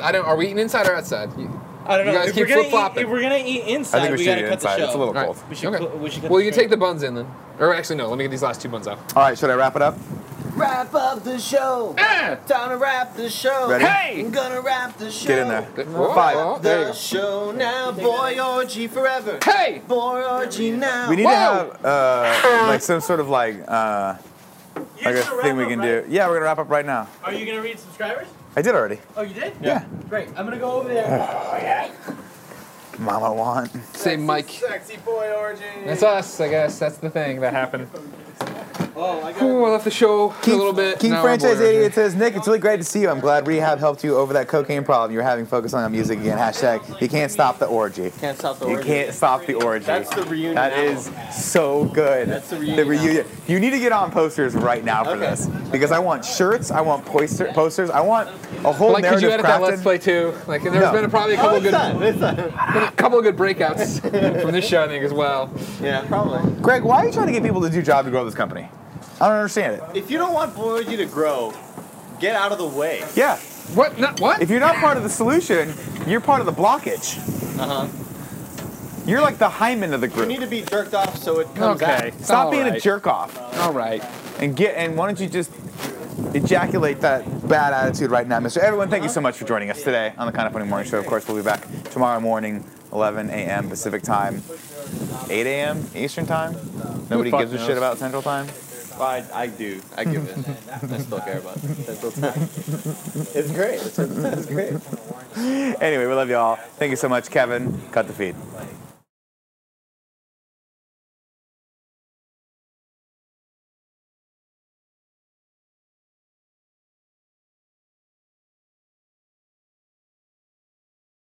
[SPEAKER 1] I don't. Are we eating inside or outside? You-
[SPEAKER 4] I don't
[SPEAKER 1] You
[SPEAKER 4] know.
[SPEAKER 1] guys
[SPEAKER 4] if,
[SPEAKER 1] keep
[SPEAKER 4] we're gonna eat,
[SPEAKER 1] flip-flopping.
[SPEAKER 4] if we're gonna eat
[SPEAKER 2] I
[SPEAKER 4] inside,
[SPEAKER 2] think we should
[SPEAKER 4] gotta
[SPEAKER 2] eat
[SPEAKER 4] cut the
[SPEAKER 2] inside.
[SPEAKER 4] show.
[SPEAKER 2] It's a little
[SPEAKER 1] All right.
[SPEAKER 2] cold.
[SPEAKER 4] We should cl- we should cut
[SPEAKER 1] well,
[SPEAKER 4] the
[SPEAKER 1] you
[SPEAKER 4] show.
[SPEAKER 1] take the buns in then. Or actually, no. Let me get these last two buns out.
[SPEAKER 2] All right, should I wrap it up?
[SPEAKER 4] Wrap up the show.
[SPEAKER 1] Ah!
[SPEAKER 4] Time to wrap the show.
[SPEAKER 2] Ready?
[SPEAKER 1] Hey!
[SPEAKER 4] gonna wrap the show.
[SPEAKER 2] Get in Oh, there.
[SPEAKER 1] Whoa, whoa,
[SPEAKER 2] Five.
[SPEAKER 1] there you go.
[SPEAKER 4] show now, boy orgy forever.
[SPEAKER 1] Hey!
[SPEAKER 4] Boy orgy now.
[SPEAKER 2] We need
[SPEAKER 1] Whoa.
[SPEAKER 2] to have uh, like some sort of like uh, like a thing we can do. Yeah, we're gonna wrap up right now.
[SPEAKER 4] Are you gonna read subscribers?
[SPEAKER 2] I did already.
[SPEAKER 4] Oh, you did?
[SPEAKER 2] Yeah.
[SPEAKER 4] Great. I'm gonna go over there.
[SPEAKER 2] Mama want.
[SPEAKER 1] Say Mike.
[SPEAKER 5] Sexy boy orgy.
[SPEAKER 1] That's us, I guess. That's the thing that happened.
[SPEAKER 5] Oh,
[SPEAKER 1] Ooh, I left the show
[SPEAKER 2] King,
[SPEAKER 1] a little bit.
[SPEAKER 2] King
[SPEAKER 1] Now I'm
[SPEAKER 2] Franchise
[SPEAKER 1] bored.
[SPEAKER 2] 88 says, Nick, it's really great to see you. I'm glad rehab helped you over that cocaine problem you're having. Focus on the music again. Hashtag, you can't stop the orgy.
[SPEAKER 5] Can't stop the
[SPEAKER 2] You
[SPEAKER 5] orgy.
[SPEAKER 2] can't stop the orgy.
[SPEAKER 5] That's the reunion
[SPEAKER 2] That
[SPEAKER 5] album.
[SPEAKER 2] is so good.
[SPEAKER 5] That's the reunion
[SPEAKER 2] You need to get on posters right now for
[SPEAKER 5] Okay.
[SPEAKER 2] this because I want shirts. I want poister, posters. I want a whole
[SPEAKER 1] Like, could
[SPEAKER 2] narrative
[SPEAKER 1] you edit that
[SPEAKER 2] crafted.
[SPEAKER 1] Let's Play too? Like, there's
[SPEAKER 2] No.
[SPEAKER 1] been a, probably a
[SPEAKER 5] Oh,
[SPEAKER 1] couple
[SPEAKER 5] it's
[SPEAKER 1] good,
[SPEAKER 5] done, it's done.
[SPEAKER 1] been a couple good breakouts from this show, I think, as well.
[SPEAKER 5] <laughs> Yeah, probably.
[SPEAKER 2] Greg, why are you trying to get people to do job to grow this company? I don't understand it.
[SPEAKER 5] If you don't want Boyergy to grow, get out of the way.
[SPEAKER 2] Yeah.
[SPEAKER 1] What? Not what?
[SPEAKER 2] If you're not part of the solution, you're part of the blockage.
[SPEAKER 5] Uh huh.
[SPEAKER 2] You're like the hymen of the
[SPEAKER 5] You
[SPEAKER 2] group.
[SPEAKER 5] need to be jerked off so it comes
[SPEAKER 1] Okay.
[SPEAKER 5] out.
[SPEAKER 2] Stop
[SPEAKER 1] All
[SPEAKER 2] being a
[SPEAKER 1] right.
[SPEAKER 2] jerk off.
[SPEAKER 1] All right.
[SPEAKER 2] and get and why don't you just ejaculate that bad attitude right now, Mr. Everyone, thank you so much for joining us today on the Kind of Funny Morning Show. Of course, we'll be back tomorrow morning, 11 a.m. Pacific time, 8 a.m. Eastern time. Nobody
[SPEAKER 1] fuck
[SPEAKER 2] gives a
[SPEAKER 1] knows?
[SPEAKER 2] shit about Central time.
[SPEAKER 5] I, I do. I give it. <laughs> I still care about it. I still It's great. <laughs> It's, it's great.
[SPEAKER 2] Anyway, we love you all. Thank you so much, Kevin. Cut the feed.